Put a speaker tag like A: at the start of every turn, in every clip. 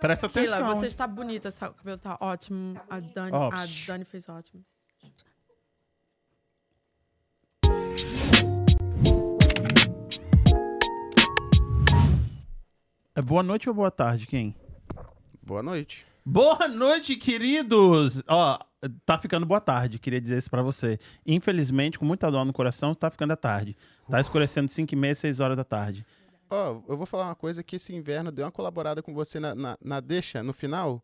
A: Presta
B: Keila,
A: atenção.
B: você
A: hein?
B: está bonita, seu cabelo tá ótimo. A Dani,
A: Ó,
B: a
A: psh.
B: Dani fez ótimo.
A: É boa noite ou boa tarde, quem?
C: Boa noite.
A: Boa noite, queridos! Ó, tá ficando boa tarde, queria dizer isso pra você. Infelizmente, com muita dor no coração, tá ficando à tarde. Tá escurecendo 5 e meia, 6 horas da tarde.
C: Ó, eu vou falar uma coisa que esse inverno deu uma colaborada com você na, na, na deixa, no final.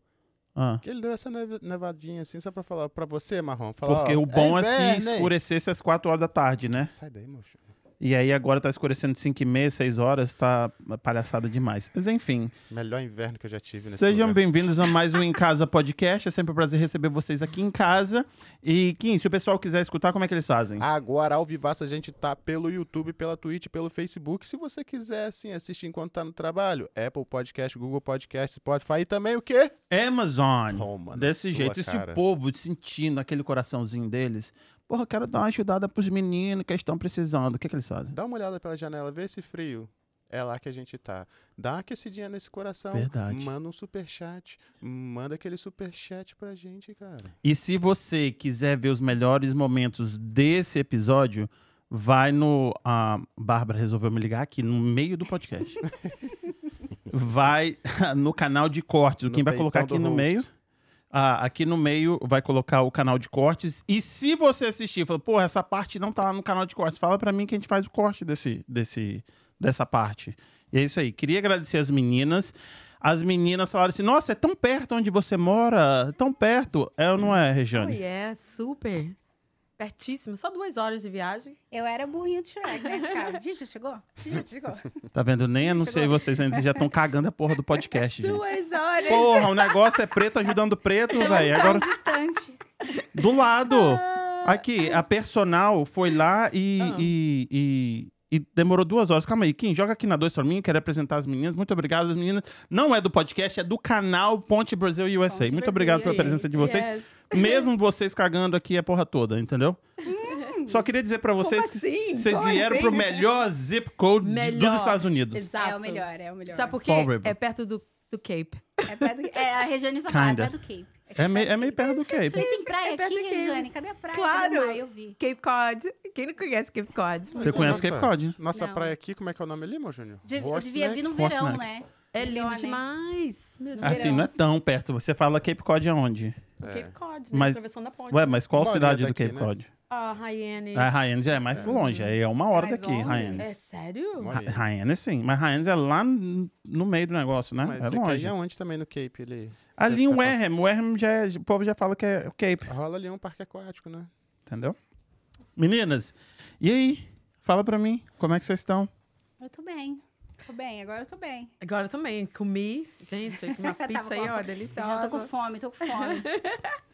A: Ah,
C: Que ele deu essa neve- nevadinha assim, só pra falar pra você, Marrom. Falar,
A: porque
C: ó,
A: o bom é, se
C: inverno, hein?
A: escurecesse às 4 horas da tarde, né?
C: Sai daí, mocho.
A: E aí agora tá escurecendo 5 e meia, 6 horas, tá palhaçada demais. Mas enfim,
C: Melhor inverno que eu já tive nesse
A: sejam
C: lugar.
A: bem-vindos a mais um Em Casa Podcast. É sempre um prazer receber vocês aqui em casa. E, Kim, se o pessoal quiser escutar, como é que eles fazem?
C: Agora, ao vivaço, a gente tá pelo YouTube, pela Twitch, pelo Facebook. Se você quiser, assim, assistir enquanto tá no trabalho, Apple Podcast, Google Podcast, Spotify e também o quê?
A: Amazon.
C: Toma na
A: Desse
C: sua
A: jeito, e se o
C: cara.
A: povo sentindo aquele coraçãozinho deles, porra, eu quero dar uma ajudada pros meninos que estão precisando. O que, que eles fazem?
C: Dá uma olhada pela janela, vê esse frio. É lá que a gente tá. Dá uma aquecidinha nesse coração.
A: Verdade.
C: Manda um superchat. Manda aquele superchat pra gente, cara.
A: E se você quiser ver os melhores momentos desse episódio, vai no. A Bárbara resolveu me ligar aqui no meio do podcast. vai no canal de cortes. O
C: No
A: Kim vai colocar aqui
C: peitão
A: no
C: do
A: meio.
C: host.
A: Ah, aqui no meio vai colocar o canal de cortes. E se você assistir e falar, porra, essa parte não tá lá no canal de cortes, fala pra mim que a gente faz o corte desse, desse, dessa parte. E é isso aí. Queria agradecer as meninas. As meninas falaram assim: nossa, é tão perto onde você mora, tão perto. É ou não é,
B: Oh,
A: Rejane?
B: yeah, super. Pertíssimo, só duas horas de viagem.
D: Eu era burrinho de Shrek, né, cara? Gente, já chegou? Gente, já chegou?
A: Tá vendo? Nem anunciei vocês ainda, vocês já estão cagando a porra do podcast, gente.
D: Duas horas.
A: Porra, o negócio é preto ajudando preto,
D: Tamo
A: velho.
D: tão
A: Então Agora
D: distante.
A: Do lado. Aqui, a personal foi lá e,
B: Ah.
A: e, e- e demorou duas horas. Calma aí, Kim, joga aqui na 2 pra mim, quero apresentar as meninas. Muito obrigado, as meninas. Não é do podcast, é do canal Ponte Brasil USA.
D: Ponte
A: Muito
D: Brasil
A: obrigado pela
D: USA.
A: presença de vocês.
B: Yes.
A: Mesmo vocês cagando aqui a porra toda, entendeu? Só queria dizer pra vocês
B: Hum. Como
A: que
B: assim?
A: vocês
B: Como
A: vieram
B: assim?
A: pro melhor zip code de-
B: Melhor.
A: dos Estados Unidos.
B: Exato.
D: É o melhor, é o melhor.
B: Sabe por quê?
A: Forever.
B: É perto do, do Cape.
D: É, perto do- é, a Regiane só fala, é
A: Kinda.
D: perto do Cape.
A: É, meio, é meio perto do Cape.
D: Falei, tem praia
B: É perto do
D: aqui,
B: Cape.
D: Regiane? Cadê a praia?
B: Claro.
D: Cadê o mar? Eu vi.
B: Cape Cod. Quem não conhece Cape Cod?
A: Você conhece
C: é Nossa.
A: Cape Cod? né?
C: Nossa
D: Não.
C: praia aqui, como é que é o nome ali, meu Júnior?
D: De- eu
C: Horse
D: devia
C: Neck?
D: vir no
A: Horse
D: verão,
A: Neck.
D: né?
B: É lindo
D: Melhor, né?
B: demais. Meu Deus.
A: Assim, não é tão perto. Você fala Cape Cod aonde?
C: É.
B: Cape Cod, né?
A: Mas-
B: Atravessando a ponte.
A: Ué, mas qual
C: Uma hora
A: cidade do
C: daqui,
A: Cape
C: né?
A: Cod?
B: Ah, Rayane.
A: A Hyannis é mais longe, aí é uma hora
D: Mais
A: daqui,
D: longe?
A: Hyannis.
B: É sério?
C: Uma-
A: Hy- Hyannis sim, mas Hyannis é lá n- no meio do negócio, né?
C: Mas
A: é
C: você
A: longe.
C: cai aonde também no Cape? Ele...
A: Ali em
C: um- Tá pra-
A: Wareham, Wareham já é, o povo já fala que é o Cape,
C: Rola ali um parque aquático, né?
A: entendeu? Meninas, e aí? Fala pra mim, como é que vocês estão?
D: Eu tô bem. Tô bem, agora eu tô bem.
B: Agora também, comi. Gente, uma
D: Tava
B: pizza aí,
D: com a-
B: ó,
D: Já
B: deliciosa.
D: tô com fome, tô com fome.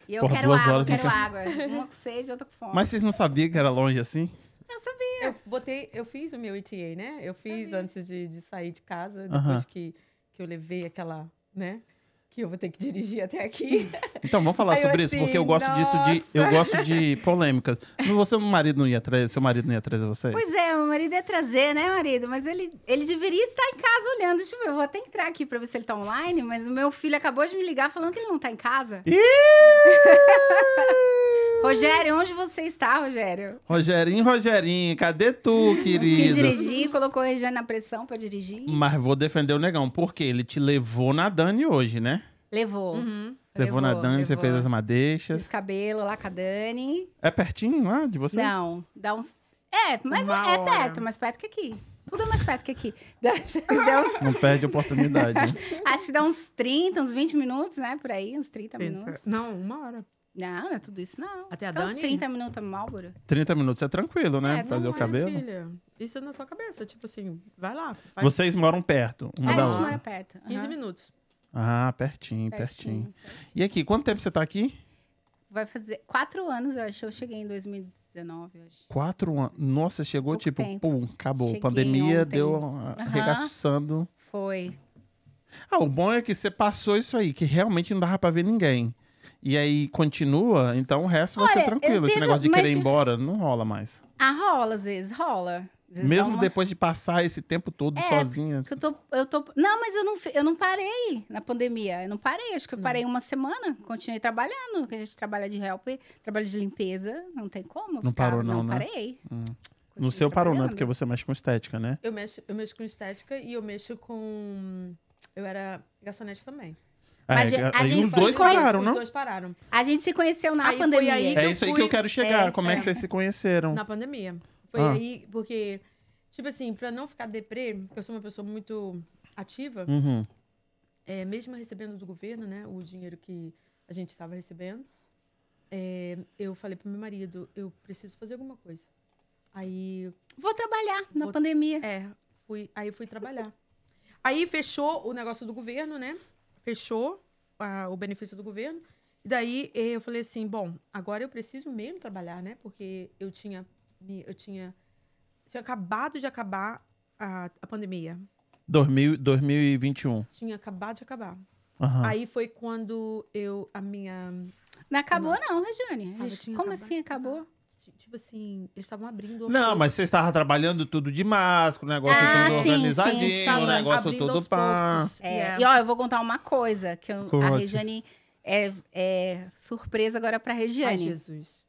D: E eu
A: Porra,
D: quero
A: duas
D: água, eu
A: horas não
D: quero
A: quer-
D: água. Uma com sede, outra com fome.
A: Mas vocês não sabiam que era longe assim?
D: Eu sabia.
B: Eu botei, eu fiz o meu ETA, né? Eu fiz antes de, de sair de casa, depois
A: Aham.
B: que, que eu levei aquela, né? Que eu vou ter que dirigir até aqui.
A: Então, vamos falar
B: Aí eu
A: sobre isso,
B: assim,
A: porque eu gosto disso de. Eu gosto de polêmicas. Não, Você, meu marido não ia atrás, seu marido não ia atrás de vocês?
D: Pois é, meu marido ia trazer, né, marido? Mas ele, ele deveria estar em casa olhando. Deixa eu ver, eu vou até entrar aqui pra ver se ele tá online, mas o meu filho acabou de me ligar falando que ele não tá em casa. Rogério, onde você está, Rogério?
A: Rogerinho, Rogerinho, cadê tu, querido? Hum.
D: Quis dirigir, colocou a Regiane na pressão pra dirigir.
A: Mas vou defender o negão, porque ele te levou na Dani hoje, né?
D: Levou.
B: Uhum.
A: levou na Dani, você
D: levou.
A: fez as madeixas.
D: Os cabelos lá com a Dani.
A: É pertinho lá de vocês?
D: Não, dá uns. É, mas
B: Uma
D: é
B: hora.
D: perto, mais perto que aqui. Tudo é mais perto que aqui. Dá- dá uns-
A: Não perde a oportunidade. né?
D: acho que dá uns 30, uns 20 minutos, né? Por aí, uns 30 minutos.
B: Não, uma hora.
D: Não, não é tudo isso, não.
B: Até a
D: Fica uns
B: Dani?
D: 30 minutos no Malboro.
A: 30 minutos é tranquilo, né?
D: É,
A: Fazer
D: não
A: o cabelo.
B: Filha, isso é na sua cabeça. Tipo assim, vai lá. Faz
A: Vocês moram perto, uma
D: Ah,
A: da
D: a gente
A: outra.
D: mora perto.
B: 15
D: aham.
B: minutos.
A: Ah, pertinho, pertinho, E aqui, quanto tempo você tá aqui?
D: Vai fazer quatro anos, eu acho. Eu cheguei em 2019, eu acho.
A: Quatro anos. Nossa, chegou
D: Pouco
A: tipo,
D: tempo.
A: pum, acabou.
D: Cheguei
A: Pandemia
D: ontem.
A: deu arregaçando.
D: Foi.
A: Ah, o bom é que você passou isso aí, que realmente não dava pra ver ninguém. E aí continua, então o resto vai
D: Olha,
A: ser tranquilo.
D: eu
A: Esse
D: teve-
A: negócio de
D: mas-
A: querer ir embora não rola mais.
D: Ah, rola às vezes, rola. Às vezes
A: Mesmo
D: dá uma-
A: depois de passar esse tempo todo
D: É,
A: sozinha.
D: que eu tô, eu tô. Não, mas eu não, fi- eu não parei na pandemia. Eu não parei. Acho que eu
B: Hum.
D: parei uma semana. Continuei trabalhando. Porque a gente trabalha de help, trabalho de limpeza. Não tem como.
A: Não parou não,
D: Não
A: né?
D: parei.
A: Hum. No
D: Continuei
A: seu parou, né?
D: trabalhando.
A: Porque você mexe com estética, né?
B: Eu mexo, eu mexo com estética e eu mexo com. Eu era garçonete também.
D: Mas
A: É,
D: a- a
A: aí
D: gente
A: os
D: se
A: dois
D: conhece-
A: pararam,
B: os
A: não?
B: dois pararam.
D: A gente se conheceu na
B: Aí foi
D: pandemia.
B: aí
A: É
B: eu
A: isso aí que
B: fui-
A: eu quero chegar.
D: é,
A: Como é, que vocês se conheceram?
B: Na pandemia. Foi
A: Ah.
B: aí, porque, tipo assim, pra não ficar deprê, porque eu sou uma pessoa muito ativa,
A: Uhum.
B: é, mesmo recebendo do governo, né, o dinheiro que a gente estava recebendo, é, eu falei pro meu marido, eu preciso fazer alguma coisa. Aí,
D: Vou trabalhar na
B: Vou-
D: pandemia.
B: é, fui, aí eu fui trabalhar. Aí fechou o negócio do governo, né? Fechou ah, o benefício do governo. E daí eh, eu falei assim, bom, agora eu preciso mesmo trabalhar, né? Porque eu tinha, me- eu tinha, tinha acabado de acabar a, a pandemia.
A: 2000, 2021.
B: Tinha acabado de acabar.
A: Aham.
B: Aí foi quando eu, a minha
D: Não acabou, não, Regiane.
B: Ah, eu tinha
D: Como
B: acabado.
D: assim acabou?
B: Ti- Tipo assim, eles estavam abrindo. aos
A: Não,
B: poucos.
A: mas vocês estavam trabalhando tudo de máscara, o negócio
D: Ah,
A: todo
D: sim, sim,
A: organizadinho,
D: sim.
A: o um negócio
B: Abrindo
A: todo
B: aos
A: pá.
B: poucos.
D: É,
B: Yeah.
D: E ó, eu vou contar uma coisa que eu- a
A: Conte.
D: Regiane é, é surpresa agora pra
B: Ai,
D: Regiane.
B: Jesus.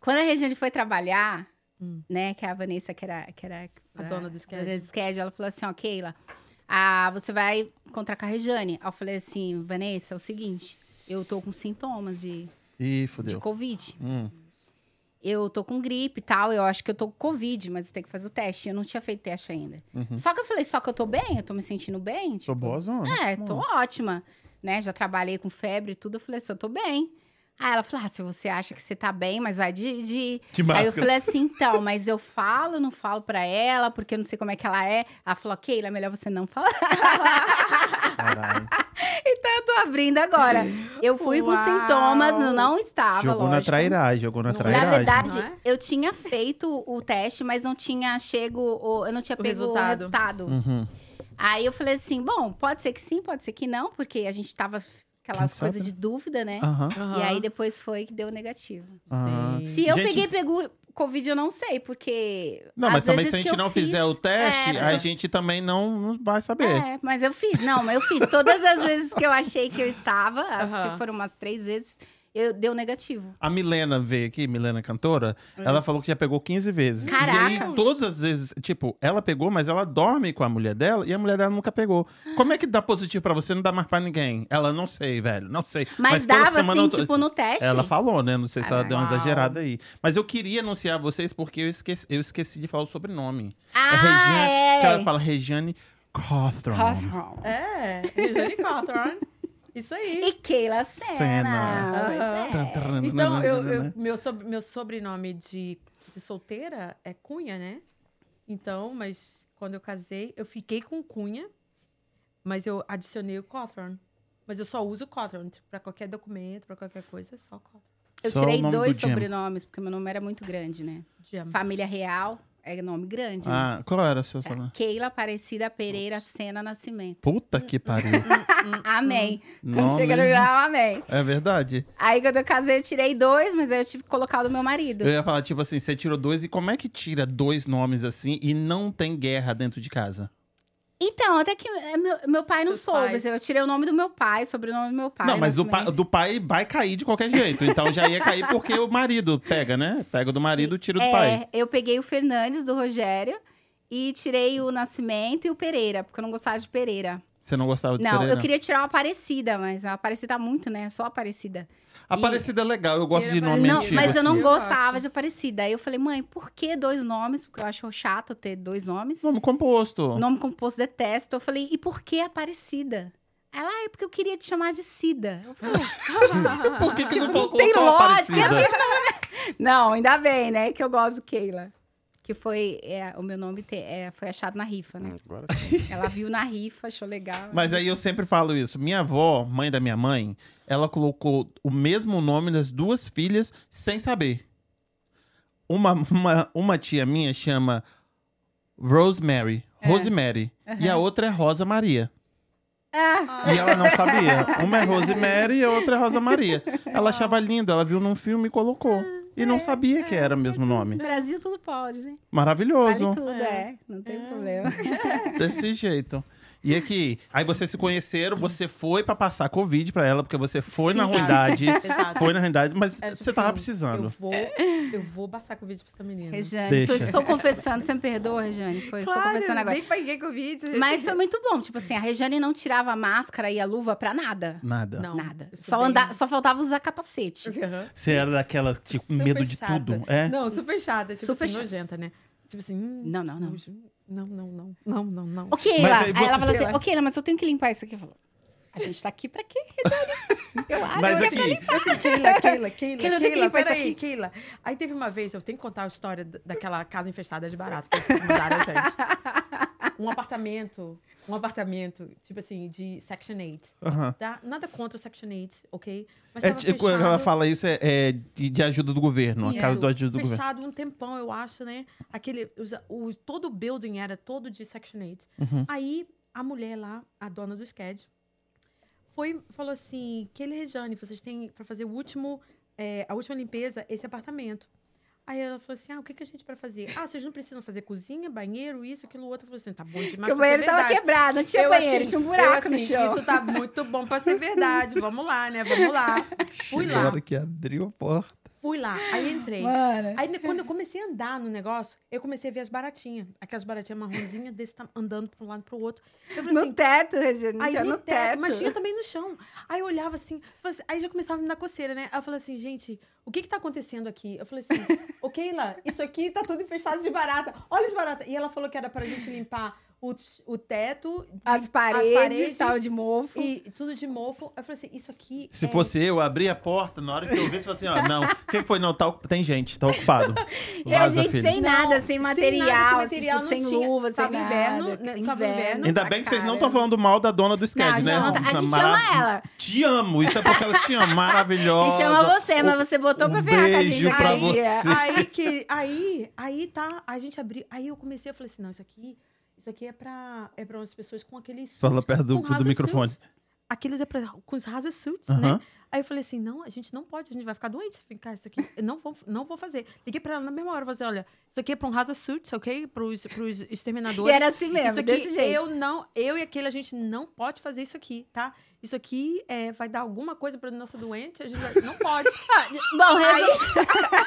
D: Quando a Regiane foi trabalhar,
B: Hum.
D: né, que a Vanessa, que era, que era
B: A dona do
D: Dona
B: schedule.
D: de schedule, ela falou assim, ó, Keila, ah, você vai encontrar com a Regiane. Aí eu falei assim, Vanessa, é o seguinte, eu tô com sintomas de,
A: Ih,
D: de
A: fodeu.
D: Covid.
A: Hum.
D: Eu tô com gripe e tal, eu acho que eu tô com Covid, mas eu tenho que fazer o teste. Eu não tinha feito teste ainda.
A: Uhum.
D: Só que eu falei, só que eu tô bem, eu tô me sentindo bem.
A: Sou
D: tipo,
A: bozona.
D: é, tô ótima, né? Já trabalhei com febre e tudo. Eu falei assim, eu tô bem. Aí ela falou, ah, se você acha que você tá bem, mas vai de... de...
A: De
D: Aí
A: máscara.
D: eu falei assim, então, mas eu falo, não falo pra ela, porque eu não sei como é que ela é. Ela falou, Keila, melhor você não falar.
A: Caralho.
D: Então Eu tô abrindo agora. Eu fui com
B: Uau.
D: sintomas, eu não estava,
A: Jogou na
D: ah, lógico. né?
A: trairagem, jogou na
B: Não- Na
A: trairagem.
D: Na verdade,
B: não é?
D: eu tinha feito o teste, mas não tinha chego, o- eu não tinha
B: O
D: pego o
B: resultado.
D: resultado.
A: Uhum.
D: Aí eu falei assim, bom, pode ser que sim, pode ser que não, porque a gente tava aquelas
A: Quem sabe,
D: coisas de dúvida, né?
A: Aham.
D: E aí depois foi que deu negativo.
A: Ah.
B: Sim.
D: Se eu
A: Gente-
D: peguei e pegou Covid, eu não sei, porque.
A: Não,
D: às
A: mas também
D: vezes
A: se a
D: que
A: gente
D: eu
A: não
D: fiz-
A: fizer o teste,
D: É,
A: a gente também não vai saber.
D: É, mas eu fiz. Não, mas eu fiz. Todas as vezes que eu achei que eu estava, acho que
B: Aham.
D: foram umas três vezes, eu deu negativo.
A: A Milena veio aqui, Milena cantora, ela falou que já pegou 15 vezes. E
D: Hum. Caraca.
A: aí, todas as vezes, tipo, ela pegou, mas ela dorme com a mulher dela e a mulher dela nunca pegou. Como é que dá positivo pra você e não dá mais pra ninguém? Ela, não sei, velho, não sei.
D: Mas,
A: toda
D: dava
A: semana
D: assim,
A: eu tô-
D: tipo, no teste.
A: Ela falou, né? Não sei se ela deu uma
B: Caraca.
A: exagerada aí. Mas eu queria anunciar a vocês porque eu esqueci, eu esqueci de falar o sobrenome. é
D: Ah,
A: Regiane. que
D: é.
A: Ela fala Regiane Cawthron.
D: Hawthorne.
B: É, Regiane Cawthorn. Isso aí.
D: E Keila
A: Senna.
D: Senna.
B: Aham.
D: Pois é.
B: Então, eu,
A: né?
B: eu- meu, sob- meu sobrenome de, de solteira é Cunha, né? Então, mas quando eu casei, eu fiquei com Cunha, mas eu adicionei o Cawthorn. Mas eu só uso Cawthorn tipo, pra qualquer documento, pra qualquer coisa, é só Cawthorn.
D: Eu
A: Só o
D: tirei
A: nome
D: dois
A: do Jim.
D: sobrenomes, porque meu nome era muito grande, né?
B: Jam.
D: Família Real é nome grande, né?
A: Ah, qual era o seu sobrenome?
D: Keila Aparecida Pereira Sena Nascimento.
A: Puta que pariu.
D: Hum, Amém. Quando
A: hum. Nome-
D: chega no grau, amém.
A: É verdade.
D: Aí quando eu casei, eu tirei dois, mas aí eu tive que colocar o do meu marido.
A: Eu ia falar, tipo assim, você tirou dois, e como é que tira dois nomes assim e não tem guerra dentro de casa?
D: Então, até que é, meu, meu pai não
B: Seus
D: soube. assim,
B: pais.
D: Eu tirei o nome do meu pai, sobrenome do meu pai.
A: não, mas do, pa-
D: nascimento.
A: do pai vai cair de qualquer jeito. Então já ia cair porque o marido pega, né? Pega o do marido, tira o do
D: é,
A: pai.
D: eu peguei o Fernandes do Rogério e tirei o Nascimento e o Pereira, porque eu não gostava de Pereira.
A: Você não gostava de
D: não,
A: Pereira?
D: eu queria tirar o Aparecida, mas a Aparecida muito, né? Só a Aparecida.
A: Aparecida é legal, eu gosto de
B: Queria
A: nome
B: Aparecida.
D: Não,
A: antigo.
D: mas eu não
A: assim.
B: gosto.
D: gostava de Aparecida. Aí eu falei, mãe, por que dois nomes? Porque eu acho chato ter dois nomes.
A: Nome composto.
D: Nome composto detesto. Eu falei, e por que Aparecida? Ela, ah, é porque eu queria te chamar de Cida. Eu falei,
A: Por que, que não colocou
D: tipo, tem
A: só
D: lógica,
A: Aparecida?
D: não, ainda bem, né? Que eu gosto do Keila. Que foi, é, o meu nome te- é, foi achado na rifa, né?
C: Agora
D: Ela viu na rifa, achou legal.
A: Mas aí eu sempre falo isso. Minha avó, mãe da minha mãe, ela colocou o mesmo nome das duas filhas sem saber. Uma, uma, uma tia minha chama Rosemary.
D: É.
A: Rosemary. E a outra é Rosa Maria. E ela não sabia. Uma é Rosemary e a outra é Rosa Maria. Ela achava lindo, ela viu num filme e colocou. e não sabia que era o mesmo nome.
D: No Brasil tudo pode, né?
A: Maravilhoso.
D: Vale tudo, é. Não tem problema.
A: Desse jeito. E aqui, aí vocês se conheceram, você foi pra passar Covid pra ela, porque você foi na
B: Sim.
A: ruindade.
B: Exato.
A: Foi na realidade, mas
B: É, tipo
A: você tava
B: assim,
A: precisando.
B: Eu vou, eu vou passar com o vídeo pra essa menina.
D: Regiane, tô-
A: Deixa.
D: estou confessando, você me perdoa, Regiane? Foi, estou confessando agora.
B: nem peguei Covid.
D: um Mas foi muito bom. Tipo assim, a Regiane não tirava a máscara e a luva pra nada.
A: Nada.
B: Não.
D: nada.
B: eu sou
D: Só,
B: bem-
D: andar, assim. só faltava usar capacete.
B: Aham.
A: Você era daquelas, tipo, com
B: Super
A: medo de
B: chata.
A: tudo. É?
B: Não, super chata. Tipo
D: Super
B: assim,
D: chata.
B: nojenta, né? Tipo assim... hum,
D: Não, não, não.
B: nojo. Não, não, não. Não, não, não.
D: Ok,
A: Mas
D: Leila.
A: aí
D: Aí
A: você-
D: ela falou assim,
B: Leila.
D: ok, Leila, mas eu tenho que limpar isso aqui. Eu falo, a gente tá aqui pra quê, Regiane? Eu acho
A: Mas
D: que é
A: aqui,
D: pra
B: Eu assim, Keila, Keila, Keila,
D: Keila,
B: Keila,
D: eu tenho que limpar isso
B: peraí,
D: aqui.
B: Keila. Aí teve uma vez, eu tenho que contar a história da- daquela casa infestada de barato que vocês mandaram, a gente. Um apartamento, um apartamento, tipo assim, de Section 8.
A: Aham.
B: Tá? Nada contra o Section 8, ok? Mas
A: É,
B: tava
A: tipo, quando ela
B: fechado.
A: fala isso, é, é de, de ajuda do governo. A casa
B: Isso,
A: do ajuda do governo.
B: Fechado um tempão, eu acho, né? Aquele, os- o, todo o building era todo de Section 8.
A: Uhum.
B: Aí, a mulher lá, a dona do SCAD, foi, falou assim, Kelly e Rejane, vocês têm pra fazer o último, é, a última limpeza, esse apartamento. Aí ela falou assim, ah, o que, que a gente vai fazer? Ah, vocês não precisam fazer cozinha, banheiro, isso, aquilo, outro. Eu falei assim, tá bom demais pra
D: Porque o
B: ser
D: banheiro tava
B: verdade.
D: quebrado, não tinha
B: Eu,
D: banheiro,
B: assim,
D: tinha um buraco
B: eu,
D: no
B: assim,
D: chão.
B: Isso tá muito bom pra ser verdade, vamos lá, né? Vamos lá. Fui
A: Chegou a
B: lá,
A: hora que abriu a porta.
B: fui lá. Aí entrei.
D: Mano.
B: Aí, ne- quando eu comecei a andar no negócio, eu comecei a ver as baratinhas. Aquelas baratinhas marronzinhas, desse tam- andando pra um lado e pro outro. Eu falei
D: No
B: assim,
D: teto, Regiane, não
B: aí
D: tinha
B: no teto, mas tinha
D: teto.
B: também no chão. Aí eu olhava assim, falei assim- aí já começava a me dar coceira, né? Aí eu falei assim, gente, o que que tá acontecendo aqui? Eu falei assim, ô Keila, isso aqui tá tudo infestado de barata. Olha as baratas. E ela falou que era pra gente limpar o, t- o teto.
D: As paredes, tal de mofo.
B: E tudo de mofo. Eu falei assim, isso aqui
A: Se
B: é-
A: fosse eu, eu abri a porta, na hora que eu vi, você falou assim, ó, não. Quem foi? Não, tá, ocu- tem gente, tá ocupado.
D: E a
A: Vaza,
D: gente
A: filho.
D: sem nada, sem
B: nada,
D: material, sem,
B: material,
D: tipo,
B: não
D: sem
B: tinha.
D: luva, sem
B: Tava
D: nada.
B: inverno, né? Tava inverno.
A: Ainda bem que vocês não estão falando mal da dona do
D: Não, a
A: SCAD,
D: gente,
A: né?
D: não tá- a gente
A: Mara-
D: ama ela.
A: Te amo. Isso é porque ela te ama.
D: A
A: Maravilhosa.
D: gente ama você, mas você botou pra
A: um
D: ferrar com a gente
A: beijo
D: aquele
A: pra
D: dia.
A: você.
B: Aí que. Aí, aí tá, a gente abriu. Aí eu comecei, eu falei assim, não, isso aqui. Isso aqui é pra, é pra umas pessoas com aqueles suits.
A: Fala perto do,
B: com rasa
A: do microfone.
B: suits. Aqueles é pra, com os rasa suits,
A: Aham.
B: né? Aí eu falei assim, não, a gente não pode, a gente vai ficar doente se ficar isso aqui. Eu não vou, não vou fazer. Liguei pra ela na mesma hora, falei assim, olha, isso aqui é pra um rasa suits, ok? Pros, pros
D: E
B: exterminadores.
D: era assim mesmo,
B: Isso aqui,
D: desse jeito.
B: eu não, eu e aquele, a gente não pode fazer isso aqui, tá? Isso aqui é, vai dar alguma coisa pra nossa doente, a gente vai- não pode.
D: Bom, resu-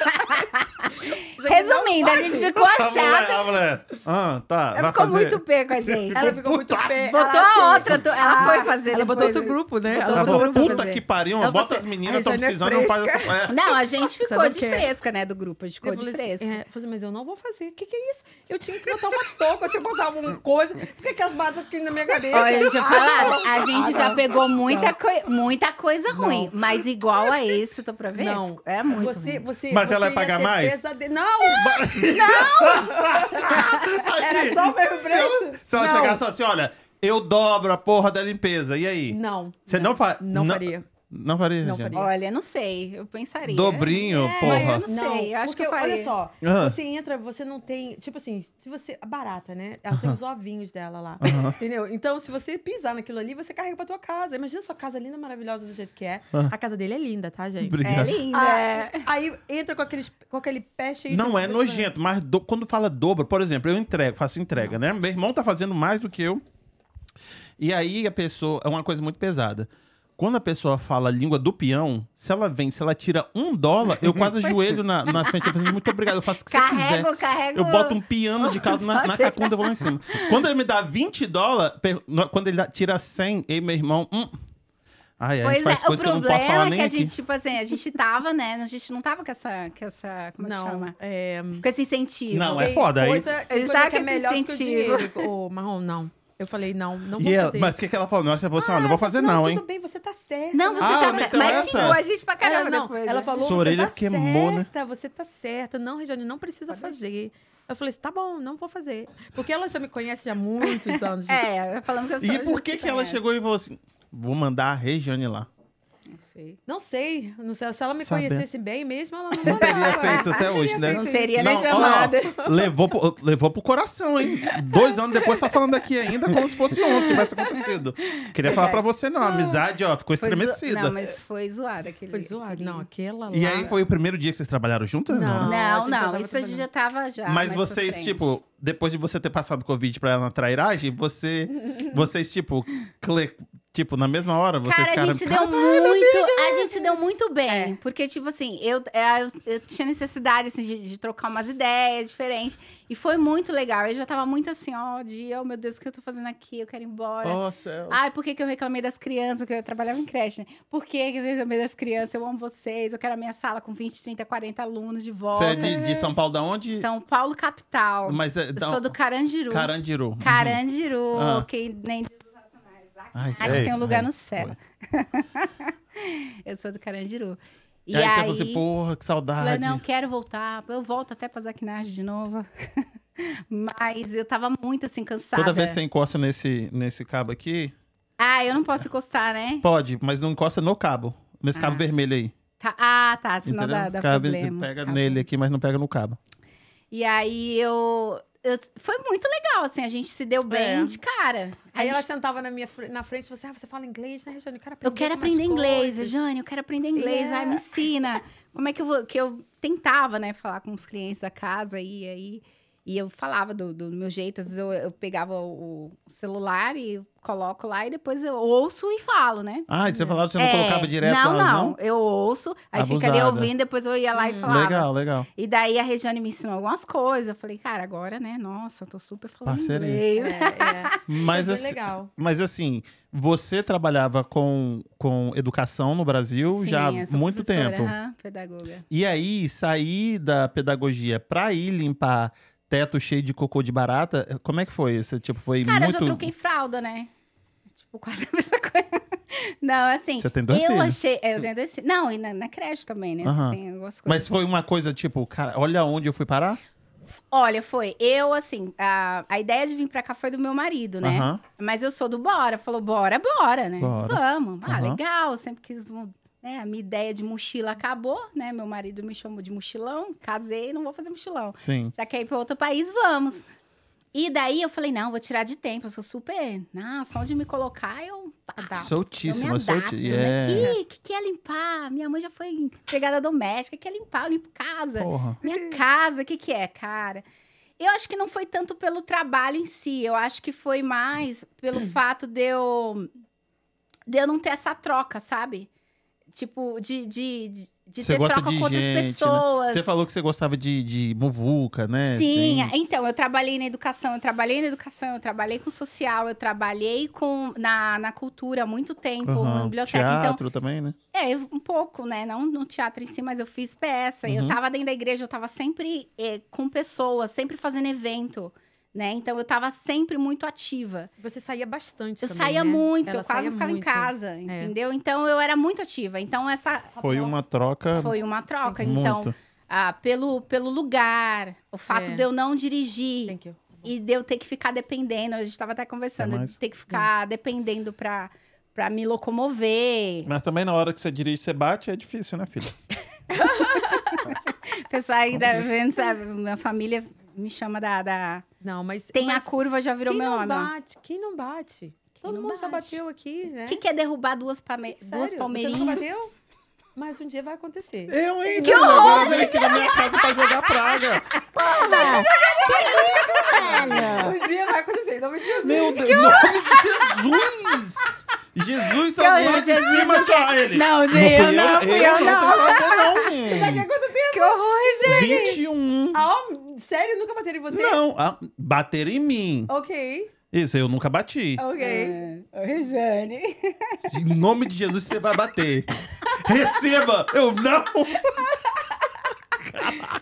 B: Isso aqui não
D: resumindo, a gente ficou
A: A mulher,
D: achada.
A: a mulher. Ah, tá.
D: Ela
A: vai
D: ficou
A: fazer.
D: muito pé com a gente.
B: Ela ficou muito pé.
D: Botou
B: ela, Ah,
D: a outra, tu- ela foi fazer
B: Ela botou
D: depois.
B: outro grupo, né?
D: Botou
A: Ela
D: outro
A: falou,
D: grupo pra
A: puta
D: fazer.
A: que pariu.
B: Ela
A: bota
B: falou
A: as meninas,
B: assim,
A: estão
B: "A Jane é
A: precisando, não faz essa... É.
D: Não, a gente ficou
B: não
D: de
B: quer.
D: fresca, né, do grupo. A gente ficou
B: Eu
D: de
B: falei assim,
D: fresca.
B: é, eu falei assim, mas eu não vou fazer. O que, que é isso? Eu tinha que botar uma touca, eu tinha que botar alguma coisa. Por que aquelas baratas ficam na minha cabeça?
D: Olha, deixa eu
B: Ah,
D: falar, a gente já pegou muita, coi- muita coisa ruim, mas igual a esse, tô pra ver?
B: Não.
D: É muito
B: Você,
D: ruim.
B: você,
A: Mas
B: você
A: ela ia
B: ia
A: pagar
B: ter
A: mais?
B: pesade- Não! Era só o mesmo
A: É, Se ela-
B: preço?
A: Se ela
B: Não.
A: chegasse assim, olha, eu dobro a porra da limpeza. E aí?
B: Não.
A: Você não fa-
B: Não
A: não-
B: faria.
A: Não faria,
B: Não
A: Jane?
B: faria.
D: Olha, não sei, eu pensaria.
A: Dobrinho,
D: É,
A: porra.
D: Mas eu não, sei, eu acho
B: porque,
D: que eu faria.
B: Olha só,
A: Aham.
B: você entra, você não tem. Tipo assim, se você. A barata, né? Ela tem os ovinhos dela lá. Entendeu? Então, se você pisar naquilo ali, você carrega pra tua casa. Imagina sua casa linda, maravilhosa do jeito que é.
A: Ah.
B: A casa dele é linda, tá, gente?
D: É
A: Obrigado.
D: linda.
B: Ah, aí entra com, aqueles, com aquele pé cheio de.
A: Não é nojento, mas do- quando fala dobro, por exemplo, eu entrego, faço entrega, né? Meu irmão tá fazendo mais do que eu. E aí a pessoa. É uma coisa muito pesada. Quando a pessoa fala a língua do peão, se ela vem, se ela tira um dólar, eu quase ajoelho na, na frente. Eu falo, assim, muito obrigado, eu faço o que você quiser.
D: é. Carrego, carrego.
A: Eu boto um piano de casa na, na cacunda, eu vou lá em cima. Quando ele me dá 20 dólares, per- no- quando ele dá- tira 100, e meu irmão, hum. Ai, ai,
D: Pois
A: faz
D: é, o
A: coisa que eu não posso falar
D: problema é
A: nem
D: que a
A: aqui.
D: gente, tipo assim, a gente tava, né? A gente não tava com essa. Com essa como é que
B: Não,
D: chama?
B: é.
D: Com esse incentivo.
A: Não, é
B: tem
A: foda, aí-
B: Coisa, tem
D: Eles
B: coisa
D: sabem
B: que é
D: que esse
B: melhor que o
D: incentivo.
B: dinheiro. Ô, Marrom, não. Eu falei, não, não vou
A: E ela-
B: fazer.
A: mas o que, que ela falou? Na hora você falou assim: ó,
D: Ah,
A: não vou fazer, não, hein?
B: Tudo bem, você tá certo.
D: Não, você
A: Ah,
D: tá
A: mas
D: certo.
A: então
D: Mas
A: essa-
D: xingou a gente pra caramba
B: Ela, não,
D: depois.
B: ela
D: né?
B: falou,
A: Sua orelha
B: você tá
A: queimou, né?
B: certa, você tá certa. Não, Regiane, não precisa fazer. Eu falei assim, tá bom, não vou fazer. Porque ela já me conhece há muitos anos. gente.
D: É, falando É, que eu sou
A: E por que, que ela
D: conhece.
A: chegou e falou assim: vou mandar a Regiane lá?
D: né? Não sei.
B: Não sei. Não sei. Se ela me
A: Saber.
B: conhecesse bem mesmo, ela não
E: Não teria
B: mandava.
E: feito até hoje, né?
D: Não teria nem
A: Não, ó,
D: chamado.
A: Levou pro, levou pro coração, hein? Dois anos depois tá falando aqui ainda como se fosse ontem tivesse acontecido. Queria falar pra você, não. A amizade, ó, ficou
D: Foi zo-
A: estremecida.
D: Não, mas foi zoado aquele.
B: Foi zoado.
D: aquele-
B: Não, aquela lá.
A: E aí foi o primeiro dia que vocês trabalharam juntas?
B: Não.
A: né?
B: a
D: Não,
B: gente já
D: não,
B: tava
D: isso a gente já tava já.
A: Mas
D: mais pra
A: vocês,
D: frente.
A: tipo, depois de você ter passado Covid pra ela na trairagem, você, vocês, tipo, cle- tipo, na mesma hora, vocês
D: Cara, a
A: ficaram- Ah,
D: gente se deu muito. A gente se deu muito bem.
A: É.
D: Porque, tipo assim, eu, é, eu, eu tinha necessidade assim, de, de trocar umas ideias diferentes. E foi muito legal. Eu já tava muito assim, ó, dia, oh, meu Deus, o que eu tô fazendo aqui? Eu quero ir
A: "Ah,
D: embora.
C: Oh,
A: é
C: céus.
D: Ai, por que, que eu reclamei das crianças? Porque eu trabalhava em creche, né? Por que, que eu reclamei das crianças? Eu amo vocês, eu quero a minha sala com 20, 30, 40 alunos de
A: Você é
D: volta.
A: de, de São Paulo da onde?
D: São Paulo, capital.
A: Mas é,
D: eu
A: da-
D: sou do Carandiru.
A: Carandiru. Uhum.
D: Carandiru,
A: Ah.
D: que nem
A: Ai,
D: acho que
A: ei,
D: tem um lugar
A: ai,
D: no céu.
A: foi.
D: eu sou do Carandiru.
A: E, aí, você falou assim, porra, que
D: Falei,
A: saudade.
D: não, quero voltar. Eu volto até pra Zaquinagem de novo. Mas eu tava muito assim, cansada.
A: Toda vez que você encosta nesse, nesse cabo aqui,
D: Ah, eu não posso encostar, né?
A: pode, mas não encosta no cabo. Nesse cabo vermelho aí.
D: Tá- Ah, tá. Senão
A: entendeu?
D: dá, dá
A: Cabe-
D: problema.
A: Pega
D: Tá
A: nele aqui, mas não pega no cabo.
D: E aí eu, eu- Foi muito legal, assim, a gente se deu bem
B: É.
D: de cara.
B: Aí
D: A
B: ela
D: gente-
B: sentava na minha fre- na frente e falou assim: Ah, você fala inglês, né, Regiane? Eu quero aprender.
D: Eu quero
B: algumas
D: aprender inglês,
B: coisas."
D: Jane, eu quero aprender inglês. Ai,
B: Yeah.
D: me ensina. Como é que eu vou. Que eu tentava, né, falar com os clientes da casa e aí. E eu falava do, do meu jeito, às vezes eu, eu pegava o o celular e eu coloco lá e depois eu ouço e falo, né?
A: Ah, e você falava que você não
D: É,
A: colocava direto
D: não,
A: lá,
D: não, Eu ouço, aí ficaria
A: Abusada.
D: ouvindo, depois eu ia
A: Hum.
D: lá e falava.
A: Legal, legal.
D: E daí a Regiane me ensinou algumas coisas. Eu falei, cara, agora, né? Nossa, eu tô super falando
A: Parceria.
D: inglês.
B: É, é.
A: Mas,
B: Foi
A: assim,
B: legal.
A: mas assim, você trabalhava com, com educação no Brasil
D: Sim,
A: já há
D: eu sou
A: muito
D: professora,
A: tempo.
D: aham, pedagoga.
A: E aí, sair da pedagogia pra ir limpar teto cheio de cocô de barata, como é que foi? Você, tipo, foi
D: Cara,
A: muito...
D: eu já troquei fralda, né? Tipo, quase a mesma coisa. Não, assim.
A: Você tem dois
D: eu
A: filhos.
D: achei. é, Eu tenho dois filhos. Não, e na, na creche também, né?
A: Aham.
D: Você tem algumas coisas.
A: Mas foi uma coisa, tipo, cara, olha onde eu fui parar.
D: Olha, foi. Eu, assim, a, a ideia de vir pra cá foi do meu marido, né?
A: Aham.
D: Mas eu sou do bora. Falou, bora, bora, né?
A: Bora.
D: Vamos. Ah,
A: Aham.
D: legal. eu Sempre quis. mu- Né? A minha ideia de mochila acabou, né? Meu marido me chamou de mochilão. Casei, não vou fazer mochilão.
A: Sim.
D: Já quer ir para outro país, vamos. E daí eu falei, não, vou tirar de tempo, eu sou super. Não, só onde me colocar, eu.
A: tá,
B: Tá.
D: Adapto. Tá. eu
A: Soltíssima,
D: me adapto,
A: soltíssima.
D: né? Que, que que é limpar? Minha mãe já foi empregada doméstica, que é limpar? Eu limpo casa.
A: Porra.
D: Minha casa, o que, que é, cara? Eu acho que não foi tanto pelo trabalho em si, eu acho que foi mais pelo
A: Hum.
D: fato de eu, de eu não ter essa troca, sabe? Tipo, de, de, de, de
A: Você
D: ter
A: gosta
D: troca com
A: de
D: outras
A: gente, né?
D: pessoas.
A: Você falou que você gostava de, de muvuca, né?
D: Sim,
A: Tem-
D: então, eu trabalhei na educação, eu trabalhei na educação, eu trabalhei com social, eu trabalhei com na, na cultura há muito tempo, na
A: Aham.
D: biblioteca. Então,
A: Teatro também, né?
D: é, eu- um pouco, né? Não no teatro em si, mas eu fiz peça.
A: Uhum.
D: Eu tava dentro da igreja, eu tava sempre eh, com pessoas, sempre fazendo evento, né? Então, eu tava sempre muito ativa.
B: Você saía bastante.
D: Eu
B: também,
D: saía
B: né?
D: muito,
B: Ela
D: eu quase
B: saía
D: não ficava em
B: muito. É.
D: casa, entendeu? Então, eu era muito ativa. Então, essa
A: Foi uma troca
D: foi uma troca. Então,
A: muito.
D: ah, pelo, pelo lugar, o fato
B: É.
D: de eu não dirigir
B: Thank you.
D: e de eu ter que ficar dependendo, a gente tava até conversando,
A: É mais?
D: de ter que ficar
B: Hum.
D: dependendo pra, pra me locomover.
A: Mas também na hora que você dirige, você bate, é difícil, né, filha?
D: O pessoal aí da vendo, sabe, minha família me chama da. da-
B: Não, mas.
D: Tem
B: mas
D: a curva, já virou
B: quem
D: meu
B: não né?
D: nome. ó.
B: Bate, quem não bate? Todo
D: não
B: mundo já
D: bate?
B: bateu aqui, né?
D: O que, que é derrubar duas, palme...
B: Sério?
D: duas
B: Você nunca
D: palmeirinhas?
B: bateu? Mas um dia vai acontecer.
A: Eu, hein? Que horror! Agora vem aqui na minha casa pra jogar praga.
D: Ah,
B: Tá
D: tá
B: Um dia vai acontecer, não me assim. diz isso.
A: Meu Deus, em nome de Jesus! Jesus tá
D: Não,
A: do lado de
D: Jesus,
A: cima
D: o quê?
A: só, ele.
D: Não,
A: fui
D: gente, eu não, fui
A: Eu
D: eu não.
A: não,
B: Daqui a quanto tempo?
D: Que horror, gente.
A: 21.
B: Ah, ó, sério? Nunca bateram em você?
A: Não, ah, bateram em mim.
B: Ok,
A: Isso, eu nunca bati.
B: ok.
D: Ô, Rejane.
A: Em nome de Jesus, você vai bater. Receba! Eu não!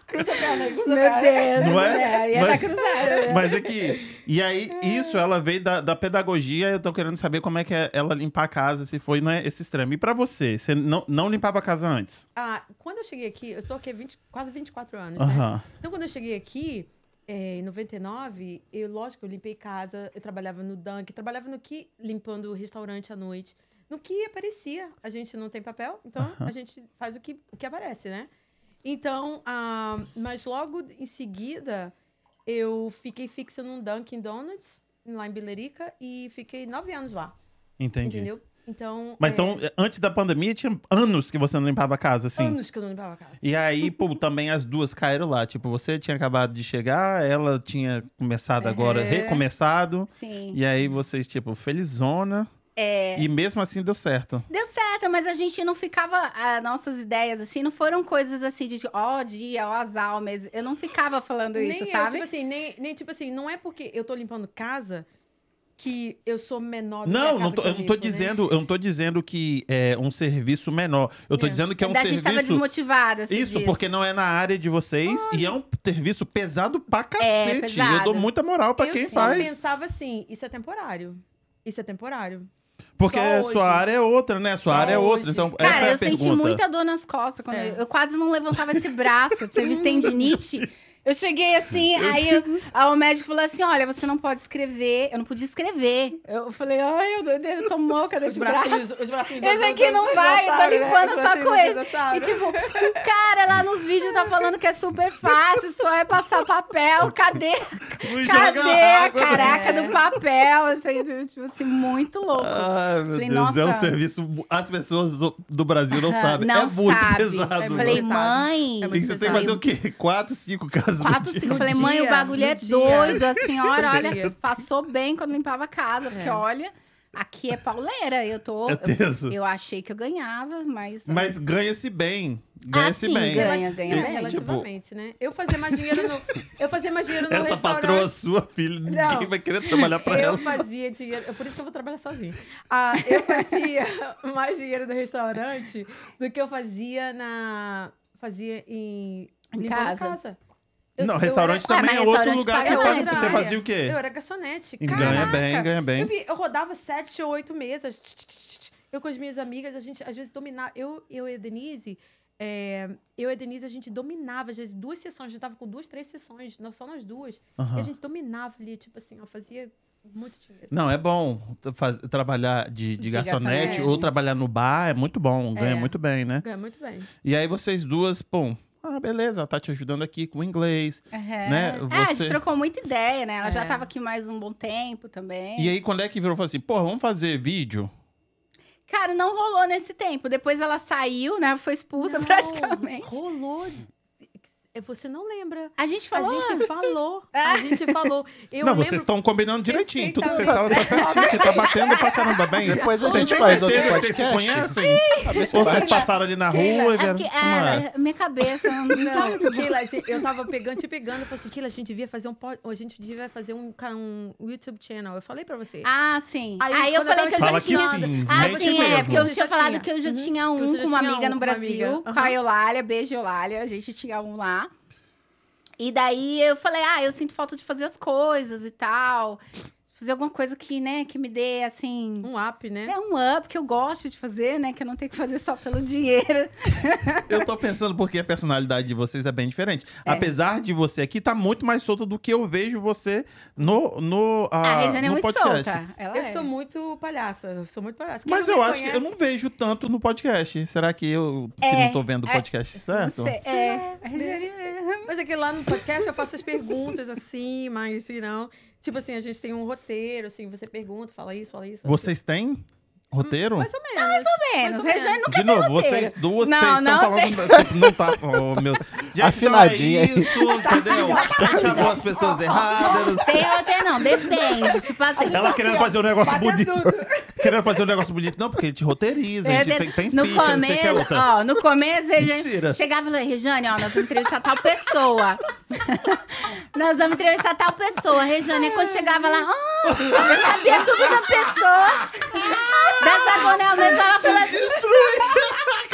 B: Cruza a perna aí, cruza a
D: Meu
B: perna.
D: Deus.
A: Não
D: né?
A: é?
D: Ia tá
A: Mas-
D: cruzada. né?
A: Mas é que. E aí, isso, ela veio da, da pedagogia. Eu tô querendo saber como é que é ela limpar a casa, se foi né, esse extremo. E pra você? Você não, não limpava a casa antes?
B: Ah, quando eu cheguei aqui, eu estou aqui há 20, quase 24 anos, né?
A: Aham.
B: Então, quando eu cheguei aqui, eh, em 99, eu, lógico, eu limpei casa, eu trabalhava no Dunk, trabalhava no que limpando restaurante à noite. no que aparecia. A gente não tem papel, então a gente faz o que, o que aparece, né? Então, ah, mas logo em seguida, eu fiquei fixa num Dunkin' Donuts, lá em Bilerica, e fiquei nove anos lá,
A: Entendi.
B: entendeu? Então,
A: Mas
B: é,
A: então, antes da pandemia, tinha anos que você não limpava a casa, assim.
B: anos que eu não limpava a casa.
A: E aí, pô, também as duas caíram lá. Tipo, você tinha acabado de chegar, ela tinha começado agora,
B: É.
A: recomeçado.
D: Sim.
A: E aí vocês, tipo, felizona. É. E mesmo assim deu certo.
D: Deu certo, mas a gente não ficava. ah, nossas ideias, assim, não foram coisas assim de ó dia, ó as almas. Eu não ficava falando
B: nem
D: isso,
B: eu,
D: sabe?
B: tipo assim, nem, nem tipo assim, não é porque eu tô limpando casa que eu sou menor do que a
A: Não,
B: casa
A: não tô-
B: que
A: eu não tô
B: limpo, né?
A: dizendo, eu não tô dizendo que é um serviço menor. Eu tô
B: É.
A: dizendo que é um
D: Daí a gente tava
A: serviço.
D: desmotivado, assim.
A: Isso,
D: disso.
A: porque não é na área de vocês e é um serviço pesado pra cacete.
D: pesado.
A: Eu dou muita moral pra
B: É, eu
A: quem
B: sempre
A: faz.
B: pensava assim, isso é temporário. Isso é temporário.
A: Porque
B: Só hoje.
A: sua área é outra, né? Sua
B: Só
A: área é outra.
B: hoje.
A: Então,
D: Cara,
A: essa é a
D: eu senti
A: pergunta.
D: muita dor nas costas. Quando
B: É.
D: eu, eu quase não levantava esse braço. Teve tendinite. Eu cheguei assim, aí eu- aí o médico falou assim: olha, você não pode escrever. Eu não podia escrever. Eu falei, ai, eu, eu tô moca desse braço.
B: os bracinhos.
D: Esse aqui não
B: tá
D: vai, eu tô limpando só com ele. E tipo, o cara lá nos vídeos tá falando que é super fácil, só é passar papel. Cadê?
A: Não joga
D: Cadê a
A: água. né?
D: caraca
B: É.
D: do papel? Assim, tipo assim, muito louco.
A: Ai, meu
D: Falei,
A: Deus, é um
D: nossa.
A: serviço. As pessoas do- do Brasil não sabem.
D: Não
A: é muito
D: sabe.
A: pesado. né?
B: É
D: Eu
A: mano.
D: falei,
B: Pesado.
D: mãe.
B: É
A: E você tem que fazer o quê? Quatro, cinco casas no
D: Quatro,
A: dia?
D: cinco. Eu
B: No
D: falei, mãe, o
B: dia,
D: bagulho
B: no
D: é
B: dia.
D: doido, a senhora,
B: No
D: olha,
B: dia.
D: passou bem quando limpava a casa, porque
B: É.
D: olha, aqui é pauleira, eu tô...
A: É teso.
D: eu, eu achei que eu ganhava, mas...
A: Mas ganha-se bem.
D: ah,
A: Ganha-se
D: sim,
A: bem.
D: ganha, ganha
A: É,
D: bem.
A: ela- tipo-
B: relativamente, né? Eu fazia mais dinheiro no, eu fazia mais dinheiro no
A: Essa
B: restaurante.
A: patroa sua, filho, ninguém
B: Não.
A: vai querer trabalhar pra
B: eu
A: ela.
B: fazia dinheiro, é por isso que eu vou trabalhar sozinha. Ah, eu fazia mais dinheiro no restaurante do que eu fazia na fazia em,
D: Em
B: limpando a
D: casa?
B: Eu-
A: não,
B: eu
A: restaurante
D: Ué,
A: também
D: mas
A: é outro
D: restaurante
A: lugar que
D: paga
A: pode.
D: mais,
A: Você
D: né?
A: fazia o
B: Era, eu
A: quê?
B: era garçonete.
A: Ganha
B: Caraca,
A: bem, ganha bem.
B: Eu, vi- eu rodava sete ou oito mesas. tch, tch, tch, tch. Eu com as minhas amigas, a gente às vezes dominava. Eu, eu e a Denise, é, eu e a Denise, a gente dominava, às vezes, duas sessões. A gente tava com duas, três sessões, nós- só nós duas. E
A: Aham.
B: a gente dominava ali, tipo assim, ó, fazia muito dinheiro.
A: Não, é bom tra- faz- trabalhar de, de
D: De
A: garçonete
D: garçonete.
A: ou trabalhar no bar, é muito bom, ganha
B: É.
A: muito bem, né?
B: Ganha muito bem.
A: E aí vocês duas, pum, ah, beleza, ela tá te ajudando aqui com o inglês,
D: Aham.
A: né?
D: É, a
A: Você-
D: gente trocou muita ideia, né? Ela já
B: É.
D: tava aqui mais um bom tempo também.
A: E aí, quando é que virou e falou assim, pô, vamos fazer vídeo?
D: Cara, não rolou nesse tempo. Depois ela saiu, né? Foi expulsa
B: Não,
D: praticamente.
B: Rolou. É, Você não lembra.
D: A gente um
B: A
D: falou...
B: gente falou. É. A gente falou. Eu
A: não,
B: lembro.
A: vocês estão combinando direitinho. Tudo que vocês falam tá
B: Perfeitamente.
A: certinho, que tá batendo pra caramba bem.
C: Depois a
A: Vocês
C: gente
A: têm
C: faz outro
A: certeza que
C: podcast.
A: vocês se conhecem?
C: Saber se
A: Ou
C: bate.
A: vocês passaram ali na
D: Keila,
A: rua e
D: é
A: vieram...
D: porque-
A: Não é.
D: ah, minha cabeça não, não tá
B: Não,
D: muito boa.
B: Keila, a gente- eu tava pegando, te pegando, eu falei assim, Keila, a gente devia fazer um pod- a gente devia fazer um, ca- um YouTube channel. Eu falei pra você.
D: Ah, sim.
B: Aí,
D: Aí,
B: quando
D: eu
B: eu
D: falei que eu
B: tava
A: Fala
D: já
A: que
D: tinha...
A: sim,
D: Ah,
A: mente
D: sim, é,
A: mesmo.
D: porque eu
B: Você
D: tinha
B: já
D: falado
B: tinha.
D: que eu já
B: Uhum.
D: tinha
B: Que você
D: um
B: já
D: com uma
B: tinha
D: amiga
B: um
D: no
B: com uma
D: Brasil,
B: amiga.
D: com a
B: Aham.
D: Eulália, beijo Eulália, a gente tinha um lá. E daí eu falei, ah, eu sinto falta de fazer as coisas e tal. Fazer alguma coisa que, né, que me dê, assim...
B: um app, né?
D: É um up que eu gosto de fazer, né? Que eu não tenho que fazer só pelo dinheiro.
A: Eu tô pensando porque a personalidade de vocês é bem diferente. Apesar de você aqui tá muito mais solta do que eu vejo você no no
D: a
A: ah,
D: Regiane é
A: no
D: muito
A: podcast.
D: solta. Ela
B: Eu
D: é.
B: sou muito palhaça, eu sou muito palhaça. Quem
A: Mas
B: não
A: eu
B: me
A: acho que eu
B: conhece-
A: não vejo tanto no podcast. Será que eu que
D: É,
A: não tô vendo o
D: é.
A: podcast
D: Não
A: certo?
D: sei, É, a Regiane é.
B: Mas é que lá no podcast eu faço as perguntas assim, mas se não... Tipo assim, a gente tem um roteiro, assim, você pergunta, fala isso, fala isso. fala
A: Vocês têm roteiro?
B: Mais ou menos. Ah, Mais ou
D: Menos, Regiane Hum, não
A: De novo, vocês
D: roteiro.
A: duas,
D: Não,
A: vocês estão
D: não
A: falando. Tipo, não tá. Oh, meu. então é
C: Afinadinha.
A: isso,
D: Tá assim,
A: entendeu? Já chamou as pessoas erradas.
D: tem até não, depende. Tipo assim.
A: Ela querendo fazer um negócio
B: Bateu
A: bonito.
B: tudo.
A: Querendo fazer um negócio bonito. Não, porque a gente roteiriza, a gente tem, tem
D: É, né, no
A: ficha, não sei o que é
D: começo,
A: outra.
D: ó, no começo, a
A: Mentira.
D: gente chegava e falava, Rejane, ó, nós vamos entrevistar tal pessoa. nós vamos entrevistar tal pessoa. Rejane, aí quando chegava lá, ah, eu sabia tudo da pessoa. Da Sagonel mesmo, ela falou assim.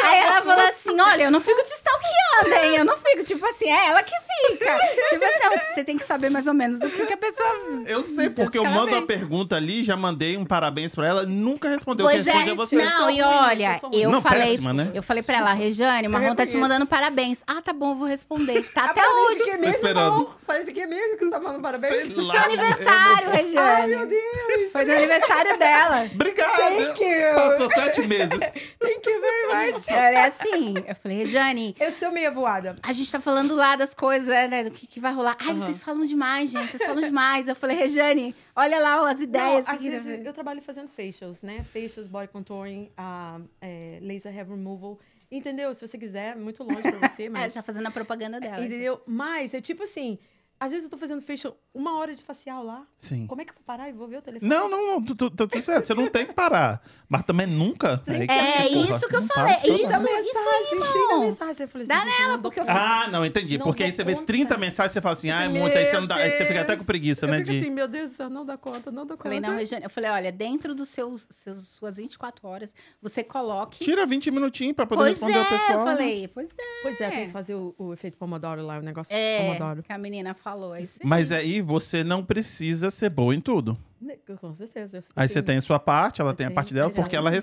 D: Aí ela falou assim: olha, eu não fico te stalkeando, hein? Eu não fico, tipo assim, é ela que fica. Tipo assim, ó, você tem que saber mais ou menos do que, que a pessoa.
A: Eu sei, porque eu
D: Acho que ela
A: mando a
D: vem.
A: pergunta ali, já mandei um parabéns pra ela. nunca respondeu.
D: Pois
A: Quem respondeu
D: é,
A: você.
B: Eu sou
D: não,
B: ruim
D: e
B: nisso, eu
D: olha,
B: sou ruim.
D: eu
A: Não,
D: falei.
A: péssima, né?
D: Eu falei pra ela, Rejane, o Marrom tá te
B: reconheço.
D: mandando parabéns. Ah, tá bom, vou responder. Tá até
B: Parabéns,
D: hoje.
B: de que é mesmo,
A: esperando.
B: não? Falei de que é mesmo que você tá falando parabéns?
A: Sei
D: Seu
A: lá,
D: aniversário,
B: Ai, meu
D: Rejane.
B: Deus!
D: Foi no aniversário dela.
A: Obrigado!
B: Thank you!
A: Passou sete meses.
B: Thank you very much!
D: É assim. Eu falei, Rejane,
B: Eu sou meia voada.
D: a gente tá falando lá das coisas, né? Do que, que vai rolar. Ai,
B: Aham.
D: vocês falam demais, gente. Vocês falam demais. Eu falei, Rejane, olha lá ó, as
B: Não,
D: ideias. que
B: às
D: que-
B: vezes é, eu trabalho fazendo facials, né? Facials, body contouring, ah, é, laser hair removal. Entendeu? Se você quiser, muito longe pra você,
D: É,
B: mas.
D: tá fazendo a propaganda dela.
B: entendeu? Mas é tipo assim, às vezes eu tô fazendo facial uma hora de facial lá.
A: Sim.
B: Como é que eu vou parar e vou ver o telefone?
A: Não, não, não, tu- tu- tá tudo certo. Você não tem que parar. Mas também nunca. Aí que
D: É
A: porra,
D: isso que eu
A: não
D: falei,
A: para de
D: isso-
B: Dá
A: trabalhar.
B: mensagem,
D: aí,
B: tem da
D: irmão.
B: mensagem. Eu falei assim,
D: Dá
B: gente, eu
D: nela,
B: não dou
D: porque eu
B: conta.
A: Ah, não, entendi.
B: Não
A: porque aí
B: dou
A: você vê
B: conta.
A: 30 mensagens e você fala assim, ah, é
B: Assim,
A: muito. Aí você, não
B: meu
A: dá, aí você fica até com
B: Deus.
A: preguiça,
B: eu
A: né?
B: Fico
A: de-
B: assim, meu Deus do céu, não dá conta, não dá
D: Eu falei,
B: conta.
D: não, Rejane. Eu falei, olha, dentro dos seus, seus, suas 24 horas, você coloque.
A: Tira 20 minutinhos pra Tipo, poder
D: Pois
A: responder né? o
D: é,
A: pessoal.
D: eu falei, pois é.
B: pois é, tem que fazer o, o efeito Pomodoro lá, o negócio
D: É,
B: Pomodoro.
D: que a menina falou. é Isso aí.
A: Mas aí você não precisa ser boa em tudo.
B: Né, Com certeza. eu
A: Aí você
B: tenho-
A: tem a sua parte, ela
B: Eu
A: tem a
B: tenho,
A: parte dela, porque ela
B: exatamente.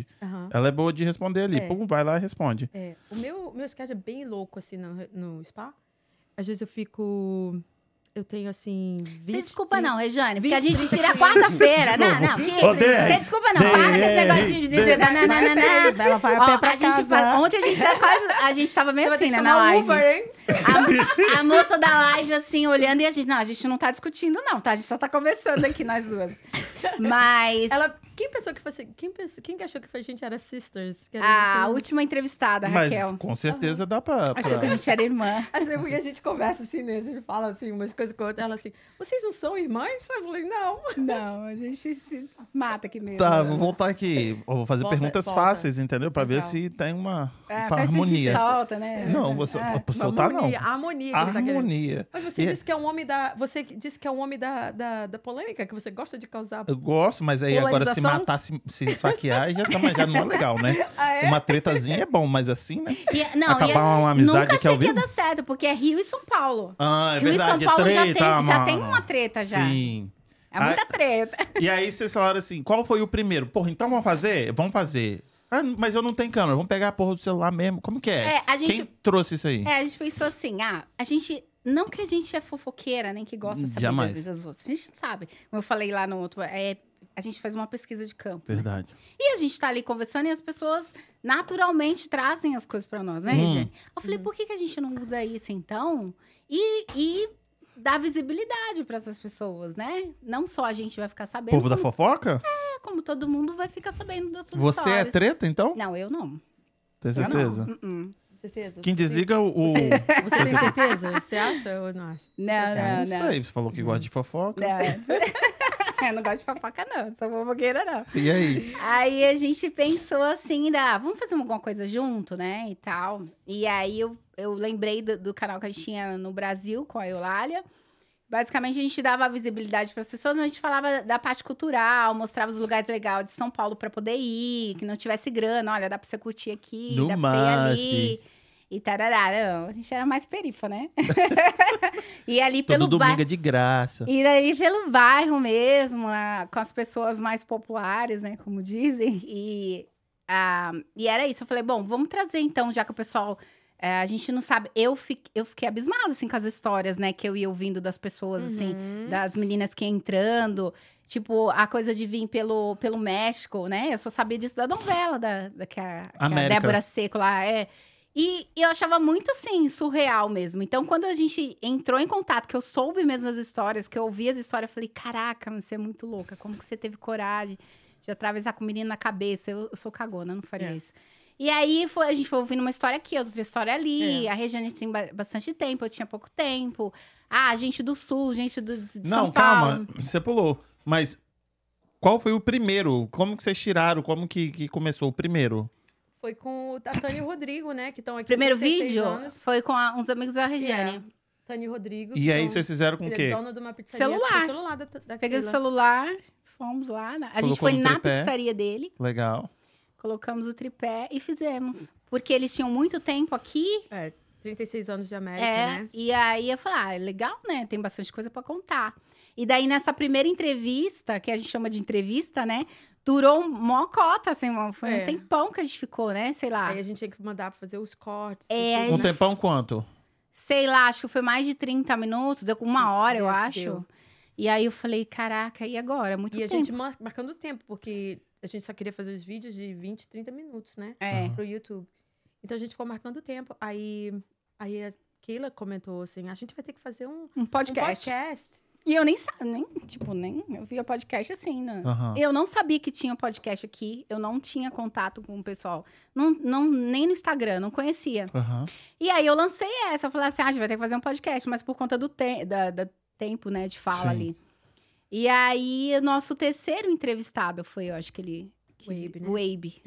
A: responde.
B: Aham.
A: Ela é boa de responder ali.
B: É.
A: Pum, vai lá e responde.
B: É, o meu, meu sketch é bem louco, assim, no, no spa. Às vezes eu fico... Eu tenho, assim... 20,
D: Desculpa não, Rejane, porque
B: vinte-
D: a gente tira quarta-feira. Não, não. que-
A: Ô, Dani,
D: Tem desculpa não, para
A: Dani,
D: desse negócio de... de- de- não, não, não, não.
B: Ela vai a
D: Ó,
B: pé pra
D: a gente
B: casa.
D: faz- Ontem a gente já quase... A gente tava
B: é
D: meio assim, né, na live.
B: Uber, hein?
D: A, a moça da live, assim, olhando e a gente... Não, a gente não tá discutindo não, tá? A gente só tá conversando aqui, nós duas. Mas...
B: Ela, quem pensou que fosse... Quem, pensou, quem que achou que a gente era sisters? Que era
D: A
B: gente- né?
D: última entrevistada,
A: Mas
D: Raquel.
A: com certeza dá pra.
D: Achou
A: pra-
D: que a gente era irmã.
B: Assim, porque a gente conversa assim, né? A gente fala assim, umas coisas com a outra. Ela assim, vocês não são irmãs? Eu falei, não.
D: Não, a gente se mata aqui mesmo.
A: Tá, vou voltar aqui. Eu Vou fazer
B: Volta,
A: perguntas
B: volta.
A: fáceis, entendeu? Pra ver
B: Legal.
A: se tem uma,
D: Ah,
A: uma
D: pra ver se se
A: harmonia.
D: solta, né?
A: Não, você,
D: Ah.
A: pra soltar não.
B: harmonia, A harmonia que você tá querendo.
A: Harmonia.
B: Mas você
A: E-
B: disse que é um homem da. Você disse que é um homem da, da, da polêmica, que você gosta de causar.
A: Eu gosto, mas aí agora se
B: Polarização?
A: matar, se, se esfaquear, aí já, tá, mas já não é legal, né?
B: Ah, é?
A: Uma tretazinha é bom, mas assim, né?
D: E- não,
A: Acabar
D: e
A: uma amizade
D: nunca
A: que é
D: achei
A: ao
D: que ia
A: vivo.
D: dar certo, porque é Rio e São Paulo.
A: Ah, é
D: Rio e São
A: verdade.
D: Paulo
A: é
D: já,
A: treta,
D: tem, já
A: mano.
D: tem uma treta já.
A: Sim. Ah,
D: É muita treta.
A: E aí vocês falaram assim: qual foi o primeiro? Porra, então vamos fazer? Vamos fazer. Ah, mas eu não tenho câmera, vamos pegar a porra do celular mesmo. Como que é?
D: É, a gente-
A: Quem trouxe isso aí?
D: É, a gente pensou assim, ah, a gente. Não que a gente é fofoqueira, nem que gosta de saber
A: Jamais.
D: das vidas dos outros. A gente sabe. Como eu falei lá no outro, é, a gente faz uma pesquisa de campo.
A: Verdade.
D: E a gente tá ali conversando e as pessoas naturalmente trazem as coisas pra nós, né,
A: Hum.
D: gente? Eu falei, por que, que a gente não usa isso então? E, e dá visibilidade pra essas pessoas, né? Não só a gente vai ficar sabendo,
A: Povo da
D: como, é,
A: fofoca?
D: como todo mundo vai ficar sabendo das suas
A: Você é
D: histórias.
A: treta, então?
D: Não, eu não.
A: Tem
D: Eu não.
A: certeza?
D: Uh-uh.
B: Certeza.
A: Quem
B: Você-
A: desliga o. Uhum. o-
B: Você tem certeza? Você acha ou não acha?
D: Não, não,
A: Não
D: não.
A: sei, você falou que gosta de fofoca.
D: Não. eu não gosto de fofoca, não. Sou fofoqueira, não.
A: E aí?
D: Aí a gente pensou assim, da, vamos fazer alguma coisa junto, né? E tal. E aí eu, eu lembrei do, do canal que a gente tinha no Brasil com a Eulália. Basicamente, a gente dava visibilidade para as pessoas, mas a gente falava da parte cultural, mostrava os lugares legais de São Paulo para poder ir, que não tivesse grana, olha, dá para você curtir aqui,
A: No
D: dá para você ir ali.
A: MASP.
D: E tarará, a gente era mais perifa, né? e ali
A: Todo
D: pelo bairro.
A: domingo é de graça.
D: Ir ali pelo bairro mesmo, lá, com as pessoas mais populares, né? Como dizem. E, ah, e era isso. Eu falei, bom, vamos trazer então, já que o pessoal. eh, a gente não sabe. Eu, fi- eu fiquei abismada, assim, com as histórias, né? Que eu ia ouvindo das pessoas, assim,
B: Uhum.
D: das meninas que ia entrando. Tipo, a coisa de vir pelo, pelo México, né? Eu só sabia disso da novela, da, da que a, que a
A: América.
D: Débora Seco lá é. E eu achava muito, assim, surreal mesmo. Então, quando a gente entrou em contato, que eu soube mesmo as histórias, que eu ouvi as histórias, eu falei, caraca, mas você é muito louca. Como que você teve coragem de atravessar com o menino na cabeça? Eu, eu sou cagona, eu não faria
B: É.
D: isso. E aí, foi, a gente foi ouvindo uma história aqui, outra história ali.
B: É.
D: A Regiane tem ba- bastante tempo, eu tinha pouco tempo. Ah, gente do Sul, gente do, de de
A: Não,
D: São Paulo.
A: calma, você pulou. Mas qual foi o primeiro? Como que vocês tiraram? Como que, que começou o primeiro?
B: Foi com o Tânia e o Rodrigo, né? Que estão aqui.
D: Primeiro
B: 36
D: vídeo
B: anos.
D: foi com a- uns amigos da Regiane.
B: Yeah. Tânia e o Rodrigo.
A: E aí
B: então,
A: vocês fizeram com o
B: ele
A: quê?
B: É dono de uma pizzaria.
D: Celular.
B: tem o celular da, da
D: Peguei o
B: Camila.
D: celular, fomos lá. né? A
A: Colocou
D: gente foi
A: no
D: na
A: tripé.
D: pizzaria dele,
A: Legal.
D: colocamos o tripé e fizemos. Porque eles tinham muito tempo aqui.
B: É, 36 anos de América,
D: É,
B: né?
D: E aí eu falei, ah, é legal, né? Tem bastante coisa pra contar. E daí, nessa primeira entrevista, que a gente chama de entrevista, né? Durou um- mó cota, assim, uma- foi
B: É.
D: um tempão que a gente ficou, né? Sei lá.
B: Aí a gente tinha que mandar pra fazer os cortes.
D: É,
B: e
A: Um
B: tudo, né?
A: tempão quanto?
D: Sei lá, acho que foi mais de 30 minutos, deu com uma hora, eu
B: Deu,
D: acho.
B: deu.
D: E aí eu falei, caraca, e agora? É Muito
B: E a
D: tempo.
B: gente mar- marcando o tempo, porque a gente só queria fazer os vídeos de 20, 30 minutos, né?
D: É.
B: Pro YouTube. Então a gente ficou marcando o tempo. Aí, aí a Keila comentou assim: a gente vai ter que fazer um um
D: Um podcast.
B: podcast.
D: E eu nem sabia, nem, tipo, nem eu via podcast assim, né?
A: Aham.
D: Eu não sabia que tinha podcast aqui, eu não tinha contato com o pessoal. Não, não, nem no Instagram, não conhecia.
A: Aham.
D: E aí eu lancei essa, eu falei assim, ah, a gente vai ter que fazer um podcast, mas por conta do te da, da tempo, né, de fala
A: Sim.
D: ali. E aí, o nosso terceiro entrevistado foi, eu acho que ele... que-
B: O Abe, né?
D: O Abe.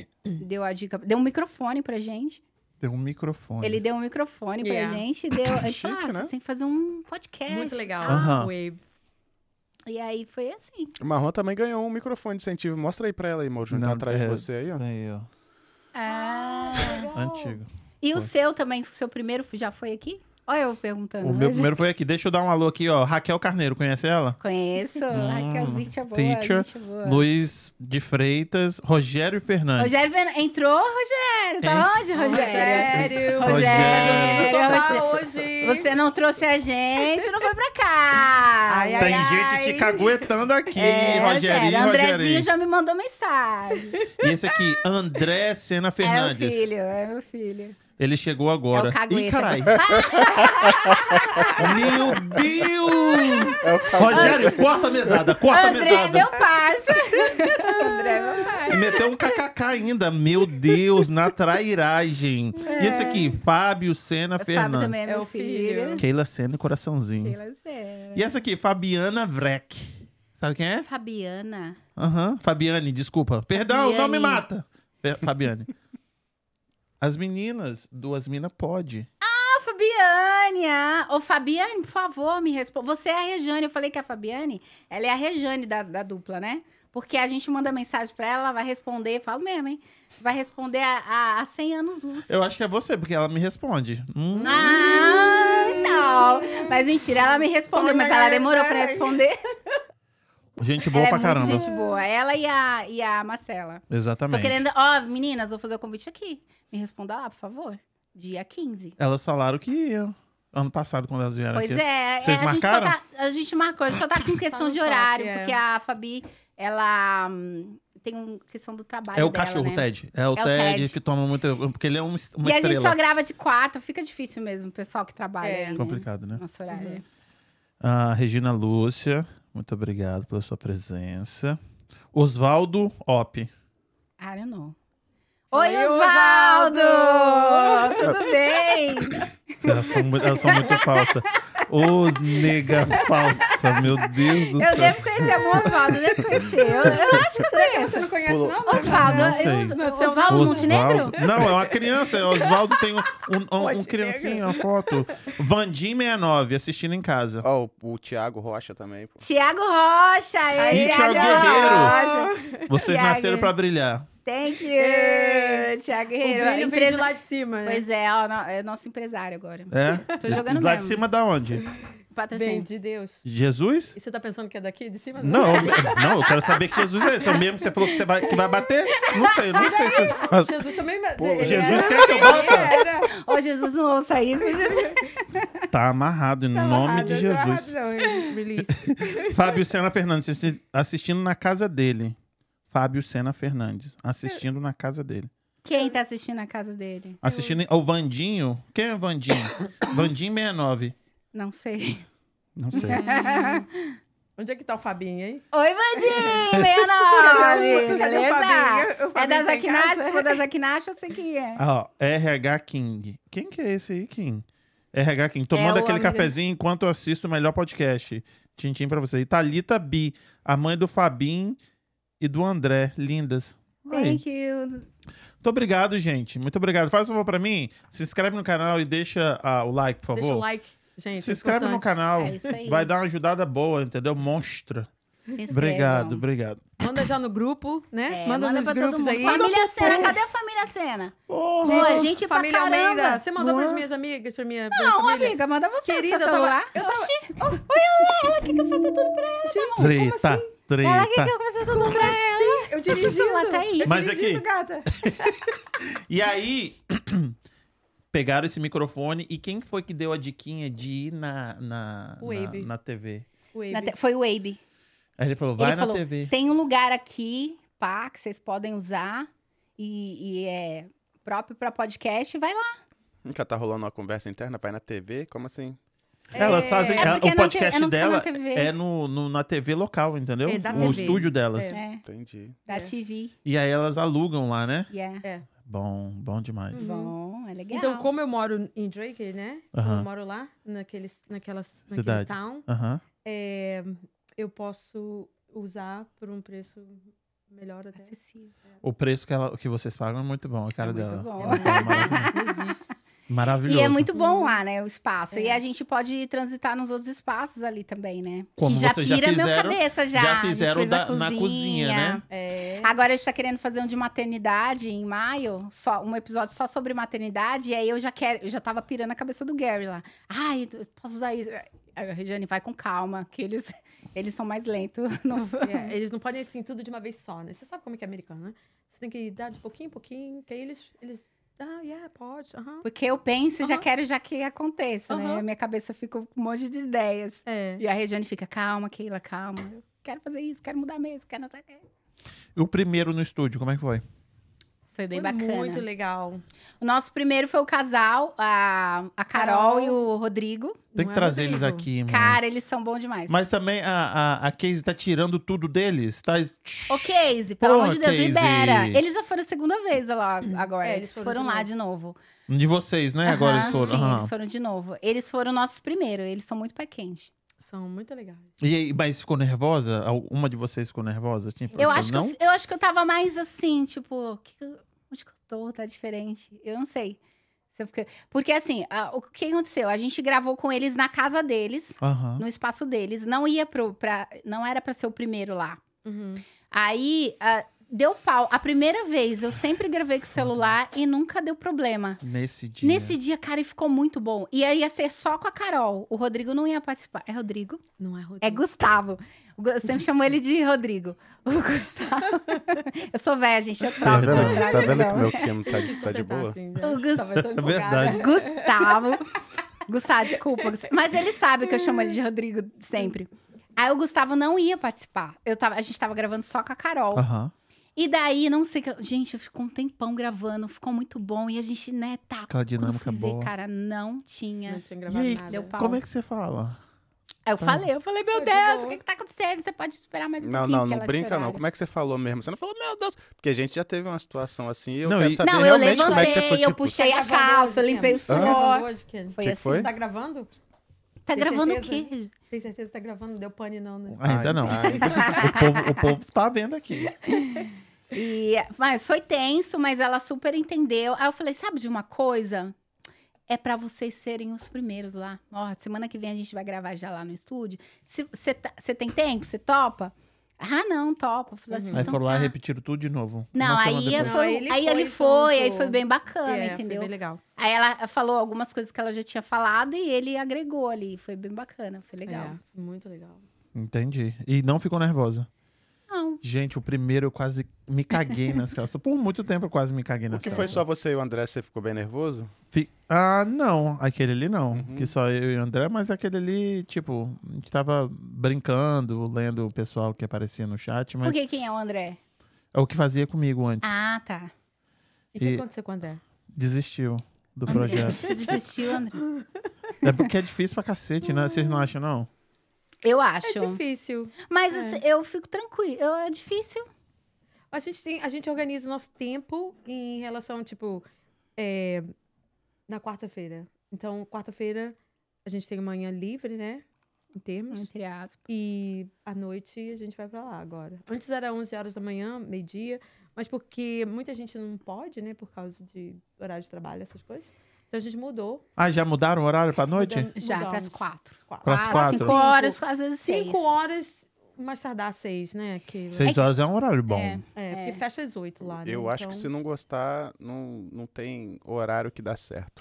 D: Deu a dica, deu um microfone pra gente.
A: Deu um microfone.
D: Ele deu um microfone
B: Yeah.
D: pra gente e deu... Ele falou,
C: Chique,
D: ah,
C: né?
D: vocês têm que fazer um podcast. Ah.
B: Muito legal.
A: Aham.
B: Wave.
D: E aí, foi assim.
C: O Marrom também ganhou um microfone de incentivo. Mostra aí pra ela aí, Mojo. Tá
A: Não,
C: atrás de
A: é.
C: você aí, ó.
A: Aí, ó.
D: Ah...
B: Legal.
A: Antigo.
D: E o
A: Foi.
D: seu também, o seu primeiro já foi aqui? Olha eu perguntando.
A: O meu primeiro foi aqui. Deixa eu dar um alô aqui, ó. Raquel Carneiro, conhece ela?
D: Conheço, Raquelzinha boa,
A: Hum, teacher,
D: gente é boa.
A: Luiz de Freitas, Rogério Fernandes.
D: Rogério Fernandes. Entrou, Rogério? Tá onde, Rogério?
B: Rogério.
A: Rogério.
B: Dormi no
D: Rogério.
B: sofá hoje.
D: Você é não trouxe a gente, não foi pra cá.
B: Ai, ai,
A: Tem gente te caguetando aqui,
D: É,
A: Rogério.
D: Rogério. Andrezinho
A: Rogério.
D: já me mandou mensagem.
A: E esse aqui, André Sena
D: É meu
A: Fernandes.
D: filho, é meu filho.
A: Ele chegou agora.
D: É o cagueta.
A: Ih, carai. Meu Deus!
C: É o Cauê.
A: Rogério, corta a mesada, corta a
D: André é
A: mesada.
D: meu parça. André é meu parça.
A: E meteu um kkk ainda. Meu Deus, na trairagem. E esse aqui, Fábio Sena
D: Fábio
A: Fernandes.
D: também é
B: É
D: meu
B: o
D: filho.
B: filho.
A: Keila Sena Coraçãozinho.
D: Keila Zé.
A: E essa aqui, Fabiana Vrek. Sabe quem é?
D: Fabiana.
A: Aham. Fabiane, desculpa. Perdão, não me
D: Fabiane.
A: mata. Fe- Fabiane. As meninas do As Mina Pode.
D: Fabiane! ah. Ô, Fabiane, por favor, me responda. Você é a Rejane. Eu falei que a Fabiane, ela é a Rejane da, da dupla, né? Porque a gente manda mensagem pra ela, ela vai responder, falo mesmo, hein? Vai responder a, a, a 100 anos luz.
A: Eu acho que é você, porque ela me responde. Hum.
D: Ah, não! Mas mentira, ela me respondeu, mas ela demorou pra responder.
A: Gente boa
D: Ela é
A: pra
D: muito
A: caramba.
D: gente boa. Ela e a, e a Marcela.
A: Exatamente.
D: Tô querendo... Ó, meninas, vou fazer o convite aqui. Me responda lá, por favor. Dia 15.
A: Elas falaram que iam. Ano passado, quando elas vieram
D: Pois
A: aqui.
D: é,
A: Vocês
D: é, a, gente só
A: marcaram?
D: tá, a gente marcou, a gente só tá com questão
B: no
D: de horário,
B: toque, é.
D: porque a Fabi, ela hum, tem uma questão do trabalho.
A: É o
D: dela,
A: cachorro,
D: né?
A: o Ted. É o,
D: É o
A: Ted,
D: Ted.
A: que toma muito. Porque ele é um, est- uma
D: E a
A: estrela.
D: gente só grava de quarta, fica difícil mesmo, o pessoal que trabalha.
B: É.
D: aí, né?
A: Complicado, né?
D: Nosso horário.
B: Uhum.
A: A Regina Lúcia, muito obrigado pela sua presença. Osvaldo Op.
D: Ah, eu não.
B: Oi,
D: Oi,
B: Osvaldo!
D: Osvaldo! Tudo bem?
A: Elas são, mu- elas são muito falsas. Ô, nega falsa, meu Deus do
D: Eu
A: céu.
D: devo conhecer algum Osvaldo, eu devo conhecer. Eu, eu acho que
B: Será que você não conhece,
A: Pulou.
B: não?
D: Osvaldo,
A: Não sei.
D: eu- Osvaldo Montenegro?
A: Não, é uma criança. é Osvaldo tem um, um, um, um
B: Montenegro.
A: criancinho, uma foto. Vandim69, assistindo em casa.
C: Ó, o, o Thiago Rocha também, pô.
D: Tiago Rocha!
A: Ih,
D: Aí,
A: Thiago
D: Rocha!
A: Vocês
D: Thiago.
A: nasceram pra brilhar.
D: Thank
B: É.
D: you,
B: O
D: Tiago Guerreiro.
B: brilho vem de
D: Empresa-
B: lá de cima, né?
D: Pois é, ó, no- é nosso empresário agora.
A: É?
D: Tô jogando
A: Lá de
D: mesmo.
A: cima da onde?
B: Bem,
D: Patrocínio.
B: de Deus.
A: Jesus?
B: E você tá pensando que é daqui, de cima?
A: Não, não, eu quero saber que Jesus é esse. É o mesmo que você falou que, você vai, que vai bater? Não sei, não sei se.
B: Jesus também... é
C: Pô,
B: ele
A: Jesus
B: era-
A: quer que eu bata?
B: Ele era-
D: Ô, Jesus, não ouça isso. Jesus.
A: Tá amarrado, em
B: Tá
A: nome
B: amarrado,
A: de
B: tá
A: Jesus.
B: amarrado, não, release.
A: Fábio Sena Fernandes, assisti- assistindo na casa dele. Fábio Sena Fernandes, assistindo na casa dele.
D: Quem tá assistindo a casa dele?
A: Assistindo. em- O Vandinho. Quem é Vandinho? Vandinho 69.
D: Não sei.
A: Não sei.
B: Onde é que tá o Fabinho, hein?
D: Oi, Vandinho! 69!
B: Cadê o Fabinho?
D: Beleza?
B: O
D: É
B: Fabinho
D: das
B: tá em
D: Aquinachas?
B: casa?
D: Se for das Aquinachas, eu sei quem é.
A: Ah, ó, RH King. Quem que é esse aí, Kim? RH King. Tomando
D: É o
A: aquele
D: amigo-
A: cafezinho enquanto eu assisto o melhor podcast. Tintim pra você. E Thalita Bi, a mãe do Fabim e do André. Lindas. Aí.
D: Thank you.
A: Muito obrigado, gente. Muito obrigado. Faz um favor pra mim. Se inscreve no canal e deixa ah, o like, por favor.
B: Deixa o like, gente.
A: Se
B: é
A: inscreve no
B: importante.
A: canal.
D: É isso aí.
A: Vai dar uma ajudada boa, entendeu? Monstra.
D: Se inscrevam.
A: Obrigado, obrigado.
B: Manda já no grupo, né?
D: É,
B: manda,
D: manda
B: nos
D: pra todo
B: grupos
D: mundo.
B: aí.
D: Família Sena, cadê a família Sena?
A: Porra.
D: Pô, a gente é pra
B: família
D: caramba.
B: Almeida. Você mandou
A: Boa.
B: pras minhas amigas, pra minha, pra minha
D: Não,
B: família?
D: amiga, manda você
B: Querida,
D: seu
B: eu tava-
D: celular.
B: eu tava-
D: Oxi. Ela quer que eu faça tudo pra ela.
B: Gente,
A: Treta,
B: como assim?
D: Ela quer
A: treta.
D: que eu faça tudo pra ela.
B: Eu dirigindo.
D: celular tá aí.
B: Eu
A: Mas
B: dirigindo,
A: aqui-
B: gata.
A: E aí, pegaram esse microfone e quem foi que deu a diquinha de ir na, na,
B: O Abe.
A: na, na TV?
B: Wave.
D: Na te- Foi o Abe.
A: Aí ele falou, vai
D: Ele
A: na
D: falou,
A: TV.
D: Tem um lugar aqui, pá, que vocês podem usar. E, e é próprio pra podcast. Vai lá.
C: Nunca tá rolando uma conversa interna pra ir na TV? Como assim?
A: Elas
B: É.
A: fazem.
D: É
A: ela-
D: porque é
A: o
D: na
A: podcast
D: te- é no- é na
A: dela
D: TV.
A: é no, no- na TV local, entendeu?
B: É, da
A: o
B: TV.
A: estúdio delas.
B: É.
D: É,
C: Entendi.
D: da
B: É.
D: TV.
A: E aí elas alugam lá, né?
D: Yeah.
A: Bom, bom demais.
D: Bom, é legal.
B: Uhum. Então, como eu moro em Drake, né?
A: Aham.
B: Eu moro lá, naqueles, naquelas, naquele
A: Cidade.
B: town.
D: Uhum.
A: Aham.
B: É, eu posso usar por um preço melhor até.
D: É Acessível.
A: O preço que, ela, que vocês pagam é muito bom, a cara
D: É muito
A: dela.
D: bom.
A: Ela fala maravilhoso.
B: Não existe.
A: Maravilhoso.
D: E é muito bom lá, né? O espaço.
B: É.
D: E a gente pode transitar nos outros espaços ali também, né?
A: Como
D: que já
A: vocês já
D: pira meu
A: fizeram-
D: cabeça já.
A: Já
D: A gente
A: fizeram
D: fez a
A: da- na cozinha, né?
B: É.
D: Agora a gente tá querendo fazer um de maternidade em maio, só um episódio só sobre maternidade, e aí eu já quero, eu já tava pirando a cabeça do Gary lá. Ai, eu posso usar isso? Aí a Regiane vai com calma, que eles, eles são mais lentos. Não...
B: É, eles não podem, assim, tudo de uma vez só, né? Você sabe como é que é americano, né? Você tem que dar de pouquinho em pouquinho, que aí eles... eles ah, yeah, pode, aham.
D: Porque eu penso, e já
B: Aham.
D: quero já que aconteça, né?
B: Aham.
D: Minha cabeça fica com um monte de ideias.
B: É.
D: E a Regiane fica, calma, Keila, calma. Eu quero fazer isso, quero mudar mesmo, quero não sei o quê.
A: E o primeiro no estúdio, como é que foi?
D: Foi bem
B: Foi
D: bacana.
B: muito legal.
D: O nosso primeiro foi o casal, a, a Carol,
B: Carol.
D: e o Rodrigo.
A: Tem
B: Não
A: que
B: é,
A: trazer eles
B: Rodrigo?
A: aqui, mano.
D: Cara, eles são bons demais.
A: Mas também a, a, a Casey tá tirando tudo deles. Tá...
D: Ô, Casey, pelo
A: Porra,
D: amor de Deus,
A: Casey.
D: libera. Eles já foram a segunda vez lá agora.
B: É,
D: eles, foram, lá de novo.
A: De vocês, né? Agora eles
D: Aham,
A: foram.
D: Sim,
A: aham.
D: eles foram de novo. Eles foram nossos primeiros. Eles são muito pé quente.
B: São muito legais.
A: E aí, mas ficou nervosa? Uma de vocês ficou nervosa? Tipo,
D: Eu acho, que
A: não?
D: eu, eu acho que eu tava mais assim, tipo... que que eu- onde que eu tô? Tá diferente. Eu não sei. Se eu fiquei- Porque, assim, a- o que aconteceu? A gente gravou com eles na casa deles,
A: Aham.
D: no espaço deles. Não ia pro... pra- não era pra ser o primeiro lá.
B: Uhum.
D: Aí ah, deu pau. A primeira vez eu sempre gravei com o celular e nunca deu problema.
A: Nesse dia.
D: Nesse dia, cara, e ficou muito bom. E aí ia ser só com a Carol. O Rodrigo não ia participar. É Rodrigo?
B: Não é
D: É
B: Rodrigo.
D: Gustavo. O Gu- Eu sempre chamo ele de Rodrigo. O Gustavo. Eu sou velha, gente. Eu troco.
A: Tá
D: eu
A: vendo?
D: trago,
C: Tá vendo
D: não.
C: que meu Kim tá,
B: Por que
C: tá de
B: você
C: boa?
B: assim,
D: O
B: né?
D: Gus-
B: Tava tão
A: É verdade.
B: empolgada.
D: Gustavo. Gustavo, desculpa. Gustavo. Mas ele sabe que eu chamo ele de Rodrigo sempre. Aí o Gustavo não ia participar. Eu tava, a gente tava gravando só com a Carol.
A: Aham.
D: E daí, não sei. que eu- Gente, eu ficou um tempão gravando, ficou muito bom. E a gente, né, tá.
A: Aquela
D: Quando eu
A: dinâmica
D: fui
A: boa.
D: ver, cara, não
B: Não
D: tinha.
B: tinha gravado
A: E aí,
B: nada.
D: Deu pau.
A: Como é que você fala?
D: Aí eu
A: Tá.
D: falei, eu falei, meu
B: Foi de
D: Deus,
B: boa.
D: o que que tá acontecendo? Você pode esperar mais um
C: Não,
D: pouquinho
C: não,
D: que
C: não
D: ela né?"
C: brinca
D: tirar.
C: não. Como é que você falou mesmo? Você não falou, meu Deus, porque a gente já teve uma situação assim e eu
A: Não,
C: quero
A: e-
C: saber
D: Não, eu
C: realmente como é que
D: levantei,
C: você ficou,
D: eu
C: tipo,
D: puxei. Cheia a
B: Tá gravando
D: calça, eu
B: hoje,
D: limpei o
B: Ken?
D: suor.
B: Tá gravando hoje, Ken?
D: Foi
C: Que que
D: assim.
C: foi?
B: Tá gravando?
D: Tá
B: Tem
D: gravando o
B: certeza?
D: quê?
B: Tem certeza que tá gravando? Não Deu pane não, né?
C: Ai,
A: Ainda não.
C: ai.
A: o, povo, o povo tá vendo aqui.
D: E, mas foi tenso, mas ela super entendeu. Aí eu falei, sabe de uma coisa? É pra vocês serem os primeiros lá. Ó, semana que vem a gente vai gravar já lá no estúdio. Você tem tempo? Você topa? Ah, não, topa. Eu falei assim,
A: Uhum. Aí
D: então
A: foram lá
D: tá.
A: e repetiram tudo de novo.
D: Não,
A: Uma semana
D: aí, é
A: depois.
B: Não,
D: foi, um
B: aí
D: aí,
B: ele
D: ele
B: foi
D: foi,
B: junto.
D: aí foi bem bacana,
B: É,
D: Ah, entendeu?
B: Foi bem legal.
D: Aí ela falou algumas coisas que ela já tinha falado e ele agregou ali. Foi bem bacana, foi legal.
B: É, foi muito legal.
A: Entendi. E não ficou nervosa.
D: Não,
A: Gente, o primeiro eu quase me caguei nas calças. Por muito tempo eu quase me caguei nas
C: Porque
A: calças.
C: foi só você e o André, você ficou bem nervoso?
A: Fi- Ah, não. Aquele ali não. Que só eu e o André, mas aquele ali, tipo, a gente tava brincando, lendo o pessoal que aparecia no chat, mas
D: porque quem é o André?
A: é o que fazia comigo antes.
D: Ah, tá.
B: E o que
A: E-
B: aconteceu é? com o André?
A: Desistiu do projeto.
D: Você desistiu, André?
A: é porque é difícil pra cacete, né? Vocês não acham, não?
D: Eu
B: É
D: acho.
B: difícil.
D: Mas
B: É.
D: assim, eu fico tranquila. Eu- É difícil.
B: A gente, tem, a gente organiza o nosso tempo em relação, tipo, é, na quarta-feira. Então, quarta-feira, a gente tem manhã livre, né? Em termos.
D: Entre aspas.
B: E à noite a gente vai pra lá agora. Antes era 11 horas da manhã, meio-dia, mas porque muita gente não pode, né, por causa de horário de trabalho, essas coisas. Então a gente mudou.
A: Ah, já mudaram o horário pra noite?
B: Mudamos-
D: Já,
B: mudamos.
D: pras quatro.
B: Pras quatro.
A: Pras
D: Quatro,
A: quatro.
D: cinco
B: Cinco.
D: horas, às vezes seis.
B: Cinco horas, mais tardar seis, né? Que,
A: Seis horas é um horário bom.
D: É.
B: É, porque fecha às oito lá, né?
C: Eu acho que
B: Então,
C: se não gostar, não, não tem horário que dá certo.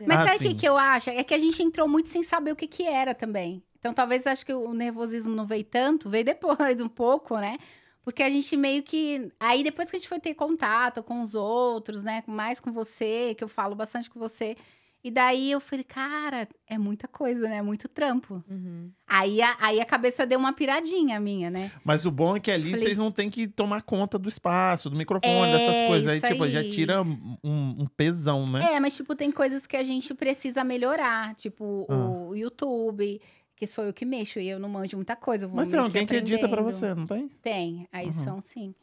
D: Mas
A: Ah,
D: sabe o que É
A: sim.
D: que eu acho? É que a gente entrou muito sem saber o que que era também. Então, talvez acho que o nervosismo não veio tanto, veio depois um pouco, né? Porque a gente meio que. Aí depois que a gente foi ter contato com os outros, né? Mais com você, que eu falo bastante com você. E daí eu falei, cara, é muita coisa, né? É muito trampo.
B: Uhum.
D: Aí a, aí a cabeça deu uma piradinha minha, né?
A: Mas o bom é que ali
D: Falei-
A: vocês não tem que tomar conta do espaço, do microfone,
D: É,
A: dessas coisas. Aí,
D: isso
A: tipo, já
D: aí.
A: tira um, um pesão, né?
D: É, mas, tipo, tem coisas que a gente precisa melhorar. Tipo,
A: Ah.
D: o YouTube, que sou eu que mexo e eu não manjo muita coisa. eu vou
A: Mas tem
D: meio
A: alguém que edita pra
D: aprendendo.
A: você, não tem?
D: Tem, aí
A: Uhum.
D: são sim.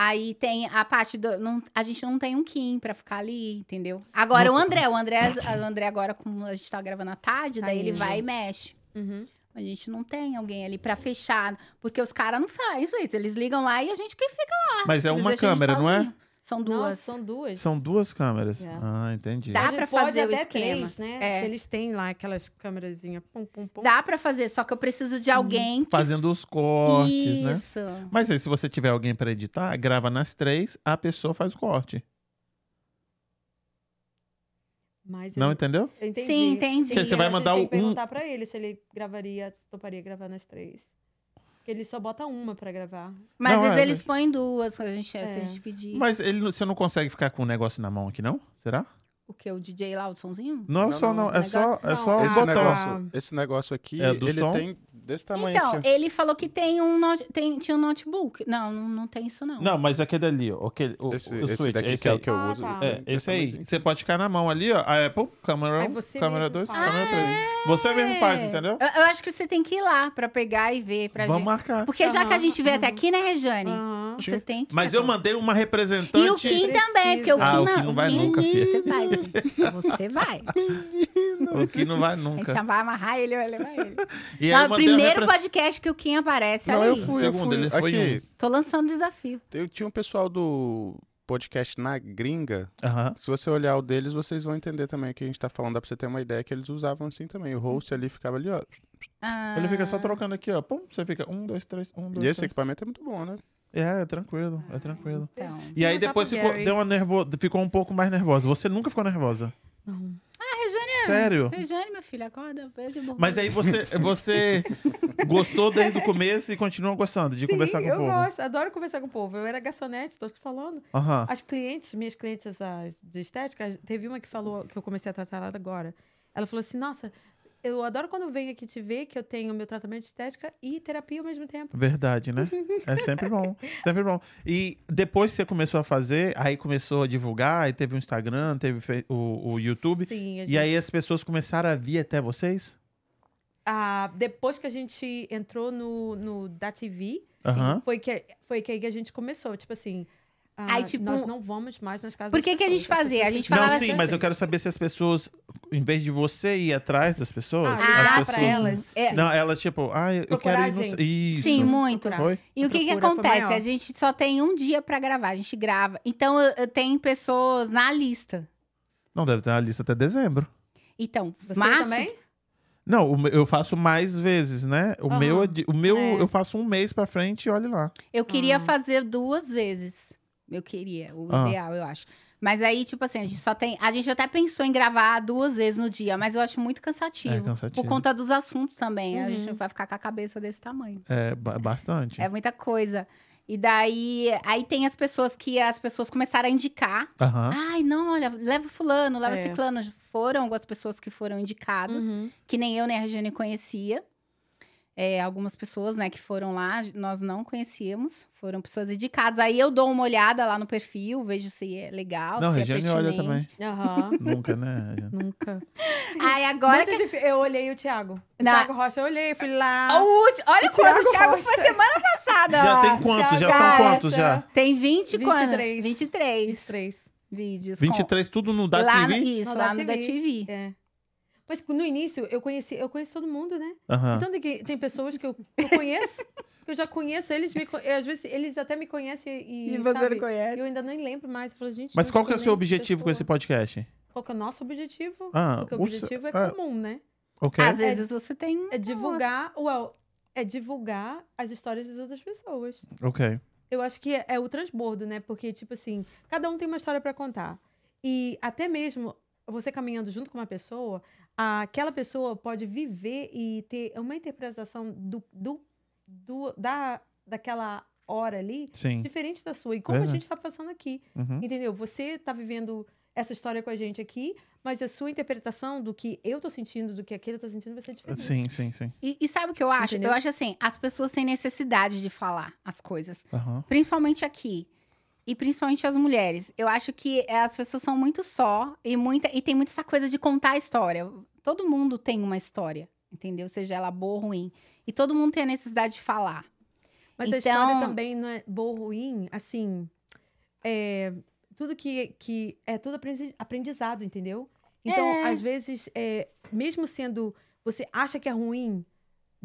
D: Aí tem a parte do. não- a gente não tem um Kim pra ficar ali, entendeu? Agora o
A: Nunca.
D: André, o André, o André agora, como a gente tá gravando à tarde, daí
B: Aí,
D: ele
B: né?
D: vai e mexe.
B: Uhum.
D: A gente não tem alguém ali pra fechar, porque os caras não fazem isso. Eles ligam lá e a gente que fica.
A: Mas é
D: eles
A: uma
D: deixam Ah, a gente
A: câmera, não é?
D: sozinho. São
B: Nossa,
D: duas.
B: são duas.
A: São duas câmeras.
B: É.
A: Ah, entendi.
D: Dá
B: Pode-
D: pra
B: pode
D: fazer o
B: até
D: esquema.
B: Três, né?
D: É.
B: Porque Eles têm lá aquelas câmerazinhas. Pum, pum, pum.
D: Dá pra fazer, só que eu preciso
B: Hum.
D: de alguém que
A: Fazendo os cortes, né?
D: Isso.
A: Mas aí, se você tiver alguém pra editar, grava nas três, a pessoa faz o corte.
B: Mas
A: Não
B: eu-
A: entendeu?
B: eu entendi.
D: Sim, entendi.
A: Você- você vai
B: Eu
A: mandar
B: achei
A: o-
B: que
A: um-
B: perguntar pra ele se ele gravaria, se toparia gravar nas três. Porque ele só bota uma pra gravar.
D: Mas
A: Não,
D: às vezes
A: é,
D: eles põem duas, se a gente, se
B: É.
D: a gente pedir.
A: Mas ele, não- você não consegue ficar com o negócio na mão aqui, não? Será?
D: O que? O DJ lá, o sonzinho?
A: Não,
C: Não,
A: só
C: não,
A: não. É
D: o
A: só, é
B: negócio-
A: só
B: Não,
A: o
C: esse,
A: botão.
C: negócio, esse negócio aqui,
A: É do
C: ele
A: som?
C: tem desse tamanho
D: Então,
C: aqui.
D: ele falou que tem um note- tem, tinha um notebook. Não, não, não tem isso, não.
A: Não, mas aquele ali, ó, aquele, o,
C: ó. Esse,
A: o
C: esse
A: switch,
C: daqui
A: esse
C: que é o
A: aí.
C: que eu
B: Ah,
C: uso.
B: tá.
C: ele
A: É,
C: tem
A: esse aí.
C: tamanhozinho.
A: Você pode ficar na mão ali, ó. A Apple, câmera
B: Aí
A: 1,
B: você
A: câmera
B: mesmo
A: 2,
B: faz.
A: câmera 3.
D: Ah,
A: Você é
D: é.
A: mesmo faz, entendeu?
D: Eu, eu acho que você tem que ir lá pra pegar e ver pra
A: Vamos
D: gente.
A: marcar.
D: Porque já que a
B: Aham,
D: gente veio até
B: aham.
D: aqui, né, Rejane?
B: Aham.
D: Você tem que.
A: Mas então eu mandei uma representante.
D: E o Kim
B: Precisa.
D: também, porque o Kim,
A: Ah, o
D: não,
A: Kim não vai
D: Kim-
A: nunca, filha.
D: Você vai. né? Você vai.
A: O Kim não vai
D: A
A: nunca.
D: gente vai amarrar ele, vai levar ele.
A: E
D: Não,
A: aí
D: é
A: eu
D: o
A: mandei a
D: primeiro
A: repre-
D: podcast que o Kim aparece,
C: Não,
D: olha
C: eu
D: aí.
C: fui, eu
A: Segundo,
C: fui.
A: ele foi
C: Aqui,
D: Tô lançando desafio.
C: eu tinha um pessoal do podcast na gringa.
A: Aham.
C: Se você olhar o deles, vocês vão entender também o que a gente tá falando. Dá pra você ter uma ideia que eles usavam assim também. O host ali ficava ali, ó.
D: Ah,
A: Ele fica só trocando aqui, ó. Pum, você fica um, dois, três, um, dois,
C: E esse
A: três.
C: equipamento é muito bom, né?
A: É, é tranquilo, é tranquilo.
D: Então.
A: E aí
B: Vou mandar
A: depois
B: pro
A: ficou,
B: Gary.
A: deu uma nervo... ficou um pouco mais nervosa. Você nunca ficou nervosa?
B: Não.
A: Sério?
D: Rejane, meu filho, acorda, beijo, bom.
A: Mas é aí você, você gostou desde o começo e continua gostando de conversar com
B: eu
A: o povo?
B: gosto. Adoro conversar com o povo. Eu era garçonete, tô te falando.
A: Aham.
B: As clientes, minhas clientes as de estética, teve uma que falou, que eu comecei a tratar ela agora. Ela falou assim, nossa, eu adoro quando eu venho aqui te ver, que eu tenho meu tratamento de estética e terapia ao mesmo tempo.
A: Verdade, né? É sempre bom. Sempre bom. E depois que você começou a fazer, aí começou a divulgar, aí teve o Instagram, teve fe- o, o YouTube.
B: Sim, a gente...
A: E aí as pessoas começaram a vir até vocês?
B: Ah, depois que a gente entrou no, no da TV,
A: Aham.
B: foi, que, foi que aí a gente começou. Tipo assim, ah,
D: Aí, tipo,
B: nós não vamos mais nas casas
D: Por
B: das
D: que que a gente
B: pessoas. As
D: fazia?
B: pessoas
D: A
B: têm
D: gente
B: que
D: falava
A: Não,
B: fazer
A: sim,
D: assim-
A: mas eu quero saber se as pessoas, em vez de você ir atrás das pessoas,
B: Ah,
A: as
B: ligar pra
A: pessoas.
B: elas.
D: É,
A: Não, elas, tipo, ah, eu
B: Procurar
A: quero ir
B: a
A: no-
B: gente.
A: Isso.
D: Sim, muito.
B: Procurar.
A: Foi?
D: E o que, que
B: Procura é foi
D: acontece?
B: maior.
D: A gente só tem um dia pra gravar, a gente grava. Então, eu, eu tenho pessoas na lista.
A: Não, deve ter uma lista até dezembro.
D: Então,
B: Você
D: março,
B: também?
A: Não, o meu- eu faço mais vezes, né? O
B: Aham.
A: meu, é de- o meu
D: É.
A: eu faço um mês pra frente e olhe lá. É
D: eu queria
B: Ah.
D: fazer duas vezes. Eu queria, o
A: Ah.
D: ideal, eu acho. Mas aí, tipo assim, a gente só tem. A gente até pensou em gravar duas vezes no dia, mas eu acho muito cansativo.
A: É cansativo.
D: Por conta dos assuntos também. A
B: Uhum.
D: gente vai ficar com a cabeça desse tamanho.
A: É, ba- bastante.
D: É muita coisa. E daí, aí tem as pessoas que as pessoas começaram a indicar
A: Aham.
D: Ai, não, olha, leva fulano, leva
B: É.
D: ciclano. Foram algumas pessoas que foram indicadas,
B: Uhum.
D: que nem eu nem a Regiane conhecia. É, algumas pessoas, né, que foram lá, nós não conhecíamos. Foram pessoas indicadas. Aí eu dou uma olhada lá no perfil, vejo se é legal,
A: Não,
D: se
A: Regiane
D: é
A: olha
D: pertinente.
A: também.
B: Aham.
A: Nunca, né? Regiane?
B: Nunca.
D: Ai, agora
B: Muito
A: é
D: que...
B: difí- Eu olhei o Thiago. O
D: Na-
B: Thiago Rocha, eu olhei, fui
A: um
B: lá.
D: tá O último... Olha
B: O
D: quando o
B: Thiago
D: Thiago
B: Rocha.
D: foi semana passada.
A: Já
D: ó.
A: tem quantos? Já são
D: Cara,
A: quantos já?
D: Tem 20 e quanto?
B: 23.
D: 23
B: Os três.
D: vídeos. com-
A: 23, tudo no da
D: lá,
A: TV?
D: Isso,
B: No
D: lá
B: Da
D: no da
B: TV.
D: TV.
B: É. Mas no início, eu conheci, eu conheço todo mundo, né?
A: Aham.
B: Então tem, que- tem pessoas que eu, que eu conheço, que eu já conheço, eles me co- às vezes eles até me conhecem e, sabe,
D: conhece?
B: eu ainda nem lembro mais. Eu falo, gente,
A: Mas
B: não
A: qual que é o
B: sei
A: seu
B: nem essa
A: objetivo com esse
B: pessoa.
A: podcast?
B: Qual que é o nosso objetivo?
A: Ah,
B: Porque o
A: o seu-
B: objetivo é
A: ah.
B: comum, né?
A: Ok.
D: Às vezes Ah, você tem...
B: É divulgar, well, é divulgar as histórias das outras pessoas.
A: Ok.
B: Eu acho que é, é o transbordo, né? Porque, tipo assim, cada um tem uma história pra contar. E até mesmo você caminhando junto com uma pessoa, aquela pessoa pode viver e ter uma interpretação do, do, do- da, daquela hora ali
A: Sim.
B: diferente da sua. E como
A: Verdade.
B: a gente está passando aqui.
A: Uhum.
B: Entendeu? Você está vivendo essa história com a gente aqui, mas a sua interpretação do que eu tô sentindo, do que aquele tá sentindo, vai ser
D: Então,
B: diferente.
A: Ah, Sim, sim, sim.
D: E, e sabe o que eu acho?
B: Entendeu?
D: Eu acho assim, as pessoas têm necessidade de falar as coisas.
A: Aham.
D: Principalmente aqui. E principalmente as mulheres. Eu acho que eh, as pessoas são muito só e muita e tem muito essa coisa de contar a história. Todo mundo tem uma história, entendeu? Seja ela boa ou ruim. E todo mundo tem a necessidade de falar.
B: Mas a
D: Então-
B: história também não é boa ou ruim, assim. é, tudo que, que. É tudo aprendi- aprendizado, entendeu? Então,
D: É.
B: às vezes, é, mesmo sendo. Você acha que é ruim,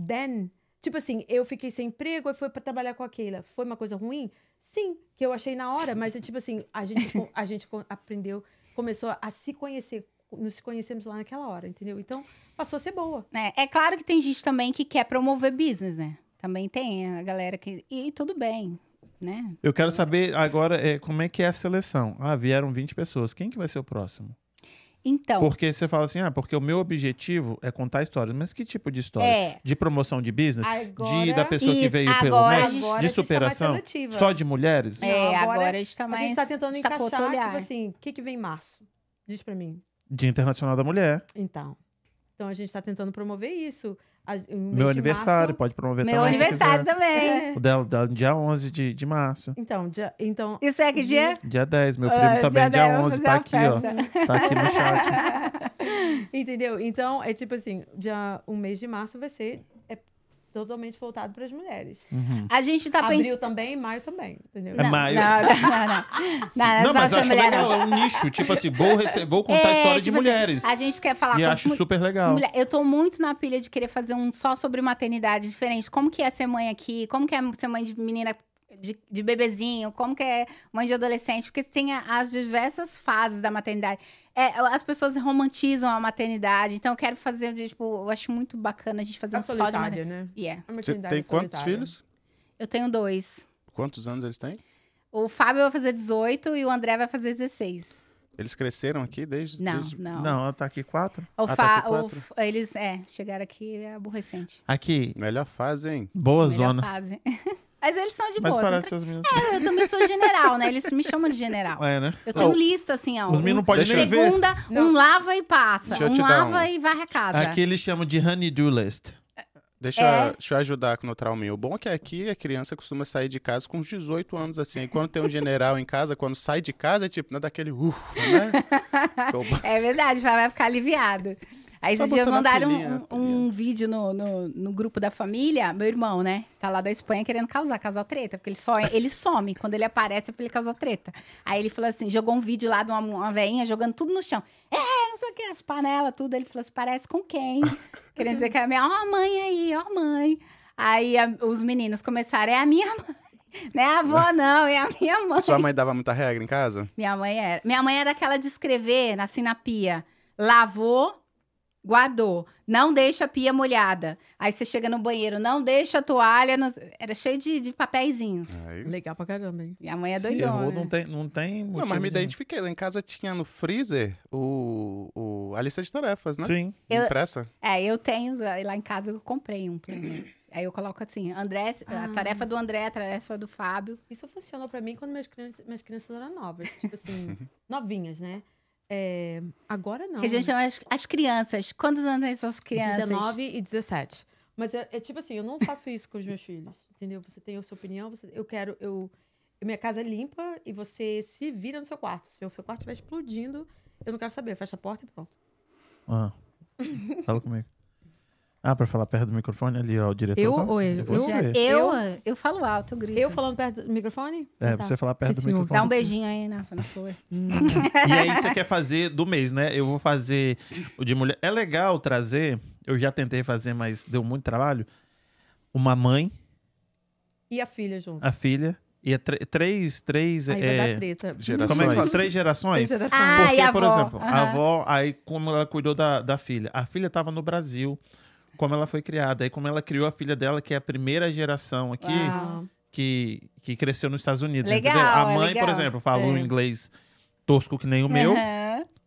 B: then. Tipo assim, eu fiquei sem emprego e foi pra trabalhar com a Keila. Foi uma coisa ruim? Sim, que eu achei na hora, mas é tipo assim, a gente, co- a gente co- aprendeu, começou a se conhecer. Nos conhecemos lá naquela hora, entendeu? Então, passou a ser boa.
D: né? É claro que tem gente também que quer promover business, né? Também tem a galera que. E tudo bem, né?
A: Eu quero saber agora é, como é que é a seleção. Ah, vieram 20 pessoas. Quem que vai ser o próximo?
D: Então,
A: Porque você fala assim, ah, porque o meu objetivo é contar histórias. Mas que tipo de história?
D: é.
A: De promoção de business?
B: Agora,
A: de, da pessoa que
D: Isso,
A: veio pelo
D: agora a
A: MEC?
D: gente-
B: Agora a
A: De
B: gente tá mais
A: superação?
B: seletiva.
A: Só de mulheres?
D: É,
B: agora
D: agora a gente tá
B: a
D: mais.
B: gente tá tentando
D: está com outro
B: encaixar, tipo
D: olhar.
B: assim, o que que vem em março? Diz pra mim.
A: Dia Internacional da Mulher.
B: Então. Então a gente tá tentando promover isso. A- em mês
A: meu
B: de
A: aniversário,
B: março-
A: pode promover
D: Meu
A: também. se
D: aniversário
A: quiser.
D: também.
B: É.
A: O dela, dela, dia 11 de, de março.
B: Então, dia- então,
D: Isso é que dia?
A: Dia 10, meu primo
D: Ah,
A: também, dia,
D: dez eu vou
A: 11,
D: fazer
A: tá
D: uma
A: aqui,
D: festa.
A: ó. Tá aqui no chat.
B: entendeu? Então, é tipo assim, dia um mês de março vai ser é totalmente voltado para as mulheres.
A: Uhum.
D: A gente tá
B: Abril
D: pensando.
B: também, maio também, entendeu?
A: É
D: Não,
A: maio.
D: não, não, não, não. Não,
A: Não,
D: não,
A: mas eu acho
D: essa Ah, mulher
A: legal,
D: não.
A: é um nicho. Tipo assim, vou, rece- vou contar
D: É,
A: história de
D: tipo assim,
A: mulheres.
D: A gente quer falar
A: e
D: com as
A: acho
D: mu-
A: super
D: as
A: legal.
D: mulher- Eu tô muito na pilha de querer fazer um só sobre maternidade diferente. Como que é ser mãe aqui? Como que é ser mãe de menina de, de bebezinho? Como que é mãe de adolescente? Porque tem a- as diversas fases da maternidade. É, as pessoas romantizam a maternidade. Então eu quero fazer, de, tipo, eu acho muito bacana a gente fazer
B: A
D: um só de maternidade.
B: solitária, né?
D: Yeah.
B: A
C: Você
B: maternidade
C: tem quantos
B: solitária.
C: filhos?
D: Eu tenho dois.
C: Quantos anos eles têm?
D: O Fábio vai fazer 18 e o André vai fazer 16.
C: Eles cresceram aqui desde.
D: Não,
C: desde-
D: não.
A: Não, ela tá aqui quatro.
D: O
C: Ah, tá
D: Fá-
C: aqui
D: o
C: quatro.
D: F- eles é, chegaram aqui aborrecente.
A: Aqui,
C: Melhor fase, hein?
A: boa
D: Melhor
A: zona.
D: fase. Mas eles são de
A: Mas
D: boa. tá são
A: parece que os meninos...
D: Eu também sou general, né? Eles me chamam de general.
A: É, né?
D: É, Eu tenho
C: Não.
D: lista, assim, ó.
A: Os meninos não
D: um-
A: podem
C: Deixa eu
A: nem ver.
C: ver.
D: Segunda,
B: Não.
D: um lava e passa.
C: Deixa eu
D: Um
C: te dar
D: lava
C: um.
D: e varre a casa.
A: Aqui eles chamam de honey-do list.
C: Deixa,
D: É.
C: deixa eu ajudar a notar o meu. O bom é que aqui a criança costuma sair de casa com uns 18 anos, assim. E quando tem um general em casa, quando sai de casa, é tipo, não é daquele ufa, né? Tô bom.
D: É verdade, vai ficar aliviado. Aí
C: Só
D: esses dias
C: botando a
D: mandaram
C: pilinha,
D: um,
C: a pilinha.
D: um vídeo no, no, no grupo da família. Meu irmão, né? Tá lá da Espanha querendo causar, causar treta. Porque ele só ele some. Quando ele aparece, é pra ele causar treta. Aí ele falou assim: jogou um vídeo lá de uma, uma veinha jogando tudo no chão. É, não sei o que, as panelas, tudo. Ele falou assim: parece com quem? querendo dizer que era minha. Ó, a mãe aí, ó, a mãe. Aí a- os meninos começaram: é a minha mãe. Não é a avó, não, é a minha mãe.
C: Sua mãe dava muita regra em casa?
D: Minha mãe era. Minha mãe era aquela de escrever assim na pia. Lavou, guardou. Não deixa a pia molhada. Aí você chega no banheiro, não deixa a toalha. no- Era cheio de, de papeizinhos.
C: Aí.
B: Legal pra caramba, hein?
D: Minha mãe é
A: É. Se errou,
D: doidona.
A: não tem, não tem motivo.
C: Não, mas me
A: nenhum.
C: identifiquei. Lá em casa tinha no freezer o, o- a lista de tarefas, né?
A: Sim.
D: Eu-
C: Impressa.
D: É, eu tenho. Lá em casa eu comprei um planner. Aí eu coloco assim, André, a
B: Ah.
D: tarefa do André, a tarefa do Fábio.
B: Isso funcionou pra mim quando minhas crianças, minhas crianças eram novas, tipo assim, novinhas, né? É, agora não.
D: Que a gente chama as, as crianças. Quantos anos tem suas crianças?
B: 19 e 17. Mas é, é tipo assim, eu não faço isso com os meus filhos, entendeu? Você tem a sua opinião, você- eu quero, eu, minha casa é limpa e você se vira no seu quarto. Se o seu quarto estiver explodindo, eu não quero saber, fecha a porta e pronto.
A: Ah. Fala comigo. Ah, pra falar perto do microfone ali, ó, o diretor.
B: Eu
A: tá?
B: ou ele?
A: Eu, você.
D: Eu, eu, falo alto, eu grito.
B: Eu falando perto do microfone?
A: É,
B: Ah, tá.
A: você falar perto
B: Sim,
A: do
B: senhor.
A: microfone.
D: Dá um beijinho aí na, na flor.
A: E aí você quer fazer do mês, né? Eu vou fazer o de mulher. É legal trazer, eu já tentei fazer, mas deu muito trabalho. Uma mãe,
B: E a filha junto.
A: a filha, e é tre- três, três,
B: Aí vai
A: é,
B: dar
D: Hum.
B: treta.
C: Gerações.
A: como é que fala? Três
B: Tem
A: gerações?
B: geração.
D: Ah,
A: Porque,
D: e a
A: por
D: avó?
A: exemplo, a
D: Aham.
A: avó, aí como ela cuidou da, da filha. A filha estava no Brasil, como ela foi criada. Aí como ela criou a filha dela, que é a primeira geração aqui,
B: Ah,
D: Uau.
A: que, que cresceu nos Estados Unidos,
D: Legal,
A: entendeu? A
D: é
A: mãe, por
D: legal.
A: exemplo, fala um
B: É.
A: inglês tosco que nem o meu.
D: Aham.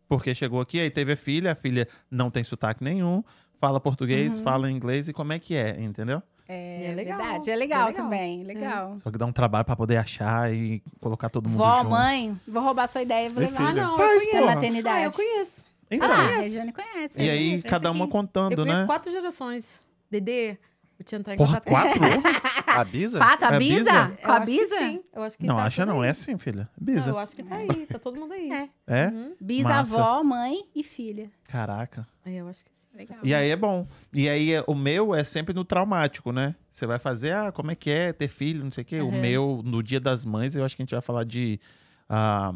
A: Porque chegou aqui, aí teve a filha, a filha não tem sotaque nenhum, fala
B: Uhum.
A: português, fala inglês e como é que é, entendeu?
D: É,
B: É legal.
D: verdade, é
B: É
D: legal,
B: legal.
D: também, legal.
A: Só que dá um trabalho pra poder achar e colocar todo mundo
D: Vó,
A: junto.
D: mãe, vou roubar sua ideia. Vou
C: Ei,
D: levar.
B: Ah,
C: filha,
B: não,
A: faz,
B: eu
D: É
A: porra.
B: conheço. Ah, eu
D: maternidade.
B: conheço.
A: Então,
D: Ah,
B: conheço.
D: a Regiane conhece.
A: e
D: eu
A: aí
D: conheço,
A: cada
D: essa
A: uma
D: aqui.
A: contando,
B: Eu conheço
A: né?
B: quatro gerações. Dedê, eu te entrar em
A: Porra,
B: contato com você.
A: quatro?
C: A Bisa?
D: Pato,
A: É
D: a
A: a
D: Bisa?
A: Bisa?
B: Eu
D: Com a
B: acho que
D: Bisa?
B: sim, Eu acho que
A: não,
B: tá
A: acha
B: tudo
A: não,
B: aí.
A: é assim, filha.
B: Não,
A: Bisa.
B: eu acho que tá aí, tá todo mundo aí.
D: É.
A: É?
B: Uhum.
D: Bisavó, mãe e filha.
A: Caraca.
B: Aí eu acho que sim.
D: Legal.
A: E aí é bom. E aí é- o meu é sempre no traumático, né? Você vai fazer, ah, como é que é ter filho, não sei o quê.
B: Uhum.
A: O meu, no dia das mães, eu acho que a gente vai falar de ah,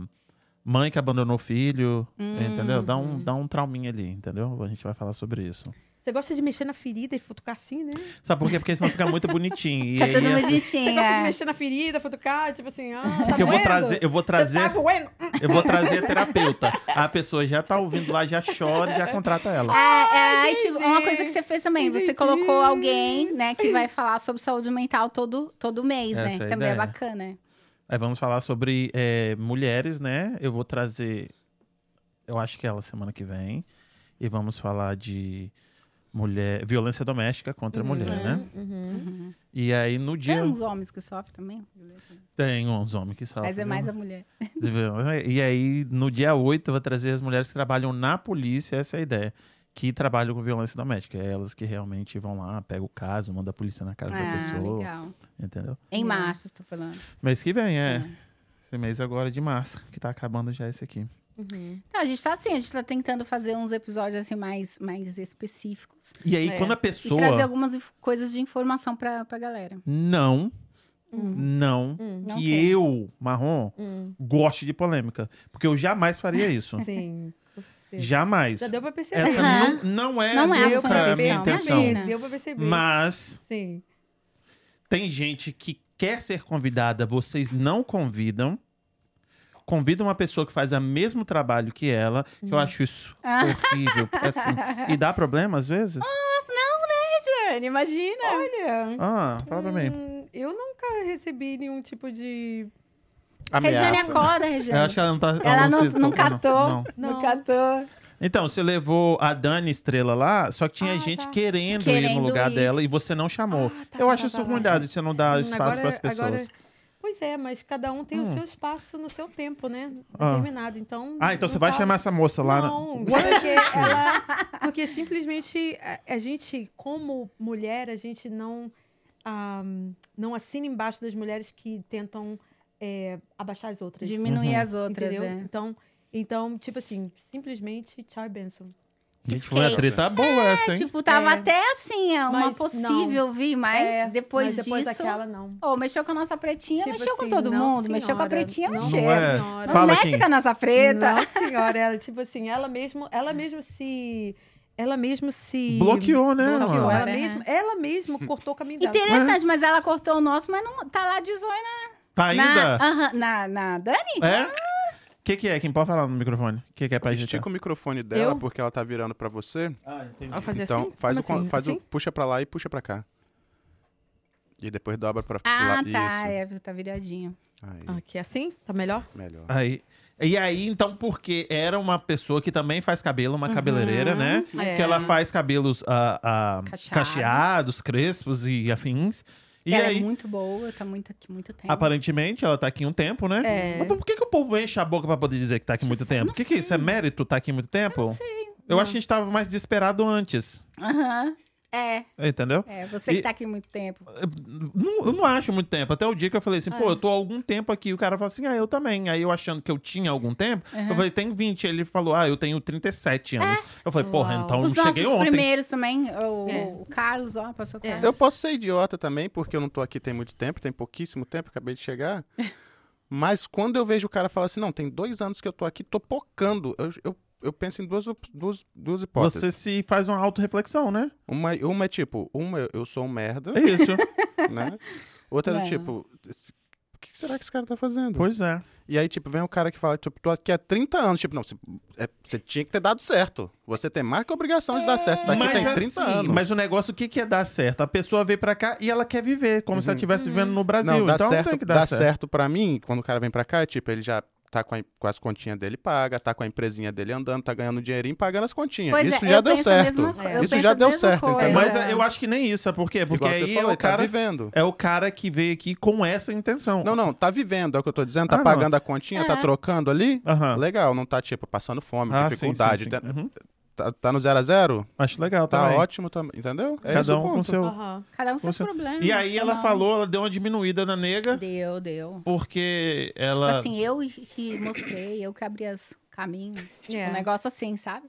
A: mãe que abandonou o filho, entendeu? Dá
B: Hum.
A: um, dá um trauminha ali, entendeu? A gente vai falar sobre isso.
B: Você gosta de mexer na ferida e futucar assim, né?
A: Sabe por quê? Porque senão fica muito bonitinho. E
D: Fica
A: aí,
D: tudo
A: assim,
D: bonitinho.
B: Você gosta
D: é.
B: Tá de mexer na ferida, futucar, tipo assim, ah, tá
A: Porque É eu vou
B: doendo?
A: trazer, eu vou
B: Você
A: trazer,
B: tá doendo?
A: eu vou trazer a terapeuta. A pessoa já tá ouvindo lá, já chora, e já contrata ela.
D: É, é, aí,
B: entendi.
D: tipo, uma coisa que você fez também, você
B: Entendi.
D: colocou alguém, né, que vai falar sobre saúde mental todo, todo mês,
A: Essa
D: né?
A: é a
D: Também é
A: ideia.
D: bacana.
A: Aí vamos falar sobre é, mulheres, né? Eu vou trazer, eu acho que é ela semana que vem. E vamos falar de mulher, violência doméstica contra a mulher, né?
B: Uhum.
A: E aí no
D: Hum, é. Tem
A: dia um.
D: uns homens que sofrem também,
A: tem uns homens que sofrem.
D: mas é mais
A: viu?
D: a mulher.
A: E aí no dia 8 eu vou trazer as mulheres que trabalham na polícia, essa é a ideia. Que trabalham com violência doméstica. É elas que realmente vão lá, pegam o caso, mandam a polícia na casa da
D: Ah,
A: pessoa.
D: legal.
A: Entendeu?
D: Em
B: Legal.
D: março, estou falando.
A: Mês que vem, é. Esse mês agora de março, que tá acabando já esse aqui.
B: Uhum.
D: Não, a gente tá assim, a gente tá tentando fazer uns episódios assim mais, mais específicos.
A: E aí,
B: É.
A: quando a
D: E trazer
A: pessoa
D: algumas inf- coisas de informação pra, pra galera.
A: não,
D: Hum.
A: não,
B: Hum.
D: Não
A: que
D: quer.
A: eu, marrom,
B: Hum.
A: goste de polêmica. Porque eu jamais faria isso.
B: Sim. com certeza.
A: jamais.
B: Já deu pra perceber.
A: Essa
D: Aham.
A: não, não é,
D: Não é a
A: nunca
D: sua
A: a minha
D: intenção.
A: intenção.
D: Imagina.
B: Deu pra perceber.
A: Mas
B: Sim.
A: tem gente que quer ser convidada, vocês não convidam. Convida uma pessoa que faz o mesmo trabalho que ela, que eu acho isso
D: Ah.
A: horrível. assim, e dá problema às vezes?
D: Jane, imagina!
B: Olha.
A: Ah, fala pra mim.
B: hum, eu nunca recebi nenhum tipo de.
D: Regiane
C: Ameaça.
D: acorda,
A: Eu
D: Regiane.
A: acho que ela não tá.
D: Ela não,
A: se
D: não
A: tocou,
D: catou,
A: não.
D: não,
B: Não.
D: catou.
A: Então, você levou a Dani Estrela lá, só que tinha
B: Ah,
A: gente
B: tá.
A: querendo, ir
D: Querendo
A: no lugar
D: ir.
A: dela e você não chamou.
B: Ah, tá,
A: eu
B: tá,
A: acho
B: tá,
A: isso
B: tá, tá.
A: ruim, dado de você não dar espaço para as pessoas.
B: Pois é, mas cada um tem o
A: Hum.
B: seu espaço no seu tempo, né?
A: Ah.
B: Determinado. Então.
A: Ah, então
B: não
A: você vai
B: tava-
A: chamar essa moça lá. na- É.
B: Não, porque ela. Porque simplesmente a, a gente, como mulher, a gente não. ah, não assina embaixo das mulheres que tentam é, abaixar as outras.
D: Diminuir as outras,
B: entendeu?
D: é.
B: Então, então, tipo assim, simplesmente, tchau e benção.
A: Gente, foi uma
D: Sei.
A: treta boa essa, hein?
D: Tipo, tava
B: É.
D: até assim, é uma
B: Mas
D: possível, vi, mas
B: É,
D: depois,
B: Mas depois
D: disso.
B: daquela, não.
D: Ô, mexeu com a nossa pretinha,
B: Tipo
D: mexeu com
B: assim,
D: todo
B: não,
D: mundo. mexeu com a
B: senhora,
D: pretinha,
B: não,
D: mexeu.
A: Não é.
B: senhora.
D: Não
A: Fala,
D: mexe
A: Kim.
D: com a nossa preta.
B: Não, senhora, ela, tipo assim, ela mesmo, ela mesmo se ela mesmo se
A: Bloqueou, né?
D: Bloqueou,
A: mano?
B: tipo, Bloqueou, ela
D: Fora,
B: mesmo, ela mesmo cortou o caminho dela.
D: Interessante, mas ela cortou o nosso, mas não tá lá de zoio
A: Tá
D: na,
A: ainda?
D: aham, na, na Dani?
A: É? O que, que é? Quem pode falar no microfone? O que, que é pra gente?
C: Estica o microfone dela,
B: Eu?
C: porque ela tá virando pra você.
A: Ah, entendi.
B: Ela fazia
C: então,
B: assim?
C: faz, o,
B: Como
C: con-
B: assim?
C: faz o.
B: Assim?
C: Puxa pra lá e puxa pra cá. E depois dobra pra
D: Ah,
C: lá.
D: tá.
C: Isso.
D: É, tá viradinha.
C: Aí,
B: Aqui assim? Tá melhor?
C: melhor.
A: Aí. E aí, então, porque era uma pessoa que também faz cabelo, uma cabeleireira, né?
B: Uhum. É.
A: Que ela faz cabelos ah, ah,
D: Cacheados.
A: cacheados, crespos e afins. E
D: ela
A: aí,
D: é muito boa, tá muito aqui muito tempo.
A: aparentemente, ela tá aqui um tempo, né?
B: É.
A: Mas por que, que o povo enche a boca pra poder dizer que tá aqui
D: Eu
A: muito
D: sei,
A: tempo?
D: não
A: O que, que é isso? É mérito tá aqui muito tempo? Eu,
D: não sei.
A: acho que a gente tava mais desesperado antes.
D: Aham. É,
A: Entendeu?
D: é. Você
A: E-
D: que tá aqui muito tempo.
A: Eu não- eu não acho muito tempo. Até o dia que eu falei assim, pô,
B: É.
A: eu tô há algum tempo aqui. O cara falou assim, ah, eu também. Aí eu achando que eu tinha algum tempo, eu falei, tem 20. Ele falou, ah, eu tenho 37 anos.
D: É.
A: Eu falei, porra,
B: Uau.
A: então eu
D: Os
A: não cheguei
D: nossos
A: ontem.
D: primeiros também. O,
B: É.
D: o Carlos, ó, passou o
B: É.
D: Carlos.
C: Eu posso ser idiota também, porque eu não tô aqui tem muito tempo, tem pouquíssimo tempo, acabei de chegar. Mas quando eu vejo o cara falar assim, não, tem dois anos que eu tô aqui, tô pocando. Eu, eu, eu penso em duas, op- duas, duas hipóteses.
A: Você se faz uma autorreflexão, né?
C: Uma, uma é tipo, uma eu- eu sou um merda,
A: É isso.
C: né? Outra é
D: É.
C: tipo, "Esse- o que será que esse cara tá fazendo?
A: pois é.
C: E aí, tipo, vem um cara que fala, tipo, tô aqui há 30 anos. Tipo, não, você, é- você tinha que ter dado certo. Você tem mais que obrigação de dar certo. Isso daqui
A: mas,
C: tem 30
A: assim,
C: anos.
A: mas o negócio, o que, que é dar certo? A pessoa veio pra cá e ela quer viver, como se ela estivesse vivendo no Brasil.
C: Uhum. Não, dá
A: então
C: certo,
A: tem que
C: dá
A: dar
C: certo. pra mim, quando o cara vem pra cá, é tipo, ele já tá com, a- com as continhas dele paga, tá com a empresinha dele andando, tá ganhando um dinheirinho pagando as continhas.
D: Pois
C: Isso
D: é,
C: já
D: eu
C: deu
D: penso a
C: certo.
D: mesma co-
B: É.
D: eu
C: Isso
D: penso
C: já
D: a
C: deu
D: mesma
C: certo,
D: coisa.
C: entendeu?
A: Mas é, eu acho que nem isso, sabe por quê? Porque
C: é. Igual você
A: aí
C: falou,
A: é, o
C: ele tá
A: cara,
C: vivendo.
A: é o cara que veio aqui com essa intenção.
C: Não, não, tá vivendo, é o que eu tô dizendo, tá
A: Ah, não.
C: pagando a continha, tá
D: É.
C: trocando ali.
A: Aham.
C: Legal, não tá, tipo, passando fome,
A: Ah, sim, sim,
C: dificuldade.
A: sim.
C: tá-
A: Uhum.
C: Tá, tá no zero a zero?
A: Acho legal,
C: Tá
A: também.
C: ótimo também, entendeu? É esse
A: Cada
C: o
A: um com
C: ponto.
A: seu.
B: Aham.
D: Cada um com seus
A: Você-
D: problemas.
A: E aí ela
D: Não.
A: falou, ela deu uma diminuída na nega,
D: Deu, deu.
A: porque
D: Tipo
A: ela.
D: assim, eu que mostrei, eu que abri os caminhos. Tipo,
B: É.
D: um negócio assim, sabe?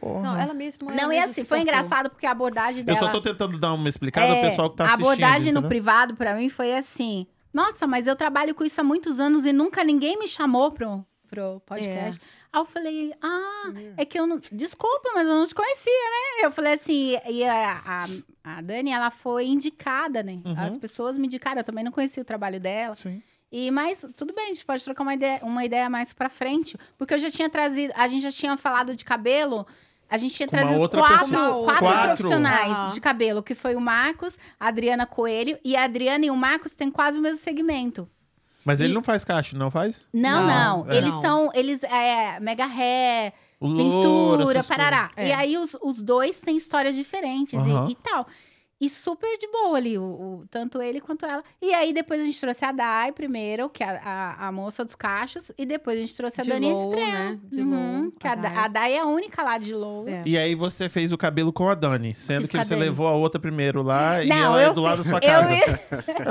A: Porra.
B: Não, ela mesma.
D: Não, e
B: mesma
D: assim,
B: se
D: foi
B: cortou.
D: engraçado porque a abordagem
A: Eu
D: dela.
A: só tô tentando dar uma explicada ao
D: É,
A: pessoal que tá
D: A
A: assistindo.
D: abordagem no
A: entendeu?
D: privado pra mim foi assim: Nossa, mas eu trabalho com isso há muitos anos e nunca ninguém me chamou pro, pro podcast. Aí eu falei: Ah, é que eu não. Desculpa, mas eu não te conhecia, né? Eu falei assim: E a, a, a Dani, ela foi indicada, né?
A: Uhum.
D: As pessoas me indicaram, eu também não conhecia o trabalho dela.
A: Sim.
D: E mas tudo bem, a gente pode trocar uma ideia, uma ideia mais pra frente, porque eu já tinha trazido, a gente já tinha falado de cabelo, a gente tinha
A: Com uma
D: trazido
A: outra
D: quatro,
B: pessoa.
D: quatro
A: Quatro.
D: profissionais
B: Aham.
D: de cabelo, que foi o Marcos, a Adriana Coelho e a Adriana e o Marcos têm quase o mesmo segmento.
A: Mas ele
D: E-
A: não faz cacho, não faz?
B: Não,
D: Não, não,
A: é.
D: eles
B: Não.
D: são, eles é mega hair,
A: O louro,
D: pintura,
A: essas
D: parará.
B: coisas.
D: E
B: É.
D: aí os, os dois têm histórias diferentes e-
A: Aham.
D: e, tal. E super de boa ali, o, o- tanto ele quanto ela. E aí depois a gente trouxe a Dai primeiro, que é a, a- a moça dos cachos, e depois a gente trouxe a
B: De
D: Dani
B: Low,
D: Estrela.
B: né? De Low,
D: Uhum, que
B: a
D: a, Da-
B: Dai.
D: a Dai é a única lá de Low.
B: É.
A: coisas. E aí você fez o cabelo com a Dani, sendo
D: Fiz
A: que você
D: cabelo.
A: levou a outra primeiro lá e
D: Não,
A: ela é
D: eu
A: do lado da sua
D: Eu
A: casa.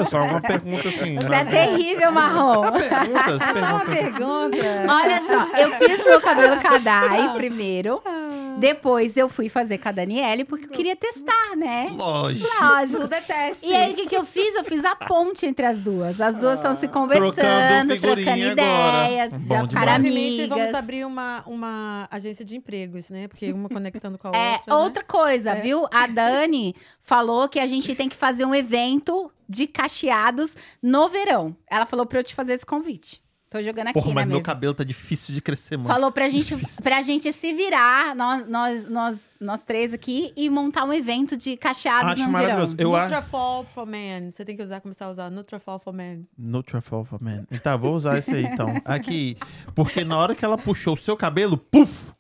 A: É só uma pergunta assim.
D: Você é
A: nada-
D: terrível, Marrom.
A: Perguntas,
B: é Uma
A: perguntas.
B: pergunta.
D: Olha só, eu fiz o meu cabelo com a Dai primeiro.
B: Ah.
D: Depois eu fui fazer com a Daniele, porque eu queria testar, né?
A: Lógico.
D: Lógico.
B: Tudo é teste.
D: E aí, o que, que eu fiz? Eu fiz a ponte entre as duas. As duas estão se conversando,
A: Ah, Trocando
D: trocando,
A: figurinha
D: ideia,
A: agora.
D: já
A: Bom
D: ficaram
A: demais.
B: Provavelmente vamos
D: amigas.
B: abrir uma, uma agência de empregos, né? Porque uma conectando com a outra.
D: É,
B: né?
D: outra coisa,
B: É.
D: viu? A Dani falou que a gente tem que fazer um evento de cacheados no verão. Ela falou pra eu te fazer esse convite. Tô jogando aqui né,
A: Porra,
D: na
A: mas meu é
D: mesa.
A: cabelo tá difícil de crescer, mano.
D: Falou pra gente, pra gente se virar, nós, nós, nós, nós três aqui, e montar um evento de cacheados
A: Ah, Acho
D: no
A: maravilhoso.
D: verão.
A: Eu acho.
B: Nutrafol for men. Você tem que usar, começar a usar Nutrafol for men.
A: No Truffle Man. Tá, vou usar esse aí então. Aqui. Porque na hora que ela puxou o seu cabelo, puf!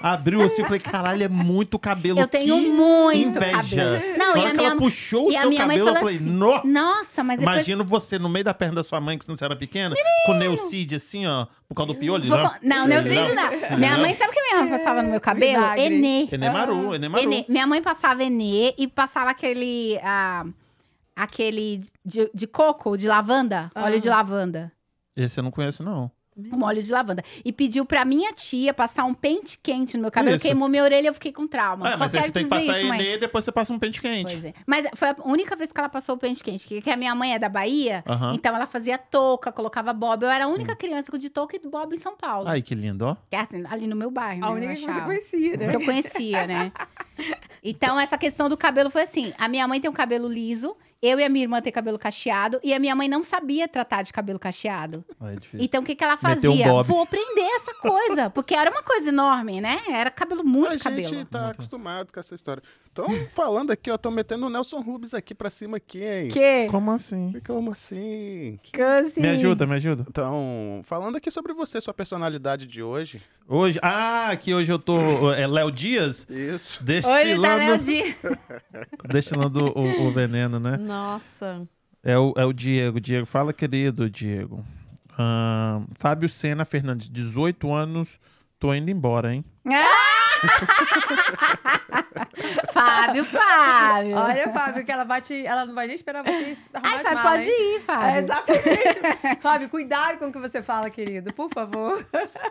A: Abriu assim, eu falei, caralho, é muito cabelo.
D: Eu tenho
A: que
D: muito
A: inveja.
D: cabelo.
A: Na
D: Não, e
A: hora
D: a
A: que
D: minha
A: ela puxou o
D: e a
A: seu
D: minha mãe
A: cabelo, eu
D: falou
A: falei,
D: assim,
A: nossa!
D: Nossa, mas depois...
A: Imagina você no meio da perna da sua mãe, que você não era pequena, com Neucid assim, ó, por causa do piolho.
D: Vou
A: né?
D: con- Não, não, não, não. Minha mãe, sabe o que minha mãe passava no meu cabelo?
B: Milagre.
D: Enê.
A: Enemaru, Enemaru.
D: Enê. Minha mãe passava Enê e passava aquele. ah, aquele de, de coco, de lavanda.
B: Ah.
D: Óleo de lavanda.
A: Esse eu não conheço, não.
D: Um óleo de lavanda. E pediu pra minha tia passar um pente quente no meu cabelo.
A: Isso.
D: Queimou minha orelha eu fiquei com trauma.
A: Ah,
D: Só
A: mas aí
D: quero
A: você tem que
D: dizer
A: passar
D: isso, mãe.
A: Enê e depois você passa um pente quente.
D: Pois é. Mas foi a única vez que ela passou o pente quente. Que que a minha mãe é da Bahia.
A: Aham.
D: Então ela fazia touca, colocava bob. Eu era a única criança de touca e bob em São Paulo.
A: Ai, que lindo, ó.
D: Que é assim, ali no meu bairro.
B: A
D: né, eu
B: única que você
D: achava.
B: conhecia, né?
D: que eu conhecia, né? Então, essa questão do cabelo foi assim: a minha mãe tem um cabelo liso, eu e a minha irmã tem cabelo cacheado, e a minha mãe não sabia tratar de cabelo cacheado.
A: Ai, é difícil.
D: Então, o que, que ela
A: Meteu um
D: fazia?
A: bob.
D: Vou prender essa coisa, porque era uma coisa enorme, né? Era cabelo, muito
C: A
D: cabelo.
C: gente
A: Ah,
C: tá acostumado com essa história. Estão falando aqui, ó, estão metendo o Nelson Rubens aqui pra cima aqui, hein?
D: Que?
A: Como assim?
C: Como assim?
D: Assim.
A: Me ajuda, me ajuda.
C: Então, falando aqui sobre você, sua personalidade de hoje.
A: Hoje. Ah, que hoje eu tô. É Léo Dias?
C: Isso.
D: Hoje tá Léo
A: Destilando,
D: Dias.
A: destilando o, o veneno, né?
B: Nossa.
A: É o, é o Diego. Diego, fala, querido Diego. Ahn, Fábio Sena Fernandes, 18 anos. Tô indo embora, hein?
D: Fábio, Fábio.
B: Olha, Fábio, que ela vai te. Ela não vai nem esperar vocês arrumar
D: Ai,
B: as
D: Fábio,
B: malas,
D: pode
B: hein?
D: ir,
B: É,
D: Fábio.
B: exatamente. Fábio, cuidado com o que você fala, querido. Por favor.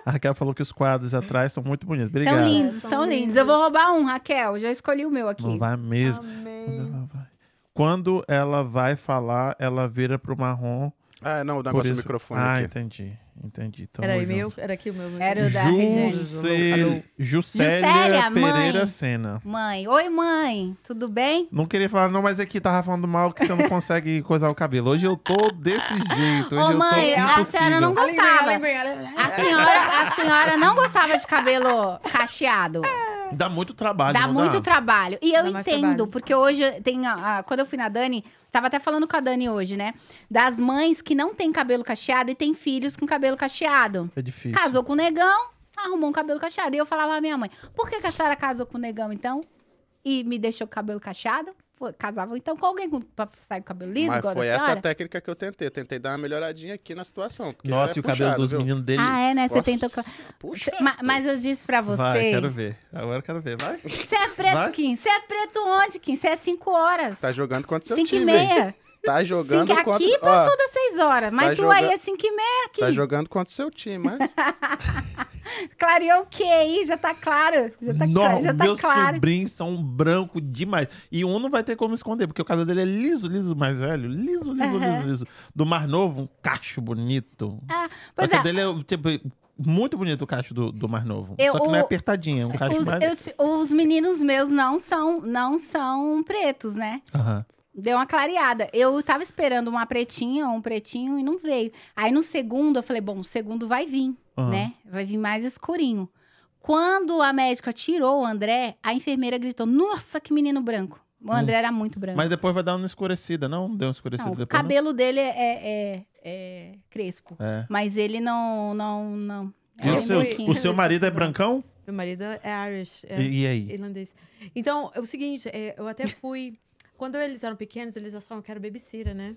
A: A Raquel falou que os quadros atrás são muito bonitos.
D: Tão
A: Obrigado.
D: lindos,
B: São
D: são lindos.
B: lindos.
D: Eu vou roubar um, Raquel. Já escolhi o meu aqui.
A: Não vai mesmo. Quando
B: Amém.
A: ela vai, Quando ela vai falar, ela vira pro marrom.
C: Ah, não, o
A: Por
C: negócio
A: isso...
C: do microfone
A: ah,
C: aqui.
A: entendi. Entendi. Tamo
B: Era aí
A: junto.
B: meu? Era aqui o meu? meu.
D: Era o da Regiane.
A: Jusce... Juscelia
D: Juscelia, mãe.
A: Pereira Sena.
D: Mãe, oi mãe, tudo bem?
A: Não queria falar, não, mas aqui tava falando mal que você não consegue coisar o cabelo. Hoje eu tô desse jeito. Hoje
D: Ô,
A: eu
D: mãe,
A: tô
D: a
A: impossível.
D: senhora não
B: A linguinha, a
D: gostava.
B: linguinha, a linguinha.
C: Ah.
D: A senhora, a senhora não gostava de cabelo cacheado.
A: Dá muito trabalho,
D: Dá
A: não
D: muito trabalho. E eu
B: Dá mais
D: entendo,
B: trabalho.
D: porque hoje tem. a- a- quando eu fui na Dani, tava até falando com a Dani hoje, né? Das mães que não têm cabelo cacheado e têm filhos com cabelo cacheado.
A: É difícil.
D: Casou com o negão, arrumou um cabelo cacheado. E eu falava à minha mãe: por que, que a senhora casou com o negão então? E me deixou com o cabelo cacheado? Pô, Casava então com alguém com, pra sair com o cabelo liso,
C: Mas
D: igual a
C: foi
D: da
C: essa
D: senhora?
C: a técnica que eu tentei. Eu tentei dar uma melhoradinha aqui na situação. porque
A: Nossa,
C: é
A: e o cabelo
C: puxado,
A: dos
C: viu?
A: meninos dele.
D: Ah, é, né? Você
C: Nossa,
D: tentou. co-
C: Puxa.
D: Ma- mas eu disse pra
A: Vai, quero
D: você.
A: ver. Agora eu quero ver. Vai.
D: Você é preto,
A: Vai.
D: Kim? Você é preto onde, Kim? Você é 5 horas.
C: Tá jogando contra seu
D: Cinco e
C: time. hein?
D: meia.
C: Tá jogando
D: Cinco-
C: contra...
D: Aqui
C: ó,
D: passou das 6 horas, mas
C: tá
D: tu
C: joga-
D: aí é 5 e meia aqui.
C: Tá jogando contra seu time, mas...
D: Clareou o que aí? Já tá claro. Já tá,
A: Nossa,
D: cla- já tá
A: meus
D: claro.
A: sobrinhos são branco demais. E um não vai ter como esconder, porque o cabelo dele é liso, liso, mais velho. Liso, liso,
D: Aham.
A: liso, liso. Do mais novo, um cacho bonito.
D: Ah,
A: Mas
D: pois
A: o
D: é,
A: dele é tipo, muito bonito o cacho do, do mais novo.
D: Eu-
A: Só que não é
D: o-
A: apertadinho, é um cacho
D: os,
A: mais.
D: eu te- os meninos meus não são, não são pretos, né?
A: Aham.
D: Deu uma clareada. Eu tava esperando uma pretinha ou um pretinho e não veio. Aí no segundo eu falei, bom, o segundo vai vir,
A: Aham.
D: né? Vai vir mais escurinho. Quando a médica tirou o André, a enfermeira gritou: Nossa, que menino branco! O André era muito branco.
A: Hum. Mas depois vai dar uma escurecida, não? Deu uma escurecida
D: Não, o
A: depois.
D: cabelo dele é, é- é crespo.
A: não? É.
D: Mas ele não. não, não.
A: E
D: é
A: o
D: um
A: seu,
D: branquinho.
A: o seu marido é brancão?
B: Meu marido é Irish. É.
A: E, e aí?
B: irlandês. Então, é o seguinte, é, eu até fui. Quando eles eram pequenos, eles achavam que era babysitter, né?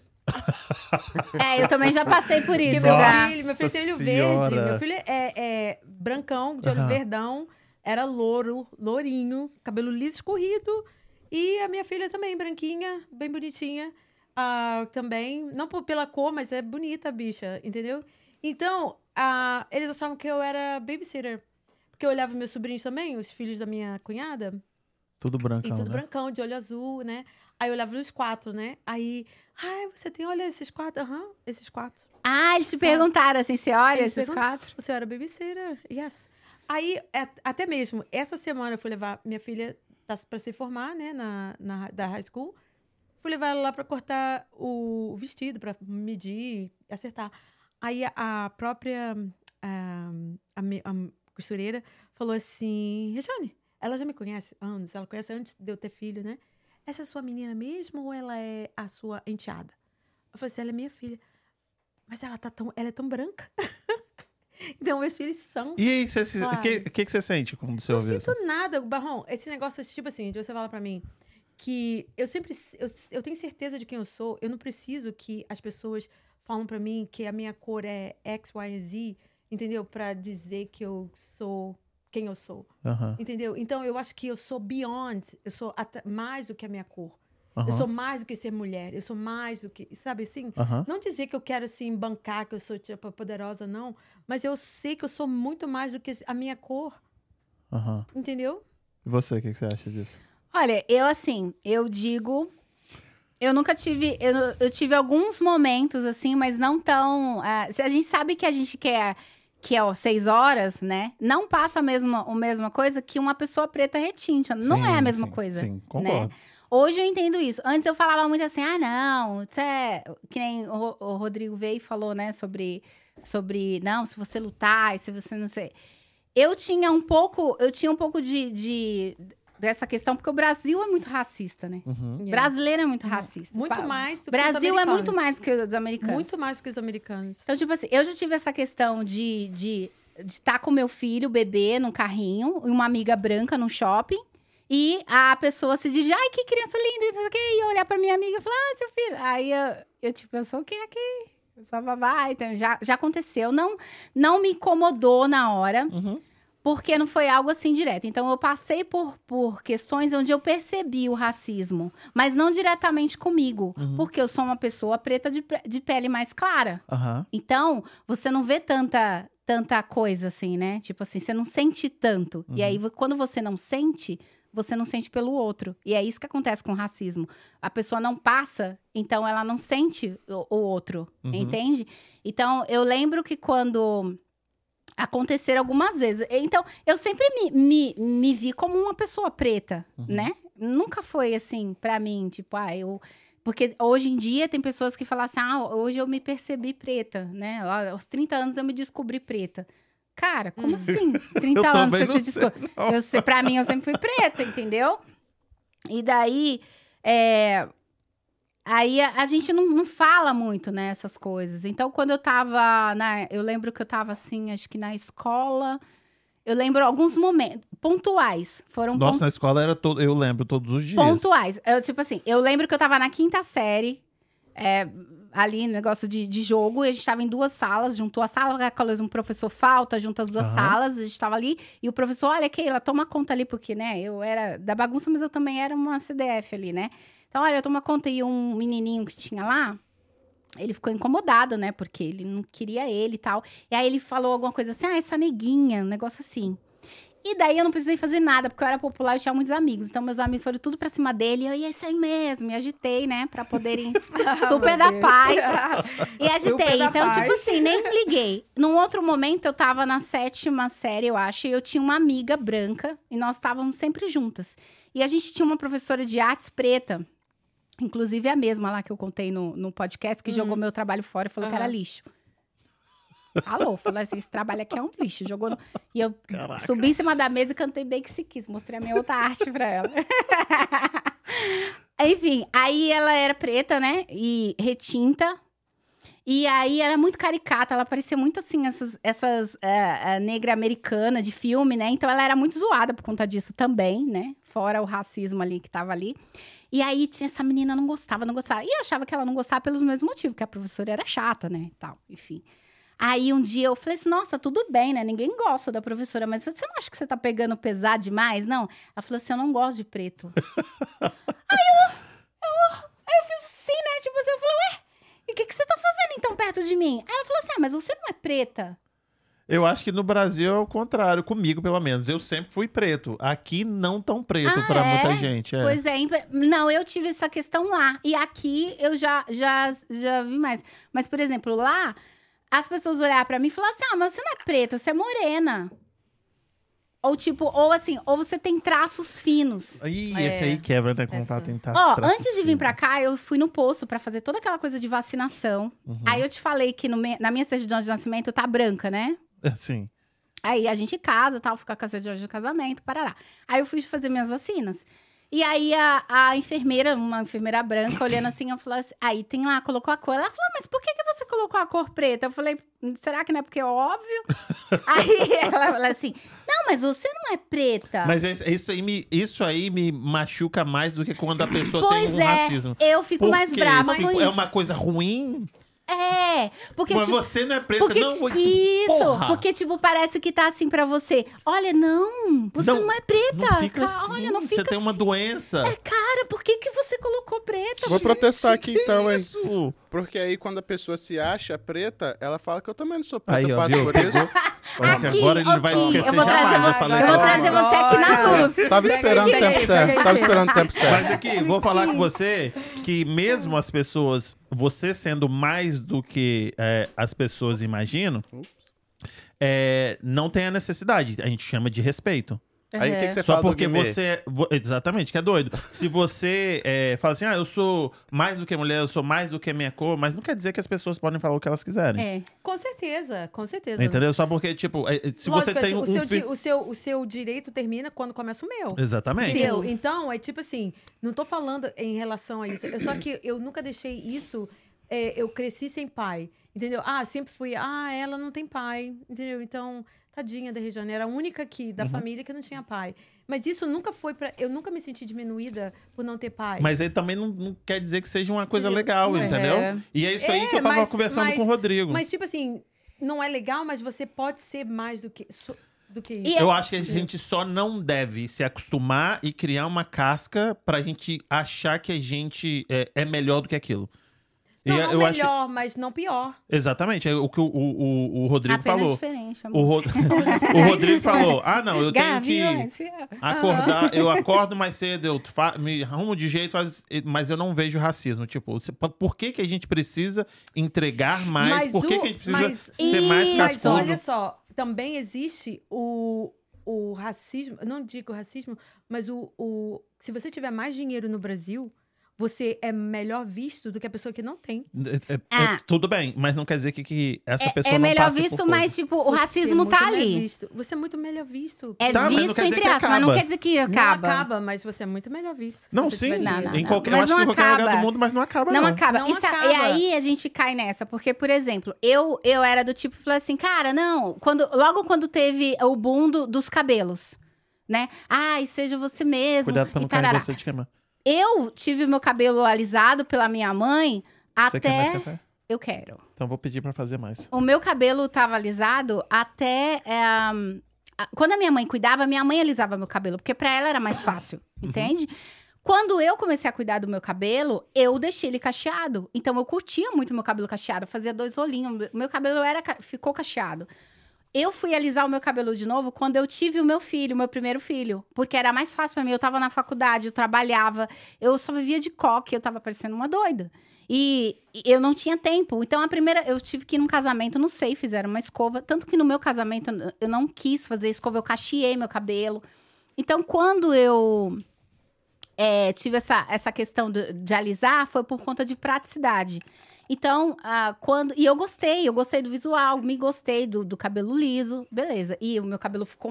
D: É, eu também já passei por
B: Porque
D: isso
B: meu
D: já.
B: filho, meu filho tem olho
A: Senhora.
B: verde. Meu filho é, é brancão, de olho
A: Aham.
B: verdão, era louro, lourinho, cabelo liso escorrido. E a minha filha também, branquinha, bem bonitinha. Ah, também, não por- pela cor, mas é bonita a bicha, entendeu? Então, ah, eles achavam que eu era babysitter. Porque eu olhava meus sobrinhos também, os filhos da minha cunhada.
A: Tudo brancão.
B: E tudo
A: né?
B: brancão, de olho azul, né? Aí eu olhava os quatro, né? Aí, ai, você tem, olha, esses quatro, aham, esses quatro.
D: Ah, eles te
B: Só-
D: perguntaram assim: você olha
B: Eles
D: esses
B: perguntaram.
D: quatro?
B: Você era babysitter, yes. Aí, é- até mesmo, essa semana eu fui levar, minha filha tá pra se formar, né, na, na, da high school. Fui levar ela lá pra cortar o, o vestido, pra medir, acertar. Aí a, a própria ah, a, me- a costureira falou assim, Rejane, ela já me conhece há anos, ela conhece antes de eu ter filho, né? Essa é sua menina mesmo ou ela é a sua enteada? Eu falei assim, ela é minha filha. Mas ela, tá tão, ela é tão branca. então, meus filhos são.
A: E aí, você se- o
B: Claro.
A: que, que, que você sente quando você
B: Não
A: ouve isso?
B: sinto nada, Barrão. Esse negócio, é tipo assim, de você falar pra mim que eu sempre. Eu, eu tenho certeza de quem eu sou. Eu não preciso que as pessoas falam pra mim que a minha cor é X, Y, e Z, entendeu? Pra dizer que eu sou quem eu sou,
A: Aham,
B: entendeu? Então, eu acho que eu sou beyond. Eu sou ata- mais do que a minha cor.
A: aham,
B: Eu sou mais do que ser mulher. Eu sou mais do que. Sabe assim?
A: aham.
B: Não dizer que eu quero, assim, bancar, que eu sou, tipo, poderosa, não. Mas eu sei que eu sou muito mais do que a minha cor,
A: Aham.
B: entendeu?
A: E você, o que, que você acha disso?
D: Olha, eu assim, eu digo. Eu nunca tive. Eu, eu tive alguns momentos assim, mas não tão. ah, se a gente sabe que a gente quer. Que é ó, seis horas, né? Não passa a mesma, a mesma coisa que uma pessoa preta retinta. Não
A: Sim,
D: é a mesma
A: sim,
D: coisa.
A: Sim, concordo.
D: Hoje eu entendo isso. Antes eu falava muito assim, ah, não, isso é... Que nem o, Ro- o Rodrigo veio e falou, né, sobre, sobre... Não, se você lutar, e se você não sei... Eu tinha um pouco... Eu tinha um pouco de, de- dessa questão, porque o Brasil é muito racista, né?
A: Uhum.
D: O
B: Yeah.
D: Brasileiro é muito racista.
B: Muito
D: Pa-
B: mais do que os
D: Brasil é
B: americanos.
D: muito mais que os americanos.
B: Muito mais do que os americanos.
D: Então, tipo assim, eu já tive essa questão de de estar com meu filho, bebê, num carrinho, e uma amiga branca num shopping. E a pessoa se diz, ai, que criança linda, e não sei o quê. E eu olhar pra minha amiga e falar, ah, seu filho. Aí eu, eu tipo, eu sou o quê aqui? Eu sou a babá. Então, já, já aconteceu. Não, não me incomodou na hora,
A: Uhum.
D: porque não foi algo assim direto. Então, eu passei por, por questões onde eu percebi o racismo, mas não diretamente comigo,
A: Uhum.
D: porque eu sou uma pessoa preta de pe- de pele mais clara.
A: Aham.
D: Então, você não vê tanta tanta coisa assim, né? Tipo assim, você não sente tanto. E
A: Uhum.
D: aí, vo- quando você não sente, você não sente pelo outro. E é isso que acontece com o racismo. A pessoa não passa, então ela não sente o, o outro,
A: Uhum.
D: entende? Então, eu lembro que quando aconteceram algumas vezes. Então, eu sempre me, me, me vi como uma pessoa preta,
A: Uhum.
D: né? Nunca foi assim pra mim, tipo, ah, eu porque hoje em dia tem pessoas "Ah, que falam assim: ah, hoje eu me percebi preta, né? Ó, Aos 30 anos eu me descobri preta. Cara, como assim? 30
C: Hum. Eu
D: anos
C: também
D: você se
C: não sei,
D: descobriu. Eu sei, pra mim, eu sempre fui preta, entendeu? E daí, é, aí a, a gente não, não fala muito, né, essas coisas. Então, quando eu tava, na, eu lembro que eu tava, assim, acho que na escola, eu lembro alguns momentos, pontuais, foram
A: Nossa, na escola era todo. Eu lembro todos os dias.
D: pontuais. Eu, tipo assim, eu lembro que eu tava na quinta série, é, ali, negócio de, de jogo, e a gente tava em duas salas, juntou a sala com a luz, um professor falta, junta as duas
A: Aham.
D: salas, a gente tava ali, e o professor, olha, Keila, toma conta ali, porque, né, eu era da bagunça, mas eu também era uma CDF ali, né? Então, olha, toma conta, e um menininho que tinha lá... Ele ficou incomodado, né? Porque ele não queria ele e tal. E aí ele falou alguma coisa assim, ah, essa neguinha, um negócio assim. E daí eu não precisei fazer nada, porque eu era popular e tinha muitos amigos. Então meus amigos foram tudo pra cima dele. E eu, e é isso aí mesmo. Me agitei, né? Pra poderem Então, super
B: Ah, meu
D: da
B: Deus.
D: paz. E
B: Super
D: agitei.
B: da
D: Então,
B: paz.
D: tipo assim, nem liguei. Num outro momento, eu tava na sétima série, eu acho, e eu tinha uma amiga branca, e nós estávamos sempre juntas. E a gente tinha uma professora de artes preta, inclusive a mesma lá que eu contei no, no podcast, que
B: Uhum.
D: jogou meu trabalho fora e falou que era
B: Aham.
D: lixo. Falou, falou assim: esse trabalho aqui é um lixo. Jogou no... E eu
A: Caraca.
D: subi em cima da mesa e cantei bem que se quis. Mostrei a minha outra arte pra ela. Enfim, aí ela era preta, né? E retinta. E aí era muito caricata, ela parecia muito assim, essas, essas é, é, negra americana de filme, né? Então ela era muito zoada por conta disso também, né? Fora o racismo ali que tava ali. E aí tinha essa menina não gostava, não gostava. E eu achava que ela não gostava pelos mesmos motivos, que a professora era chata, né? E tal, enfim. Aí um dia eu falei assim, nossa, tudo bem, né? Ninguém gosta da professora, mas você não acha que você tá pegando pesado demais, não? Ela falou assim, eu não gosto de preto. aí, eu, eu- aí eu fiz assim, né? Tipo assim, eu falei, ué, e o que, que você tá fazendo então perto de mim? Aí ela falou assim, ah, mas você não é preta.
A: Eu acho que no Brasil é o contrário, comigo pelo menos. Eu sempre fui preto. Aqui não tão preto
D: Ah,
A: pra
D: é?
A: muita gente. É.
D: Pois é, impre- não, eu tive essa questão lá. E aqui eu já, já, já vi mais. Mas, por exemplo, lá, as pessoas olhavam pra mim e falavam assim: ah, mas você não é preta, você é morena. Ou tipo, ou assim, ou você tem traços finos.
A: Ih,
B: É,
A: esse aí quebra, né? Como
B: essa-
A: tá tentar.
D: Ó, antes de vir pra cá, eu fui no posto pra fazer toda aquela coisa de vacinação. Aí eu te falei que no me- na minha certidão de nascimento tá branca, né?
A: Sim.
D: Aí a gente casa, tal, fica com a certidão de casamento, parará. Aí eu fui fazer minhas vacinas. E aí a, a enfermeira, uma enfermeira branca, olhando assim, eu falei assim, aí tem lá, colocou a cor. Ela falou, mas por que, que você colocou a cor preta? Eu falei, será que não é porque é óbvio? aí ela falou assim, não, mas você não é preta.
A: Mas es- isso aí, me, isso aí me machuca mais do que quando a pessoa tem
D: Pois
A: um
D: é,
A: racismo.
D: Eu fico
A: Por
D: mais
A: quê?
D: brava
A: Se
D: com isso.
A: É uma coisa ruim?
D: É, porque
A: mas
D: tipo,
A: você não é preta,
D: Porque,
A: não?
D: ti-
A: oito-
D: isso,
A: porra!
D: porque, tipo, parece que tá assim pra você. Olha, não, você
A: Não,
D: não, é preta.
A: Não fica
D: Ca-
A: assim.
D: Olha, não
A: você
D: fica
A: tem uma doença.
D: É, cara, por que, que você colocou preta?
C: Vou protestar aqui então, hein?
A: Isso!
C: Porque aí quando a pessoa se acha preta, ela fala que eu também não sou preta,
A: Aí,
C: eu
A: ó,
C: passo
A: viu?
C: por isso. é,
A: Pegou. Olha que
D: Aqui,
A: agora ele não vai
D: aqui,
A: esquecer
D: eu vou
A: jamais.
D: trazer
A: eu
D: vo-
A: falei
D: eu vou
A: que-
D: trazer você aqui na luz.
C: Tava esperando o
B: Pega aí, pega
C: tempo
B: aí,
C: certo,
B: pega
C: tava
B: aí.
C: esperando o tempo certo.
A: Mas aqui, vou falar com você que mesmo as pessoas, você sendo mais do que é, as pessoas imaginam, é, não tem a necessidade. A gente chama de respeito.
C: Aí o que, que você
A: Só
C: fala do
A: porque
C: Guimê?
A: você. é- vo- Exatamente, que é doido. Se você é, fala assim, ah, eu sou mais do que mulher, eu sou mais do que minha cor, mas não quer dizer que as pessoas podem falar o que elas quiserem.
D: É.
B: Com certeza, com certeza.
A: Entendeu? Só porque, tipo, é, é, se você
B: Lógico,
A: tem
B: o,
A: um.
B: seu,
A: fi-
B: di- o, seu, o seu direito termina quando começa o meu.
A: Exatamente.
B: Entendeu? Então, é tipo assim, não tô falando em relação a isso. Eu, só que eu nunca deixei isso. é, eu cresci sem pai. Entendeu? Ah, sempre fui. Ah, ela não tem pai. Entendeu? Então, tadinha da Rejane. Era a única aqui
A: Uhum.
B: da família que não tinha pai. Mas isso nunca foi pra. Eu nunca me senti diminuída por não ter pai.
A: Mas aí também não, não quer dizer que seja uma coisa
B: Entendeu?
A: legal,
D: É.
A: entendeu? E é isso aí
B: É,
A: que eu tava
B: mas-
A: conversando
B: mas-
A: com o Rodrigo.
B: Mas, tipo assim, não é legal, mas você pode ser mais do que, so- do que isso.
D: E
A: Eu acho que a gente só não deve se acostumar e criar uma casca pra gente achar que a gente é, é melhor do que aquilo. E
B: Não,
A: eu-
B: não
A: eu acho.
B: melhor, mas não pior.
A: Exatamente, é o que o, o, o- o Rodrigo
D: Apenas
A: falou.
D: diferente. a
A: O, Ro-
D: música.
A: o Rodrigo falou: ah, não, eu tenho que Ah,
D: Gaviões, fiel.
A: acordar, eu acordo mais cedo, eu fa- me arrumo de jeito, mas- mas eu não vejo racismo. Tipo, você- por que, que a gente precisa entregar mais?
B: Mas
A: por que,
B: o-
A: que a gente precisa
B: mas-
A: ser mais
B: Mas
D: Isso. Cascudo.
A: cascudo?
B: olha só, também existe o, o racismo, eu não digo racismo, mas o, o se você tiver mais dinheiro no Brasil, você é melhor visto do que a pessoa que não tem.
A: É- é- é
D: Ah.
A: tudo bem, mas não quer dizer que, que essa
D: É,
A: pessoa não
D: melhor
A: passe por
D: visto,
A: coisa.
D: mas, tipo, o
B: Você é
D: racismo
B: muito
D: tá
B: melhor
D: ali.
B: visto. Você é muito melhor visto.
D: É
A: Tá, mas não
D: visto,
A: quer dizer
D: entre
A: que
D: aspas, mas não
A: acaba.
D: quer dizer que acaba.
B: Não acaba, mas você é muito melhor visto. se
A: Não,
B: você
A: sim.
B: tiver dinheiro.
D: Não,
A: em
D: não,
A: qualquer,
D: não.
A: Eu
D: Mas
A: acho que em
D: não
A: qualquer lugar do
D: acaba.
A: mundo, mas não acaba,
D: Não
A: não.
D: acaba.
B: Não
D: Isso a- E
B: acaba.
D: aí a gente cai nessa, porque, por exemplo, eu eu era do tipo, falei assim, cara, não, quando, logo quando teve o boom do- dos cabelos, né? Ai, seja você mesmo.
A: Cuidado pra
D: e
A: não cair
D: tarará.
A: você de queimar.
D: Eu tive meu cabelo alisado pela minha mãe
A: Você quer mais
D: até.
A: café?
D: Eu quero.
A: Então vou pedir pra fazer mais.
D: O meu cabelo tava alisado até. eh, hum, a- Quando a minha mãe cuidava, minha mãe alisava meu cabelo, porque pra ela era mais fácil, entende? Quando eu comecei a cuidar do meu cabelo, eu deixei ele cacheado. Então eu curtia muito meu cabelo cacheado, eu fazia dois rolinhos, meu cabelo era ca- ficou cacheado. Eu fui alisar o meu cabelo de novo quando eu tive o meu filho, o meu primeiro filho, porque era mais fácil pra mim. Eu tava na faculdade, eu trabalhava, eu só vivia de coque, eu tava parecendo uma doida. E e eu não tinha tempo. Então, a primeira. Eu tive que ir num casamento, não sei, fizeram uma escova. Tanto que no meu casamento eu não quis fazer escova, eu cacheei meu cabelo. Então, quando eu é, tive essa, essa questão de, de alisar, foi por conta de praticidade. Então, ah, quando. E eu gostei, eu gostei do visual, me gostei do, do cabelo liso, beleza. E o meu cabelo ficou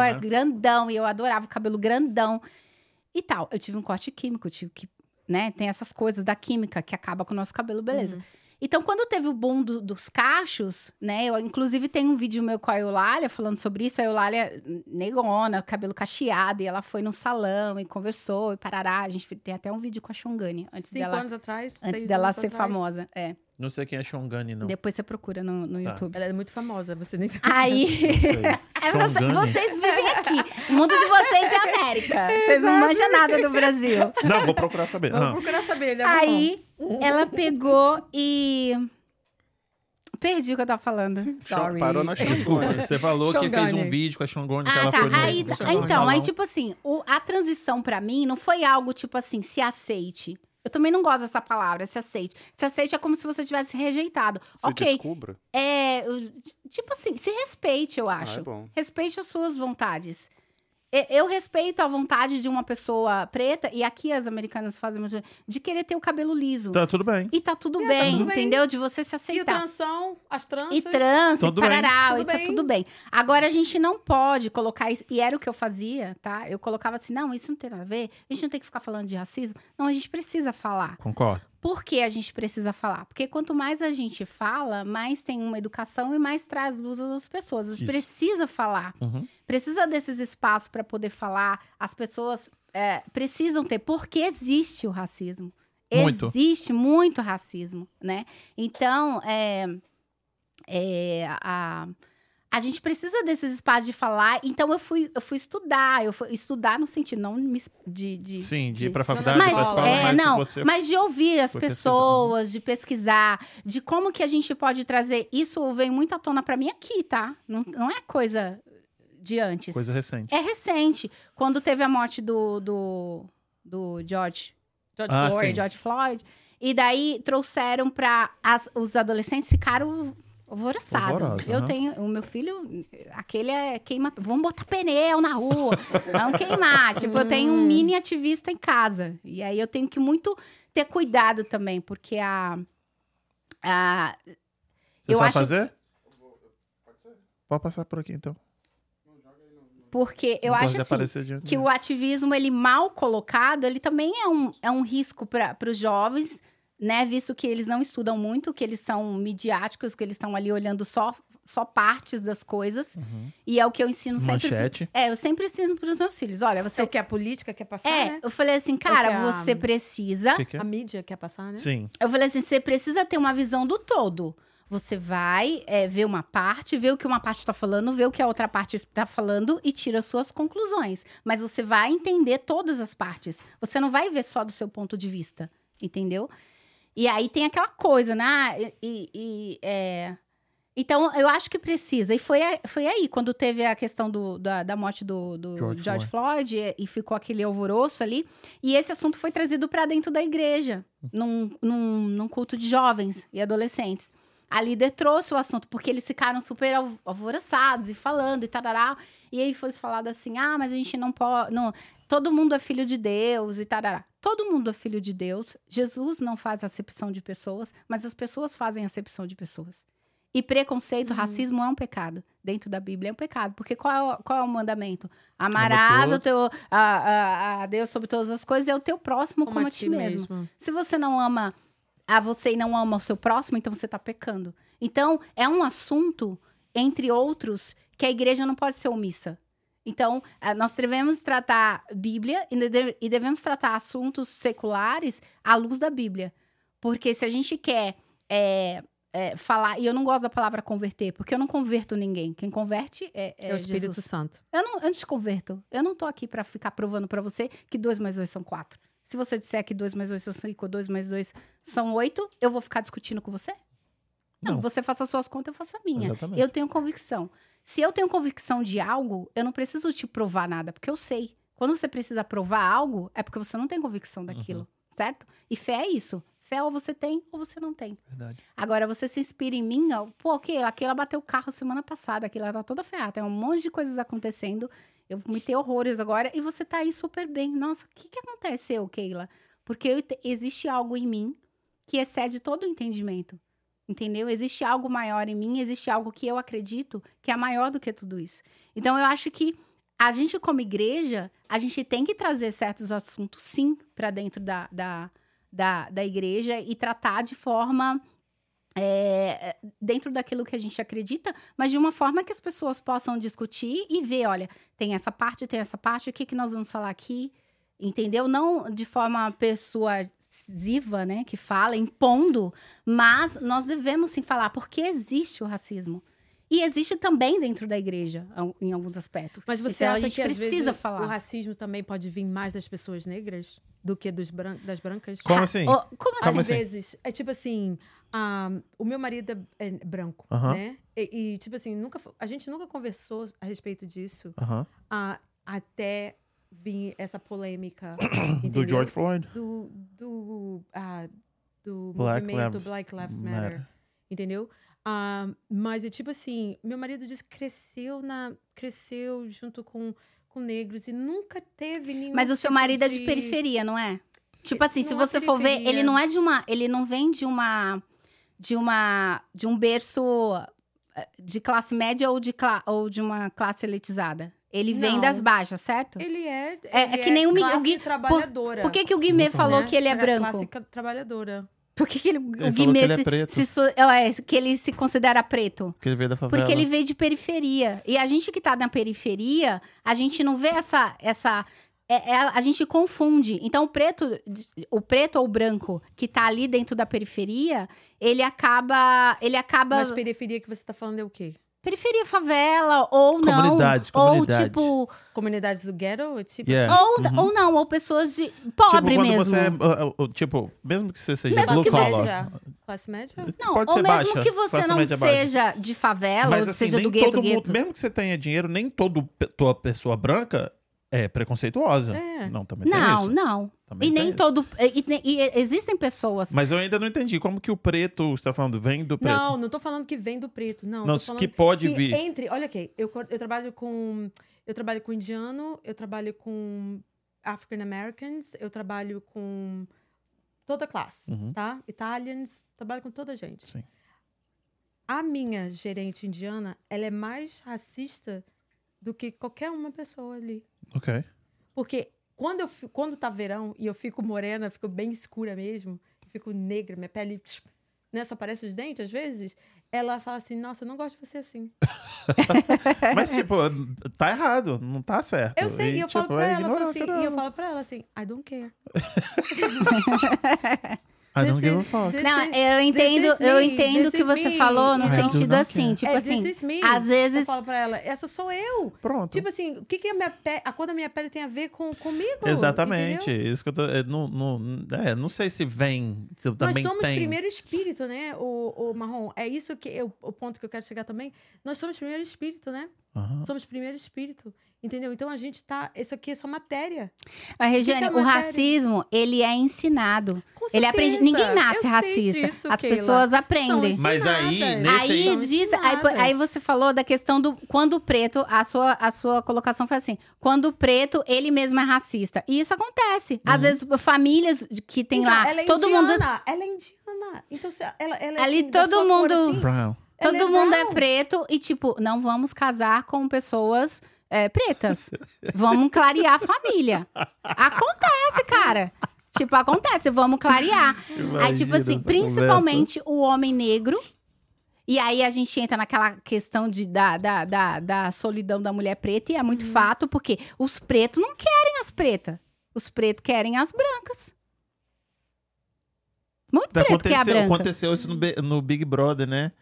A: Grandão, né?
D: grandão, e eu adorava o cabelo grandão e tal. Eu tive um corte químico, eu tive que né? Tem essas coisas da química que acaba com o nosso cabelo,
B: Uhum.
D: beleza. Então, quando teve o boom do- dos cachos, né? Eu, inclusive, tem um vídeo meu com a Eulália falando sobre isso. A Eulália, negona, cabelo cacheado, e ela foi num salão e conversou e parará. A gente tem até um vídeo com a Shongani antes
B: Cinco
D: dela,
B: anos atrás,
D: antes
B: seis
D: dela
B: anos
D: ser
B: atrás.
D: famosa. É.
A: Não sei quem é Shongani, não.
D: Depois você procura no, no
A: Tá.
D: YouTube.
B: Ela é muito famosa, você nem sabe.
A: Não
D: Aí.
A: sei.
D: É, você-
A: Shongani?
D: vocês vivem aqui. O mundo de vocês é América. Vocês não manjam nada do Brasil.
A: Não, vou procurar saber.
B: Vamos
A: Ah,
B: procurar saber, ele é Tá bom.
D: Aí ela pegou e. Perdi o que eu tava falando.
B: Sorry.
C: Parou na
A: Desculpa,
C: Shongone.
A: você falou que fez um
B: Shongani.
A: vídeo com a Shongoni que
D: Ah,
A: ela
D: tá.
A: foi no,
D: Aí,
A: no
D: então,
A: salão.
D: aí, tipo assim, o- a transição pra mim não foi algo tipo assim, se aceite. Eu também não gosto dessa palavra, se aceite. Se aceite é como se você tivesse rejeitado.
C: Se
D: ok,
C: descubra.
D: é. eu- Tipo assim, se respeite, eu
C: Ah,
D: acho.
C: é bom.
D: Respeite as suas vontades. E- Eu respeito a vontade de uma pessoa preta, e aqui as americanas fazem muito, de querer ter o cabelo liso.
A: Tá tudo bem.
D: E tá tudo
B: É, tá
D: bem,
B: tudo bem.
D: entendeu? De você se
B: E o
D: aceitar.
B: transão, as tranças.
D: E trans,
A: Tudo
D: e
A: bem.
D: parará,
B: Tudo
D: e tá
B: bem.
D: tudo bem. Agora a gente não pode colocar isso, e era o que eu fazia, tá? Eu colocava assim, não, isso não tem nada a ver, a gente não tem que ficar falando de racismo. Não, a gente precisa falar.
A: Concordo.
D: Por que a gente precisa falar? Porque quanto mais a gente fala, mais tem uma educação e mais traz luz às pessoas. A gente
A: Isso.
D: precisa falar
A: Uhum.
D: precisa desses espaços para poder falar. As pessoas é, precisam ter, porque existe o racismo.
A: Muito.
D: Existe muito racismo, né? Então, é, é, a, a gente precisa desses espaços de falar. Então, eu fui, eu fui estudar. Eu fui estudar no sentido não me es- de- de
A: Sim, de ir
D: de-
A: pra faculdade,
D: mas,
A: pra escola,
D: é,
A: mas se
D: não,
A: você...
D: mas de ouvir as
A: foi
D: pessoas, de pesquisar, de como que a gente pode trazer. Isso vem muito à tona pra mim aqui, tá? Não, não é coisa de antes.
A: Coisa recente.
D: É recente. Quando teve a morte do, do, do George,
B: George
A: Ah,
B: Floyd.
A: sim.
D: George Floyd, e daí trouxeram pra. as- os adolescentes ficaram. alvoroçados.
A: Alvoroços,
D: Eu
A: né?
D: tenho. O meu filho, aquele é queima. Vamos botar pneu na rua. Vamos queimar. Tipo, eu tenho um mini ativista em casa. E aí eu tenho que muito ter cuidado também, porque a. a
A: Você
D: eu
A: sabe
D: acho- assim
A: fazer? Pode passar por aqui, então.
D: porque eu
A: Não gosto
D: acho
A: de
D: assim.
A: aparecer diante
D: que
A: de-
D: o ativismo ele mal colocado ele também é um, é um risco para os jovens né visto que eles não estudam muito que eles são midiáticos que eles estão ali olhando só só partes das coisas
A: Uhum.
D: e é o que eu ensino sempre
A: Manchete.
D: é eu sempre ensino para os meus filhos olha
B: Você
D: você
B: o que a política quer passar,
D: é
B: né?
D: eu falei assim
B: É o
D: cara
B: que a-
D: você precisa
A: Que que é?
B: A mídia quer passar, né?
A: Sim.
D: eu falei assim, você precisa ter uma visão do todo. Você vai é, ver uma parte, ver o que uma parte está falando, ver o que a outra parte está falando e tira suas conclusões. Mas você vai entender todas as partes. Você não vai ver só do seu ponto de vista, entendeu? E aí tem aquela coisa, né? Ah, e- e- e, é, Então, eu acho que precisa. E foi, a- foi aí, quando teve a questão do- da, da morte do, do
A: George
D: George, Floyd e- e ficou aquele alvoroço ali. E esse assunto foi trazido para dentro da igreja num, num, num culto de jovens e adolescentes. A líder trouxe o assunto, porque eles ficaram super alv- alvoroçados e falando e tarará. E aí foi falado assim: ah, mas a gente não pode. Não, todo mundo é filho de Deus e tarará. Todo mundo é filho de Deus. Jesus não faz acepção de pessoas, mas as pessoas fazem acepção de pessoas. E preconceito, racismo é um pecado. Dentro da Bíblia é um pecado. Porque qual é o, qual é o mandamento? Amarás
C: Ama
D: o teu, a, a- a Deus sobre todas as coisas e é o teu próximo como, a ti mesmo. Se você não ama a você e não ama o seu próximo, então você está pecando. Então, é um assunto, entre outros, que a igreja não pode ser omissa. Então, ah, nós devemos tratar Bíblia e deve- e devemos tratar assuntos seculares à luz da Bíblia. Porque se a gente quer é, é, falar, e eu não gosto da palavra converter, porque eu não converto ninguém. Quem converte é, é
B: É o Espírito
D: Jesus.
B: Santo.
D: Eu não, eu não te converto. Eu não tô aqui pra ficar provando pra você que 2 mais 2 são 4. Se você disser que 2 mais 2 são 5, 2 mais 2 são 8, eu vou ficar discutindo com você? Não,
E: Não.
D: você faça as suas contas, eu faço a minha.
E: Exatamente.
D: Eu tenho convicção. Se eu tenho convicção de algo, eu não preciso te provar nada, porque eu sei. Quando você precisa provar algo, é porque você não tem convicção daquilo, certo? E fé é isso. Fé ou você tem ou você não tem.
E: Verdade.
D: Agora, você se inspira em mim, ó, pô, ok, aquela bateu o carro semana passada, aquela tá toda ferrada, tem um monte de coisas acontecendo, eu comentei horrores agora, e você tá aí super bem. Nossa, o que que aconteceu, Keila? Porque eu te- existe algo em mim que excede todo o entendimento, entendeu? Existe algo maior em mim, existe algo que eu acredito que é maior do que tudo isso. Então, eu acho que a gente, como igreja, a gente tem que trazer certos assuntos, sim, para dentro da, da, da, da igreja e tratar de forma é, dentro daquilo que a gente acredita, mas de uma forma que as pessoas possam discutir e ver, olha, tem essa parte, tem essa parte, o que, que nós vamos falar aqui, entendeu? Não de forma persuasiva, né, que fala, impondo, mas nós devemos sim falar, porque existe o racismo. E existe também dentro da igreja, al- em alguns aspectos.
B: Mas você
D: então,
B: acha
D: a gente
B: que às
D: precisa
B: vezes
D: falar.
B: o racismo também pode vir mais das pessoas negras do que dos bran- das brancas?
A: Como assim?
D: Ó, como
B: Às
A: Como
D: assim?
A: assim?
B: vezes, é tipo assim, ah, o meu marido é é branco,
E: Aham.
B: né? E, e, tipo assim, nunca, fo- a gente nunca conversou a respeito disso
E: Aham.
B: ah, até vir essa polêmica.
A: Do
B: entendeu?
A: George Floyd.
B: do, do, ah, do
A: Black
B: movimento
A: Lives
B: Black Lives
A: Matter.
B: Matter. Entendeu? Ah, mas é tipo assim, meu marido disse que cresceu na cresceu junto com, com negros e nunca teve nenhum
D: Mas o seu
B: tipo
D: marido é de periferia, não é? Tipo assim, se
B: Não é
D: você for ver,
B: periferia.
D: ele não é de uma, ele não vem de uma de uma de um berço eh, de classe média ou de cla- ou de uma classe elitizada. Ele vem
B: Não.
D: das baixas, certo?
B: Ele é
D: É-
B: ele
D: é que nem o mi- o
B: classe
D: Gui- por-
B: trabalhadora.
D: Por que, que o Guimê falou
B: né?
D: que ele é
B: Tra-
D: branco?
B: Classe ca- trabalhadora.
D: Por que, que ele, o
E: Ele falou que
D: Guimê
E: ele é
D: se,
E: preto,
D: se su- é, que ele se considera preto?
E: porque ele veio da favela.
D: Porque ele veio de periferia. E a gente que tá na periferia, a gente não vê essa. essa é- é- a gente confunde. Então, o preto, o preto ou o branco que tá ali dentro da periferia, ele acaba. Ele acaba.
B: Mas periferia que você tá falando é o quê?
D: Periferia, favela, ou não.
E: Comunidades, comunidades.
D: Ou tipo.
B: Comunidades do ghetto? É tipo
E: Yeah.
D: Ou, ou não, ou pessoas de. Pobre
A: Uhum. tipo, quando
D: mesmo.
A: você é, ah, ah, tipo, mesmo que você seja
D: Mesmo
A: blue
D: que você-
A: collar,
B: Classe média?
D: Não,
A: pode
D: ou
A: ser
D: mesmo
A: baixa,
D: que você
A: classe
D: não
A: média baixa.
D: seja de
B: É,
D: favela,
A: Mas
D: ou
A: assim,
D: seja
A: nem
D: do gueto,
A: todo
D: gueto.
A: mundo, mesmo que você tenha dinheiro, nem todo pe- tua pessoa branca é preconceituosa.
B: É.
A: Não, também
D: Não,
A: tem isso.
D: não.
A: Também
D: E
A: tem
D: nem
A: isso.
D: todo. E, e- e existem pessoas
A: Mas eu ainda não entendi como que o preto, você tá falando, vem do preto.
B: Não, não tô falando que vem do preto, não.
A: Não,
B: tô falando
A: que pode
B: que é.
A: vir.
B: Entre, olha aqui, eu, co- eu trabalho com eu trabalho com indiano, eu trabalho com African Americans, eu trabalho com toda classe,
A: Uhum.
B: tá? Italians, trabalho com toda gente.
A: Sim.
B: A minha gerente indiana, ela é mais racista do que qualquer uma pessoa ali.
A: Ok.
B: Porque quando, eu, fi- quando tá verão e eu fico morena, eu fico bem escura mesmo, eu fico negra, minha pele tch, né, só aparece os dentes às vezes, ela fala assim, nossa, eu não gosto de você assim.
A: Mas, tipo, tá errado, não tá certo.
B: Eu sei, e, eu falo
A: tipo,
B: pra
A: é
B: ela, eu falo assim,
A: ignorância
B: e eu
A: dela.
B: falo pra ela assim, I don't care.
A: I don't Ah, give a
B: This is-
A: fuck.
B: this
D: Não, é,
B: is-
D: eu entendo,
B: this is
D: eu
B: me,
D: entendo
B: this
D: o que
B: is
D: você
B: me.
D: falou no
B: I do
D: sentido
E: not
D: assim,
E: care.
D: tipo
B: é,
D: assim,
B: this is me.
D: às vezes-
B: Eu falo pra ela, essa sou eu.
A: Pronto.
B: Tipo assim, o que, que a minha pele, a cor da minha pele tem a ver com, comigo?
A: Exatamente.
B: entendeu?
A: Isso que eu tô. é, não, não, é, não sei se vem. Se
B: Nós
A: também
B: somos
A: tem.
B: primeiro espírito, né, o, o Marrom? É isso que eu, o ponto que eu quero chegar também. Nós somos primeiro espírito, né?
A: Aham.
B: Somos primeiro espírito, entendeu? Então a gente tá. Isso aqui é só matéria.
D: Mas, Regiane,
B: Fica a
D: o
B: matéria.
D: racismo, ele é ensinado.
B: Com com certeza.
D: Ele aprende. Ninguém
B: Eu
D: nasce
B: sei
D: racista.
B: disso,
D: As
B: Keila.
D: pessoas aprendem.
B: São
F: Mas aí,
B: ensinadas.
F: nesse
D: Aí
B: São
D: diz, aí, po-
B: ensinadas.
D: aí você falou da questão do quando o preto, a sua, a sua colocação foi assim, quando o preto ele mesmo é racista. E isso acontece. Às vezes famílias de- que tem
B: Então,
D: lá,
B: ela é
D: todo
B: indiana,
D: mundo,
B: Ela é indiana. Então, se ela, ela é
D: Ali
B: assim, da
D: todo
B: sua cor,
D: mundo-
B: assim,
F: Brown.
B: ela
D: todo mundo é
B: brown.
D: preto e tipo, não vamos casar com pessoas é, pretas. vamos clarear a família. Acontece, cara. Tipo, acontece, vamos clarear. Aí, tipo assim, principalmente o homem negro. E aí a gente entra naquela questão de, da, da, da, da solidão da mulher preta, e é muito fato, porque os pretos não querem as pretas. Os pretos querem as brancas. Muito preto que é a
A: Aconteceu,
D: branca.
A: Tá aconteceu isso no, Bi- no Big Brother, né?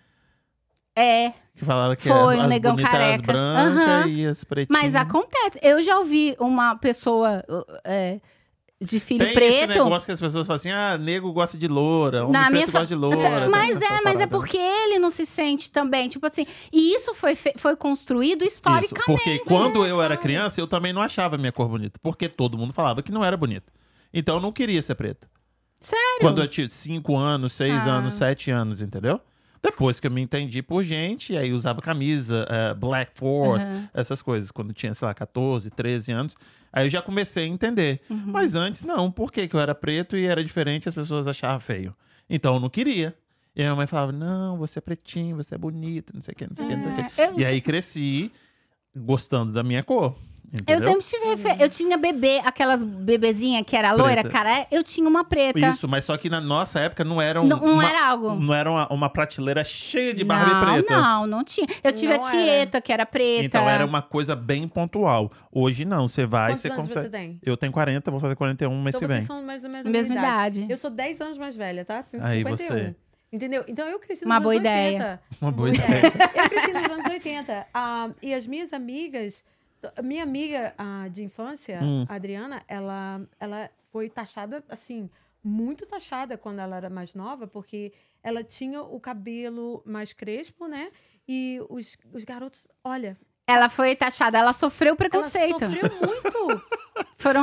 D: É,
A: Que falaram que
D: Foi,
A: as,
D: um
A: as
D: negão
A: bonitas, as
D: careca.
A: brancas
D: Aham.
A: e as pretinhas.
D: mas acontece. Eu já ouvi uma pessoa uh, é, de filho
A: Tem esse
D: preto.
A: negócio que as pessoas falam assim, ah, nego gosta de loura, homem
D: Na
A: preto
D: minha fa-
A: gosta de
B: Tá.
A: loura.
D: Mas
A: tem essa
D: é, mas é
A: parada. né?
D: porque ele não se sente também. Tipo assim, e isso foi, fe- foi construído
A: Isso,
D: historicamente. né? Uhum.
A: porque quando eu era criança, eu também não achava minha cor bonita. Porque todo mundo falava que não era bonita. Então eu não queria ser preto. Sério? Quando eu tinha 5 anos, 6
D: Ah.
A: anos, 7 anos, entendeu? Depois que eu me entendi por gente, aí usava camisa, eh, Black Force, essas coisas. Quando eu tinha, sei lá, 14, 13 anos, aí eu já comecei a entender.
D: Uhum.
A: Mas antes, não. Por que, que eu era preto e era diferente as pessoas achavam feio? Então eu não queria. E a minha mãe falava, não, você é pretinho, você é bonita, não sei o que, não sei o que, não sei o que.
D: É, eu-
A: E aí cresci gostando da minha cor.
D: Eu
A: Entendeu?
D: sempre tive refer... Eu tinha bebê, aquelas bebezinhas que era loira,
A: Preta.
D: cara, eu tinha uma preta.
A: Isso, mas só que na nossa época não era um-
D: tá? Não, não
A: uma,
D: era algo.
A: não era uma, uma prateleira cheia de Barbie
D: não,
A: preta.
D: Não, não tinha. Eu tive
B: Não
D: a
B: era.
D: tieta, que era preta.
A: Então era uma coisa bem pontual. Hoje não, você vai,
B: Quantos
A: você
B: anos
A: consegue.
B: você tem?
A: Eu tenho 40, vou fazer 41 mês
B: Então
A: que
B: vocês
A: vem.
B: são mais da mesma,
D: Mesma idade.
B: Eu sou 10 anos mais velha, tá? Tenho
A: Aí
B: 51.
A: você.
B: Entendeu? Então eu cresci nos
D: Uma
B: anos
D: boa
B: 80.
D: ideia.
A: Uma boa
B: Mulher.
A: ideia.
B: Eu cresci nos anos 80. Ah, e as minhas amigas... t- Minha amiga ah, de infância,
A: Hum.
B: a Adriana, ela, ela foi taxada, assim, muito taxada quando ela era mais nova, porque ela tinha o cabelo mais crespo, né? E os, os garotos, olha,
D: Ela foi taxada, ela sofreu
B: ela
D: preconceito.
B: sofreu muito.
D: Foram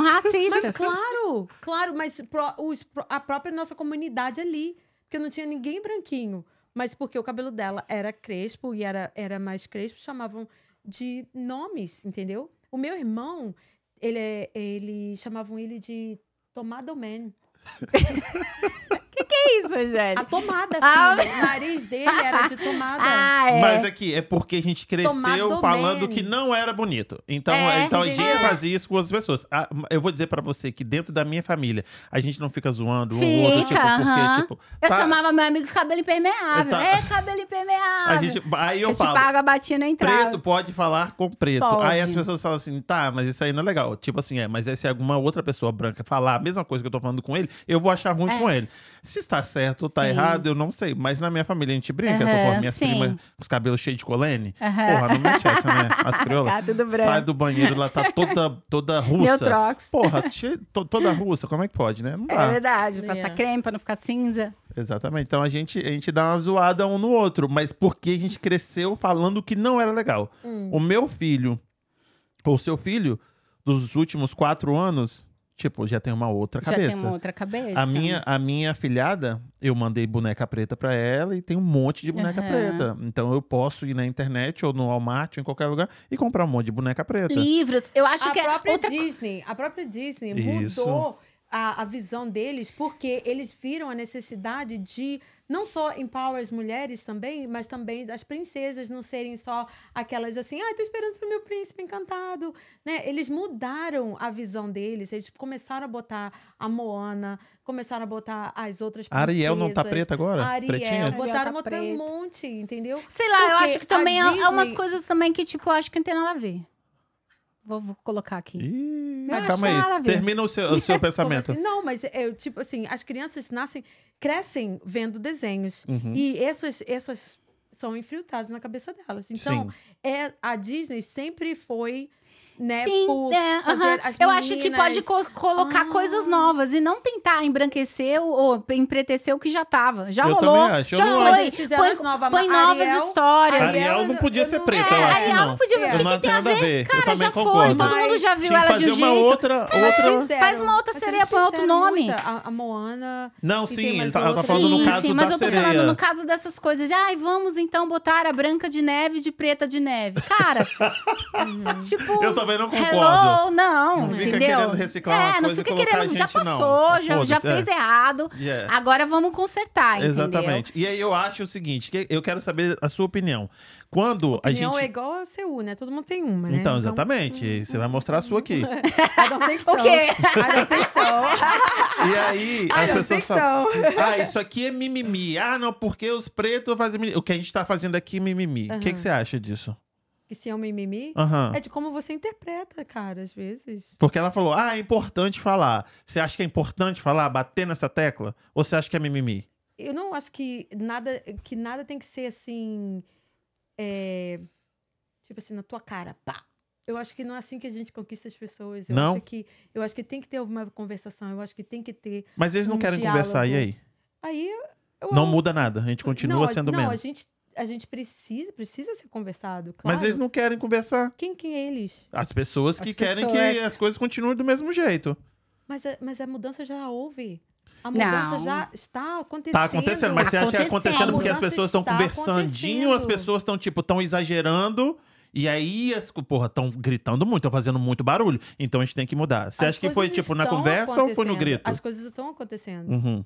B: Mas
D: racistas.
B: claro, claro, mas pro- os- pro- a própria nossa comunidade ali, porque não tinha ninguém branquinho, mas porque o cabelo dela era crespo e era, era mais crespo, chamavam de nomes, entendeu? O meu irmão, ele, é- ele chamavam ele de Tomado Man.
D: Que isso,
B: A
D: gente?
B: tomada,
D: Ah,
B: filho. O nariz dele era de tomada.
D: Ah, é.
A: Mas aqui, é porque a gente cresceu
B: Tomado
A: falando
B: man.
A: que não era bonito. Então,
D: É,
A: então a gente
D: entendi.
A: fazia isso com as pessoas. Ah, eu vou dizer pra você que dentro da minha família, a gente não fica zoando um ou outro, tipo,
D: Fica, aham.
A: porque, tipo...
D: Eu
A: tá-
D: chamava meu amigo de cabelo impermeável.
A: Tá.
D: É, cabelo impermeável.
A: a gente, aí eu
D: eu te
A: falo,
D: pago a batina entrada.
A: Preto pode falar com preto.
D: Pode.
A: Aí as pessoas falam assim, tá, mas isso aí não é legal. Tipo assim, é, mas é se alguma outra pessoa branca falar a mesma coisa que eu tô falando com ele, eu vou achar ruim
D: É.
A: com ele. Se está certo ou tá
D: Sim.
A: errado, eu não sei. Mas na minha família a gente brinca,
D: Aham,
A: eu tô com minhas
D: sim.
A: primas com os cabelos cheios de colene.
D: Aham.
A: Porra, não mete essa, né? As crioulas.
D: Tá tudo branco.
A: Sai do banheiro, ela tá toda, toda
D: Meu
A: russa.
D: trox.
A: Porra, che- to- toda russa, como é que pode, né? Não
D: É
A: dá.
D: verdade.
B: É.
D: Passar creme pra não ficar cinza.
A: Exatamente. Então a gente, a gente dá uma zoada um no outro, mas porque a gente cresceu falando que não era legal.
D: Hum.
A: O meu filho, ou seu filho, dos últimos quatro anos, tipo, já tem uma outra
D: Já tem
A: cabeça.
D: uma outra cabeça.
A: A minha, a minha filhada, eu mandei boneca preta pra ela e tem um monte de boneca
D: Aham.
A: preta. Então eu posso ir na internet ou no Walmart, ou em qualquer lugar, e comprar um monte de boneca preta.
D: Livros. Eu acho
B: a
D: que é
B: própria
D: outra
B: Disney, a própria Disney
A: Isso.
B: mudou a, a visão deles porque eles viram a necessidade de não só empower as mulheres também, mas também as princesas não serem só aquelas assim, ah, tô esperando pro meu príncipe encantado, né? Eles mudaram a visão deles, eles começaram a botar a Moana, começaram a botar as outras
A: A
B: princesas.
A: Ariel não tá preta agora?
B: A Ariel,
A: Pretinha?
B: botaram,
D: Ariel tá
B: botaram um
D: preta.
B: monte, entendeu?
D: Sei lá, eu
B: Porque
D: acho que
B: a
D: também há- há umas
B: Disney-
D: coisas também que, tipo, eu acho que não tem nada a ver. Vou, vou colocar aqui.
A: Ih,
D: Eu
A: calma
D: achava,
A: aí.
D: viu?
A: Termina o seu, o seu
B: Como
A: um pensamento.
B: assim? Não, mas eu, tipo assim, as crianças nascem, crescem vendo desenhos.
A: Uhum.
B: E essas, essas são infiltradas na cabeça delas. Então,
A: Sim.
B: é, a Disney sempre foi né?
D: Sim,
B: por
D: é,
B: fazer
D: aham.
B: as
D: eu acho que
B: meninas-
D: pode co- colocar
B: Ah.
D: coisas novas e não tentar embranquecer ou- ou empretecer o que já tava. Já
A: Eu
D: rolou,
A: também acho, eu
D: já
A: não
D: foi.
B: Eles fizeram
D: põe
B: as novas-
D: põe novas
B: Ariel-
D: histórias.
B: Ariel,
A: Ariel não
B: eu
A: podia ser preta, eu
D: É,
A: acho.
D: Ariel
A: não.
D: não podia.
B: É.
D: O que,
A: Não
D: que tem a ver?
A: eu
D: Cara,
A: também
D: já foi.
A: concordo.
D: Todo mundo já
B: Mas
D: viu
A: Tinha que
D: ela de
A: fazer
D: um
A: uma
D: jeito.
A: outra, outra...
B: Fizeram.
D: Faz uma outra
B: Mas
D: sereia,
B: eles
D: põe outro
B: fizeram
D: nome.
B: muita. A, a Moana.
A: Não,
B: E
A: sim,
B: tem
A: ele
B: mais
A: tá- ela tá
B: outras.
A: falando no
D: sim,
A: caso
D: sim,
A: da
D: mas eu tô
A: sereia.
D: falando no caso dessas coisas. De, Ai, vamos então botar a branca de neve de preta de neve. Cara, tipo.
A: Eu também não concordo.
D: Hello, não,
A: Não fica
D: entendeu?
A: querendo reciclar uma
D: é, não
A: coisa e
D: fica
A: colocar
D: querendo,
A: a
D: já
A: gente, não.
D: passou, já, já
A: Foda-se, é.
D: fez errado.
A: Yeah.
D: Agora vamos
A: Ah,
D: consertar, entendeu?
A: Exatamente. E aí eu acho o seguinte, que eu quero saber a sua opinião. Quando a
B: Opinião é
A: gente...
B: igual ao seu, né? Todo mundo tem uma, né?
A: Então, exatamente. Você vai mostrar a sua aqui.
B: Adotação.
D: O quê?
B: Adotação.
A: E aí, as pessoas falam, ah, isso aqui é mimimi. Ah, não, porque os pretos fazem mimimi. O que a gente tá fazendo aqui é mimimi. O que, que você acha disso?
B: Que se é um mimimi.
A: Aham.
B: É de como você interpreta, cara, às vezes.
A: Porque ela falou, ah, é importante falar. Você acha que é importante falar, bater nessa tecla? Ou você acha que é mimimi?
B: Eu não acho que nada, que nada tem que ser assim. é, tipo assim, na tua cara. Pá! Eu acho que não é assim que a gente conquista as pessoas. Eu,
A: Não?
B: Acho, que, eu acho que tem que ter uma conversação. Eu acho que tem que ter.
A: Mas eles não
B: Um
A: querem conversar, e
B: diálogo.
A: aí?
B: Aí. Eu,
A: Não muda nada, a gente continua
B: Não, a-
A: sendo
B: não,
A: menos.
B: A gente, a gente precisa, precisa ser conversado, claro.
A: Mas eles não querem conversar.
B: Quem que é eles?
A: As pessoas que
B: As
A: querem que
B: pessoas.
A: as coisas continuem do mesmo jeito.
B: Mas a, mas a mudança já houve. A mudança
D: Não.
B: já está acontecendo.
A: Tá acontecendo, mas
D: Tá
A: você acha que é acontecendo
D: acontecendo.
A: porque as pessoas estão
B: Está
A: conversandinho, as
B: acontecendo.
A: pessoas estão, tipo, tão exagerando. E aí, as, porra, estão gritando muito, estão fazendo muito barulho. Então a gente tem que mudar. Você
B: As
A: acha que foi,
B: coisas
A: tipo, na
B: estão
A: conversa ou foi no
B: acontecendo.
A: grito?
B: As coisas estão acontecendo.
A: Uhum.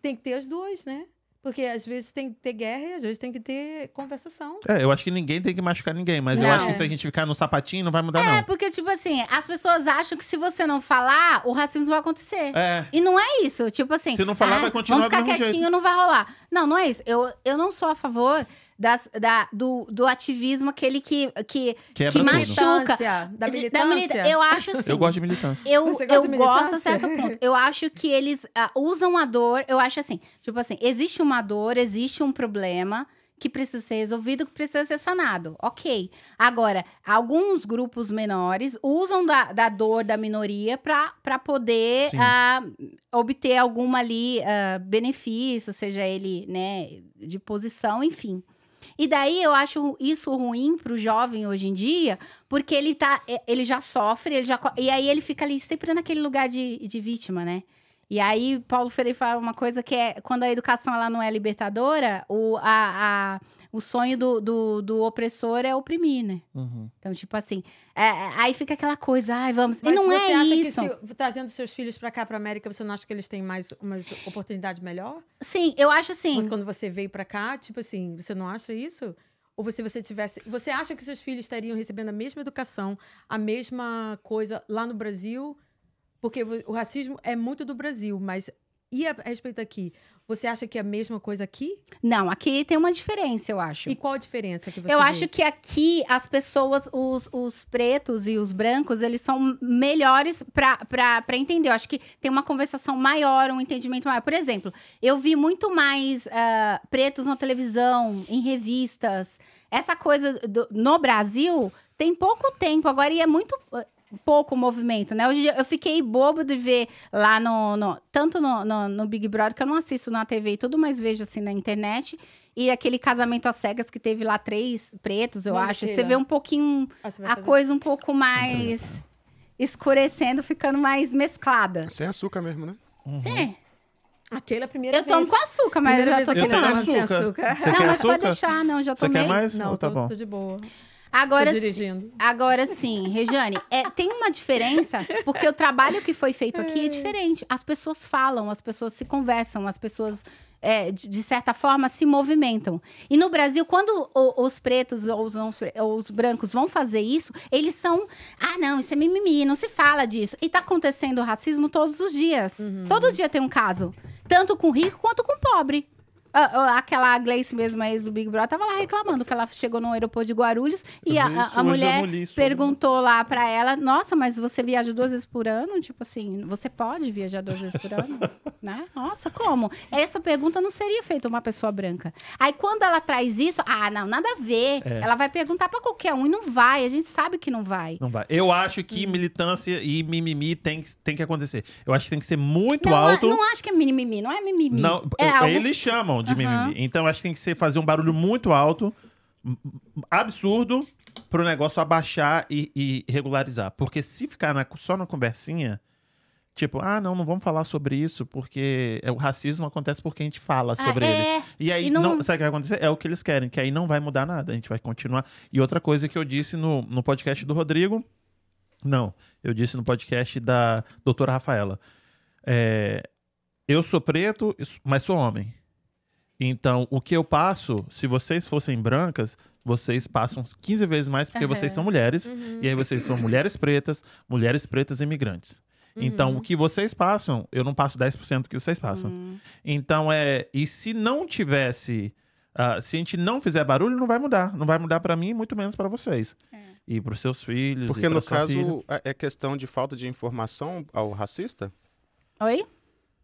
B: Tem que ter as duas, né? Porque às vezes tem que ter guerra e às vezes tem que ter conversação.
A: É, eu acho que ninguém tem que machucar ninguém, mas eu
D: Não.
A: acho que se a gente ficar no sapatinho, não vai mudar,
D: É, porque, tipo assim, as pessoas acham que se você não falar, o racismo vai acontecer.
A: não. É.
D: E não é isso, tipo assim.
A: Se não falar, vai continuar
D: Vamos
A: do
D: ficar
A: mesmo
D: quietinho, não vai rolar. Não, não é isso. Eu, eu não sou a favor das, da, do, do ativismo, aquele que, que
A: Quebra
D: Que
A: tudo.
D: machu-
B: Militância, Da
D: de-
B: militância.
D: da milita- Eu acho assim.
A: Eu gosto de militância.
D: Eu,
B: Você gosta
D: eu
B: de
D: gosto a
B: militância?
D: certo ponto. Eu acho que eles ah, usam a dor. Eu acho assim, tipo assim, existe uma dor, existe um problema que precisa ser resolvido, que precisa ser sanado. Ok. Agora, alguns grupos menores usam da, da dor da minoria para poder
A: Sim.
D: ah, obter alguma ali ah, benefício, seja ele, né, de posição, enfim. E daí eu acho isso ruim pro jovem hoje em dia, porque ele tá, e- ele já sofre, ele já co- e aí ele fica ali sempre naquele lugar de, de vítima, né? E aí Paulo Freire fala uma coisa que é quando a educação ela não é libertadora, o, a, a- o sonho do, do, do opressor é oprimir, né?
A: Uhum.
D: Então tipo assim, é, é, aí fica aquela coisa, ai vamos, e
B: Mas
D: não
B: você
D: é
B: acha
D: isso.
B: que se, trazendo seus filhos pra cá, pra América, você não acha que eles têm mais uma oportunidade melhor?
D: Sim, eu acho assim.
B: Mas quando você veio pra cá, tipo assim, você não acha isso? Ou se você tivesse. Você acha que seus filhos estariam recebendo a mesma educação, a mesma coisa lá no Brasil? Porque vo- o racismo é muito do Brasil, mas. E a a respeito aqui? Você acha que é a mesma coisa aqui?
D: Não, aqui tem uma diferença, eu acho.
B: E qual a diferença que você
D: Eu
B: vê?
D: acho que aqui as pessoas, os, os pretos e os brancos, eles são melhores para entender. Eu acho que tem uma conversação maior, um entendimento maior. Por exemplo, eu vi muito mais ah, pretos na televisão, em revistas. Essa coisa do- no Brasil tem pouco tempo agora e é muito ah, pouco movimento, né? Hoje eu fiquei bobo de ver lá no, no- tanto no, no, no Big Brother que eu não assisto na TV e tudo, mas vejo assim na internet e aquele casamento às cegas que teve lá três pretos, eu
B: Mentira.
D: acho. Você vê um pouquinho
B: Ah, você vai
D: a
B: fazer-
D: coisa um pouco mais escurecendo, ficando mais mesclada.
C: Sem açúcar mesmo, né?
A: Uhum.
D: Sim,
B: Aquela é primeira
D: eu tomo com
B: vez.
D: açúcar, mas
B: Primeira
D: eu já tô
B: vez
A: Eu
B: que eu
D: tomando.
A: tenho
B: tava sem
A: açúcar.
B: açúcar.
A: Você
D: Não,
A: quer
D: mas
A: açúcar?
D: pode deixar, não, já
A: Você
D: tomei.
A: quer mais?
B: Não,
A: Ou tá
B: tô,
A: bom.
B: tô de boa.
D: Agora,
B: tô
D: sim-
B: dirigindo.
D: Agora sim, Rejane, é, tem uma diferença, porque o trabalho que foi feito aqui é diferente. As pessoas falam, as pessoas se conversam, as pessoas, é, de, de certa forma, se movimentam. E no Brasil, quando o- os pretos ou os, não pre- ou os brancos vão fazer isso, eles são. Ah, não, isso é mimimi, não se fala disso. E tá acontecendo racismo todos os dias. Todo dia tem um caso. Tanto com rico quanto com pobre. Ah, a- a- aquela Gleice mesmo, a ex do Big Brother, tava lá reclamando que ela chegou no aeroporto de Guarulhos e a,
G: Eu vi isso
D: a- a
G: hoje,
D: mulher
G: eu não li isso,
D: perguntou lá pra ela, nossa, mas você viaja duas vezes por ano? Tipo assim, você pode viajar duas vezes por ano? né? Nossa, como? Essa pergunta não seria feita uma pessoa branca. Aí quando ela traz isso, ah, não, nada a ver.
A: É.
D: Ela vai perguntar pra qualquer um e não vai. A gente sabe que não vai.
A: Não vai. Eu acho que
D: Hum.
A: militância e mimimi tem que, tem que acontecer. Eu acho que tem que ser muito
D: Não, a-
A: alto.
D: não acho que é mimimi, não é mimimi.
A: Não,
D: é algo
A: eles chamam de
D: Aham.
A: mimimi. Então acho que tem que ser fazer um barulho muito alto, m- m- absurdo, pro negócio abaixar e, e regularizar. Porque se ficar na- só na conversinha, tipo, ah, não, não vamos falar sobre isso, porque é, o racismo acontece porque a gente fala
D: Ah,
A: sobre ele.
D: é,
A: E aí,
D: E
A: não...
D: não-
A: sabe o que vai acontecer? É o que eles querem, que aí não vai mudar nada, a gente vai continuar. E outra coisa que eu disse no, no podcast do Rodrigo, não, eu disse no podcast da doutora Rafaela. É, eu sou preto, mas sou homem. Então, o que eu passo, se vocês fossem brancas, vocês passam 15 vezes mais porque
D: Aham.
A: vocês são mulheres. E aí vocês são mulheres pretas, mulheres pretas imigrantes. Então, o que vocês passam, eu não passo 10% do que vocês passam. Então, é. E se não tivesse. ah, se a gente não fizer barulho, não vai mudar. Não vai mudar pra mim, muito menos pra vocês. E pros seus filhos. e
C: Porque
A: pra
C: no
A: sua
C: caso
A: filha.
C: é- é questão de falta de informação ao racista?
D: Oi?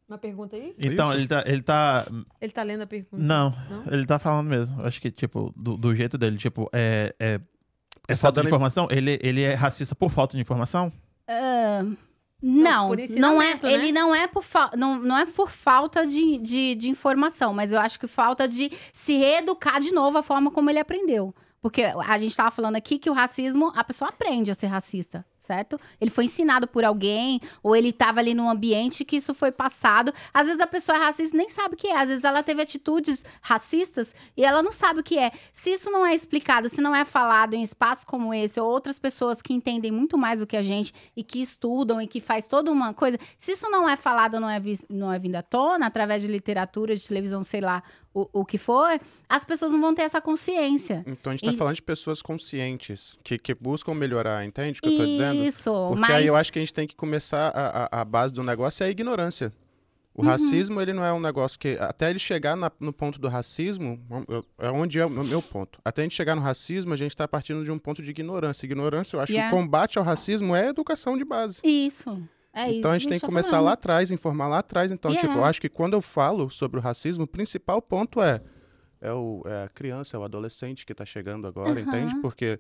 B: Uma pergunta aí?
A: Então,
C: é Isso?
A: ele tá, ele tá.
B: Ele tá lendo a pergunta?
A: Não,
B: Não?
A: ele tá falando mesmo. Acho que, tipo, do, do jeito dele, tipo, é. é é
C: É só
A: falta de
C: dando-
A: informação? Ele, ele é racista por falta de informação?
D: Não,
B: por
D: não é,
B: ensinamento, né?
D: ele não é por, fa- não, não é por falta de, de, de informação, mas eu acho que falta de se reeducar de novo a forma como ele aprendeu. Porque a gente estava falando aqui que o racismo, a pessoa aprende a ser racista, certo? Ele foi ensinado por alguém, ou ele estava ali num ambiente que isso foi passado. Às vezes a pessoa é racista e nem sabe o que é. Às vezes ela teve atitudes racistas e ela não sabe o que é. Se isso não é explicado, se não é falado em espaço como esse, ou outras pessoas que entendem muito mais do que a gente e que estudam e que faz toda uma coisa, se isso não é falado, não é, vis- não é vindo à tona, através de literatura, de televisão, sei lá, o, o que for, as pessoas não vão ter essa consciência.
C: Então a gente tá
D: E-
C: falando de pessoas conscientes, que, que buscam melhorar, entende o que eu tô dizendo?
D: Isso,
C: Porque
D: mas...
C: aí eu acho que a gente tem que começar a, a, a base do negócio é a ignorância. O
D: Uhum.
C: racismo, ele não é um negócio que... Até ele chegar na- no ponto do racismo, eu- é onde é o meu ponto. Até a gente chegar no racismo, a gente tá partindo de um ponto de ignorância. Ignorância, eu acho
D: Yeah.
C: que o combate ao racismo é a educação de base.
D: Isso, é isso.
C: então a gente tem que
D: tá
C: começar
D: falando. é.
C: lá atrás, informar lá atrás. Então,
D: Yeah.
C: tipo, eu acho que quando eu falo sobre o racismo, o principal ponto é, é, o, é a criança, é o adolescente que tá chegando agora,
D: Aham.
C: entende? Porque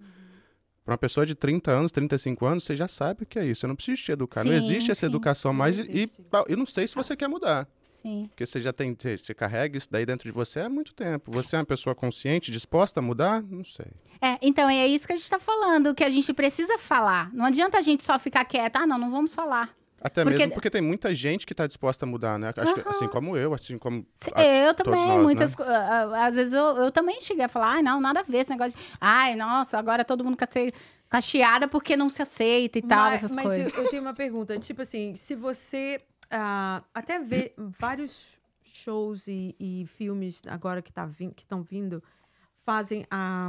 C: para uma pessoa de 30 anos, 35 anos, você já sabe o que é isso. Eu não preciso te educar. não
D: Sim,
C: existe essa
D: sim.
C: educação mais.
B: Não
C: E, e
B: existe.
C: pau, eu não sei se você quer mudar.
D: Sim.
C: Porque você já tem. Você você carrega isso daí dentro de você há muito tempo. Você é uma pessoa consciente, disposta a mudar? Não sei.
D: É, então é isso que a gente tá falando, que a gente precisa falar. Não adianta a gente só ficar quieta, ah, não, não vamos falar.
C: Até
D: Porque-
C: mesmo porque tem muita gente que está disposta a mudar, né? Acho que, assim como eu, assim como.
D: Se-
C: a-
D: eu
C: todos
D: também,
C: nós,
A: né?
D: muitas co- ah, ah, Às vezes eu, eu também cheguei a falar, ai, não, nada a ver esse negócio de. Ai, nossa, agora todo mundo quer ser cacheada porque não se aceita e tal,
B: mas,
D: essas
B: mas
D: coisas.
B: eu, eu tenho uma pergunta. Tipo assim, se você ah, até vê vários shows e, e filmes agora que tá vin- que estão vindo, fazem a,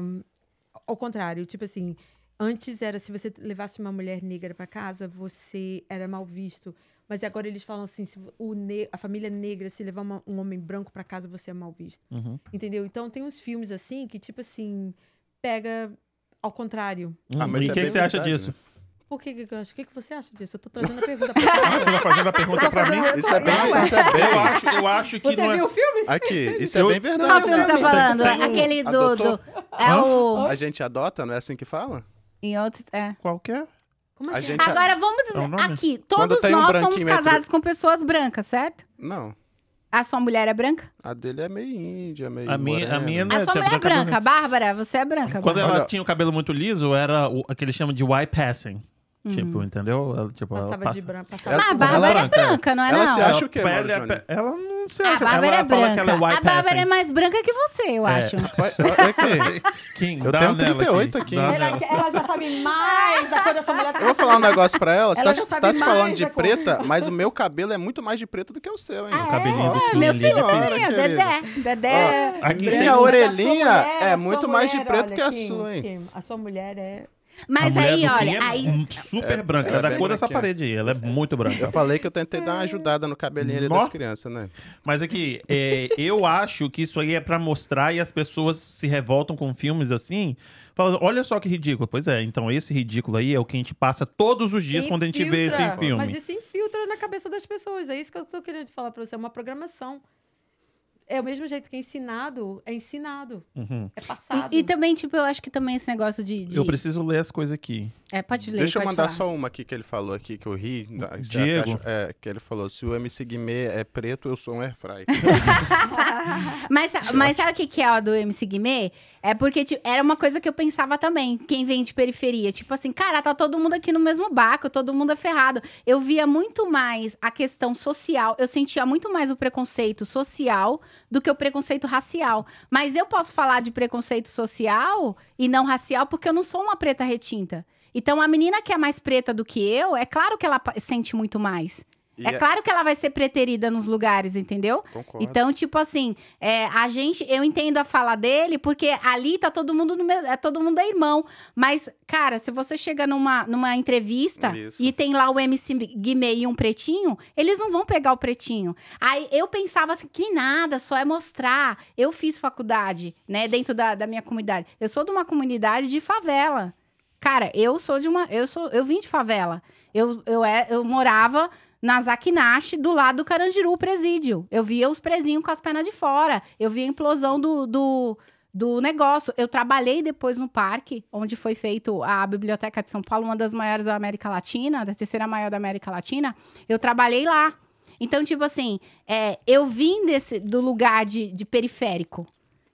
B: ao contrário. Tipo assim, antes era se você levasse uma mulher negra para casa, você era mal visto. Mas agora eles falam assim, se o ne- a família negra, se levar uma- um homem branco para casa, você é mal visto.
A: Uhum.
B: Entendeu? Então tem uns filmes assim que, tipo assim, pega ao contrário.
C: Ah, mas
A: e
C: isso
A: o
C: é
A: que,
C: bem
A: que você acha
C: verdade,
A: disso?
B: Por que, que eu acho? O que, que você acha disso? Eu tô trazendo a pergunta pra
A: Ah, você tá fazendo a pergunta pra mim?
C: Isso é
B: Não,
C: bem.
B: ué.
C: Isso é bem.
A: Eu acho, eu acho que
B: Você
A: não é.
B: viu o filme?
C: Aqui, isso
A: Eu-
C: é bem verdade.
D: Qual filme
C: né?
D: você tá falando?
A: tem um-
D: Aquele do,
C: adotou?
D: do. É
A: Hã?
D: o.
C: A gente adota, não é assim que fala?
D: Em outros. É.
A: Qualquer.
B: Como
C: A
B: assim?
C: gente-
D: Agora vamos
A: É o
D: dizer.
A: nome?
D: aqui,
C: Quando
D: todos
C: tem um
D: nós somos
C: branquinho
A: é
D: casados com pessoas brancas, certo?
C: Não.
D: A sua mulher é branca?
C: A dele é meio índia, meio.
A: A minha, a
C: morena.
A: minha não
D: a sua
A: tinha
D: mulher é
A: cabelo branco.
D: branca. Bárbara, você é branca.
A: Quando
D: Bárbara.
A: ela
C: Olha-
A: tinha o cabelo muito liso, era o, aquele chama de white passing.
D: Uhum.
A: Tipo, entendeu? Ela, tipo,
B: Passava
A: ela passa...
B: de branco,
C: Ela-
B: passava
D: Ah, a
C: ela
D: Bárbara é
A: branca.
D: branca, não é
C: Ela
D: não?
C: se acha o quê, Mauro
A: Ela- é
C: Júnior?
A: Ela não se
D: A
A: acha. ela
D: Bárbara é
A: fala que
D: branca.
A: ela é
D: A
A: white
D: Bárbara é
A: passing. É.
D: mais branca que você, eu acho.
C: Vai- Olha aqui.
A: Kim,
C: Eu
A: dá
C: tenho
A: nela
C: 38 aqui.
A: Dá
B: Ela,
A: nela.
B: ela já sabe mais da cor da sua mulher.
C: Eu vou falar um negócio pra ela. Você
B: Ela
C: tá,
B: já
C: você
B: sabe
C: tá se
B: mais né,
C: falando de
B: da cor.
C: preta, mas o meu cabelo é muito mais de preto do que o seu, hein?
D: Ah, é?
A: O cabelinho do
C: Nossa,
A: Kim
D: meu
A: ali é
D: filho,
C: senhora,
A: difícil.
D: é Dedé. Dedé.
A: Aqui tem- um-
C: Minha
B: Mas a sua
C: orelhinha
B: mulher-
C: é
B: a sua
C: muito mais de
B: mulher,
C: preto
B: olha,
C: que a
B: Kim,
C: sua, hein?
B: Kim, a sua mulher é
D: Mas
A: A mulher
D: aí,
A: do Kim
D: olha,
A: é
D: aí.
A: um super branca.
C: ela
A: É
C: é
A: da
C: bem
A: cor dessa
C: branquinha.
A: parede aí. Ela é muito branca.
C: Eu falei que eu tentei dar uma ajudada no cabelinho ali
A: Nó.
C: das crianças, né?
A: Mas aqui, é, eu acho que isso aí é pra mostrar e as pessoas se revoltam com filmes assim. Falam, olha só que ridículo. Pois é, então esse ridículo aí é o que a gente passa todos os dias quando a gente vê
B: Infiltra.
A: esse filme.
B: Mas isso infiltra na cabeça das pessoas. É isso que eu tô querendo falar pra você. É uma programação. É o mesmo jeito que é ensinado, é ensinado.
A: Uhum.
B: É passado.
D: E, e também, tipo, eu acho que também esse negócio de. de-
A: Eu preciso ler as coisas aqui.
D: É, pode ler.
C: Deixa eu
D: pode
C: mandar
D: falar.
C: só uma aqui que ele falou aqui, que eu ri. da- que você
A: Diego.
C: acha- é, que ele falou, se o MC Guimê é preto, eu sou um airfry.
D: Mas, mas sabe o que, que é a do MC Guimê? É porque tipo, era uma coisa que eu pensava também, quem vem de periferia. Tipo assim, cara, tá todo mundo aqui no mesmo barco, todo mundo é ferrado. Eu via muito mais a questão social, eu sentia muito mais o preconceito social do que o preconceito racial. Mas eu posso falar de preconceito social e não racial porque eu não sou uma preta retinta. Então, a menina que é mais preta do que eu, é claro que ela pa- sente muito mais.
C: E
D: É claro que ela vai ser preterida nos lugares, entendeu?
C: Concordo.
D: Então, tipo assim, é, a gente, eu entendo a fala dele, porque ali tá todo mundo no mesmo, é todo mundo é irmão. Mas, cara, se você chega numa, numa entrevista
C: Isso.
D: e tem lá o MC Guimê e um pretinho, eles não vão pegar o pretinho. Aí eu pensava assim, que nada, só é mostrar. Eu fiz faculdade, né, dentro da, da minha comunidade. Eu sou de uma comunidade de favela. Cara, eu sou de uma. Eu sou, eu vim de favela. Eu, eu, é, eu morava na Zaquinache, do lado do Carandiru, o presídio. Eu via os presinhos com as pernas de fora. Eu via a implosão do, do, do negócio. Eu trabalhei depois no parque, onde foi feito a Biblioteca de São Paulo, uma das maiores da América Latina, da terceira maior da América Latina. Eu trabalhei lá. Então, tipo assim, é, eu vim desse, do lugar de, de periférico.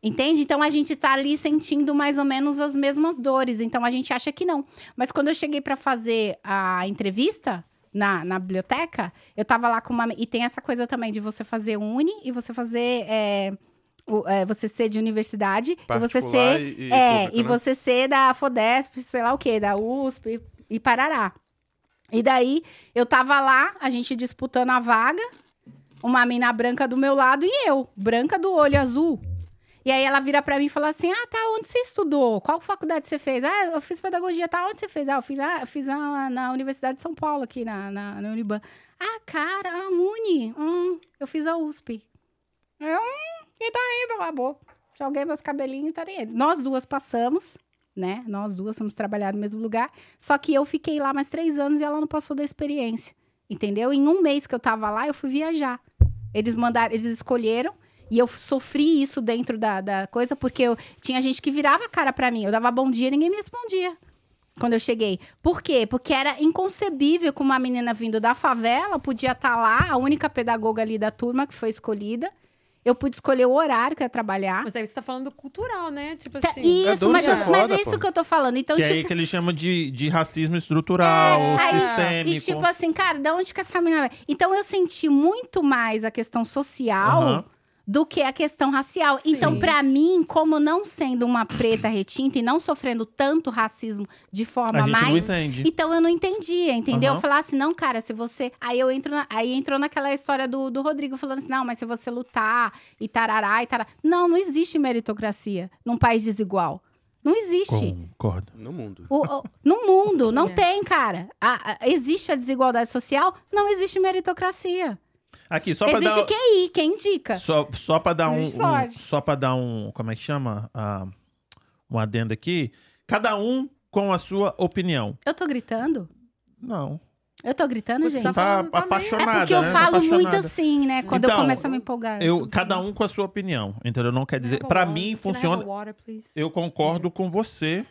D: Entende? Então a gente tá ali sentindo mais ou menos as mesmas dores. Então a gente acha que não. Mas quando eu cheguei para fazer a entrevista na, na biblioteca, eu tava lá com uma. E tem essa coisa também de você fazer uni e você fazer. é, o- é, você ser de universidade e você ser
C: Particular e- e
D: é,
C: público,
D: e
C: né?
D: você ser da FODESP, sei lá o quê, da USP e, e parará. E daí, eu tava lá, a gente disputando a vaga, uma mina branca do meu lado e eu, branca do olho azul. E aí ela vira pra mim e fala assim: Ah, tá, onde você estudou? Qual faculdade você fez? Ah, eu fiz pedagogia, tá? Onde você fez? Ah, eu fiz, ah, eu fiz na, na Universidade de São Paulo, aqui na, na, na Uniban. Ah, cara, a Uni. Hum, eu fiz a USP. Eu, hum, e daí, meu amor? Joguei meus cabelinhos e tá dentro. Nós duas passamos, né? Nós duas fomos trabalhar no mesmo lugar. Só que eu fiquei lá mais três anos e ela não passou da experiência. Entendeu? Em um mês que eu tava lá, eu fui viajar. Eles mandaram, eles escolheram. E eu sofri isso dentro da, da coisa, porque eu, tinha gente que virava a cara pra mim. Eu dava bom dia e ninguém me respondia quando eu cheguei. Por quê? Porque era inconcebível que uma menina vindo da favela podia estar lá, a única pedagoga ali da turma que foi escolhida. Eu pude escolher o horário que eu ia trabalhar.
B: Mas aí você tá falando cultural, né? Tipo
D: Tá,
B: assim.
C: É
D: Isso,
C: duro
D: mas,
C: ser
D: mas
C: foda,
D: é isso
C: pô.
D: que eu tô falando. Então,
A: Que é
D: tipo, É,
A: aí que eles chamam de, de racismo estrutural,
D: aí-
A: sistêmico.
D: e tipo assim, cara, da onde que essa menina vai? Então eu senti muito mais a questão social
A: Aham.
D: do que a questão racial.
B: Sim.
D: Então, pra mim, como não sendo uma preta retinta e não sofrendo tanto racismo de
A: a
D: forma
A: gente não
D: mais
A: entende.
D: então eu não entendia, entendeu?
A: Aham.
D: Eu falava assim, não, cara, se você. Aí eu entro na- aí entrou naquela história do, do Rodrigo falando assim, não, mas se você lutar e tarará e tarará. Não, não existe meritocracia num país desigual. Não existe.
A: Concordo.
C: No mundo.
D: O- o- no mundo, não
B: É.
D: tem, cara. A- a- existe a desigualdade social, não existe meritocrasia.
A: Aqui, só pra
D: existe
A: dar.
D: QI, quem indica.
A: Só, só pra dar um,
D: Existe
A: um-
D: sorte.
A: Só pra dar um. Como é que chama? Ah, um adendo aqui. Cada um com a sua opinião.
D: Eu tô gritando?
A: Não.
D: Eu tô gritando,
B: Você tá
D: gente?
A: Tá
B: falando também.
D: É
A: apaixonada.
D: porque eu
A: né? Tá
D: falo muito
A: apaixonada.
D: assim, né? Quando eu
A: Então,
D: começo a me empolgar.
A: Eu, cada um com a sua opinião, entendeu? Não quer
B: é
A: dizer. Pra mim, funciona. Eu concordo com você,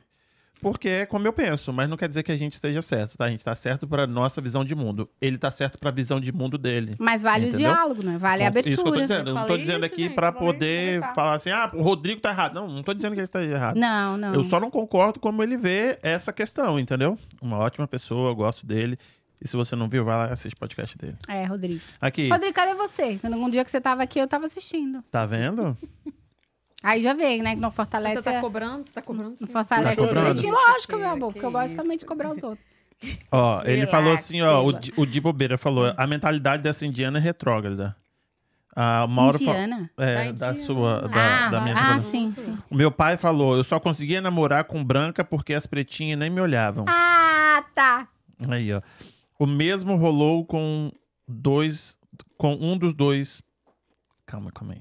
A: porque é como eu penso, mas não quer dizer que a gente esteja certo, tá? A gente tá certo pra nossa visão de mundo. Ele tá certo pra visão de mundo dele.
D: Mas vale
A: Entendeu?
D: o diálogo, né? Vale
A: Então,
D: a abertura.
A: Isso que eu tô dizendo. Eu não tô
B: Falei
A: dizendo
B: isso,
A: aqui
B: gente,
A: pra
B: vamos
A: poder
B: conversar.
A: falar assim, ah, o Rodrigo tá errado. Não, não tô dizendo que ele está errado.
D: Não, não.
A: Eu só não concordo como ele vê essa questão, entendeu? Uma ótima pessoa, eu gosto dele. E se você não viu, vai lá e assiste o podcast dele.
D: É, Rodrigo.
A: Aqui,
D: Rodrigo, cadê você? Quando um dia que você tava aqui, eu tava assistindo.
A: tá vendo?
D: Aí já veio, né? Que não
B: Mas
D: fortalece.
B: Você tá
D: a-
B: cobrando? Você tá cobrando?
D: Não fortalece
A: Tá
D: os
A: cobrando.
D: pretinhos. Lógico, meu
B: Que é
D: amor, porque eu gosto
B: isso.
D: também de cobrar os outros.
A: Ó, ele
B: Relax,
A: falou assim, ó, o,
B: Taylor.
D: Hum.
A: Di- o Di Bobeira falou, a mentalidade dessa indiana é retrógrada. A Maura fa-
D: Indiana.
A: é,
B: Da
A: da sua, da,
D: ah,
A: da minha
D: ah
A: namorada.
D: sim, sim.
A: O meu pai falou, eu só conseguia namorar com branca porque as pretinhas nem me olhavam.
D: Ah, tá.
A: Aí, ó. O mesmo rolou com dois. Com um dos dois. Calma, calma aí.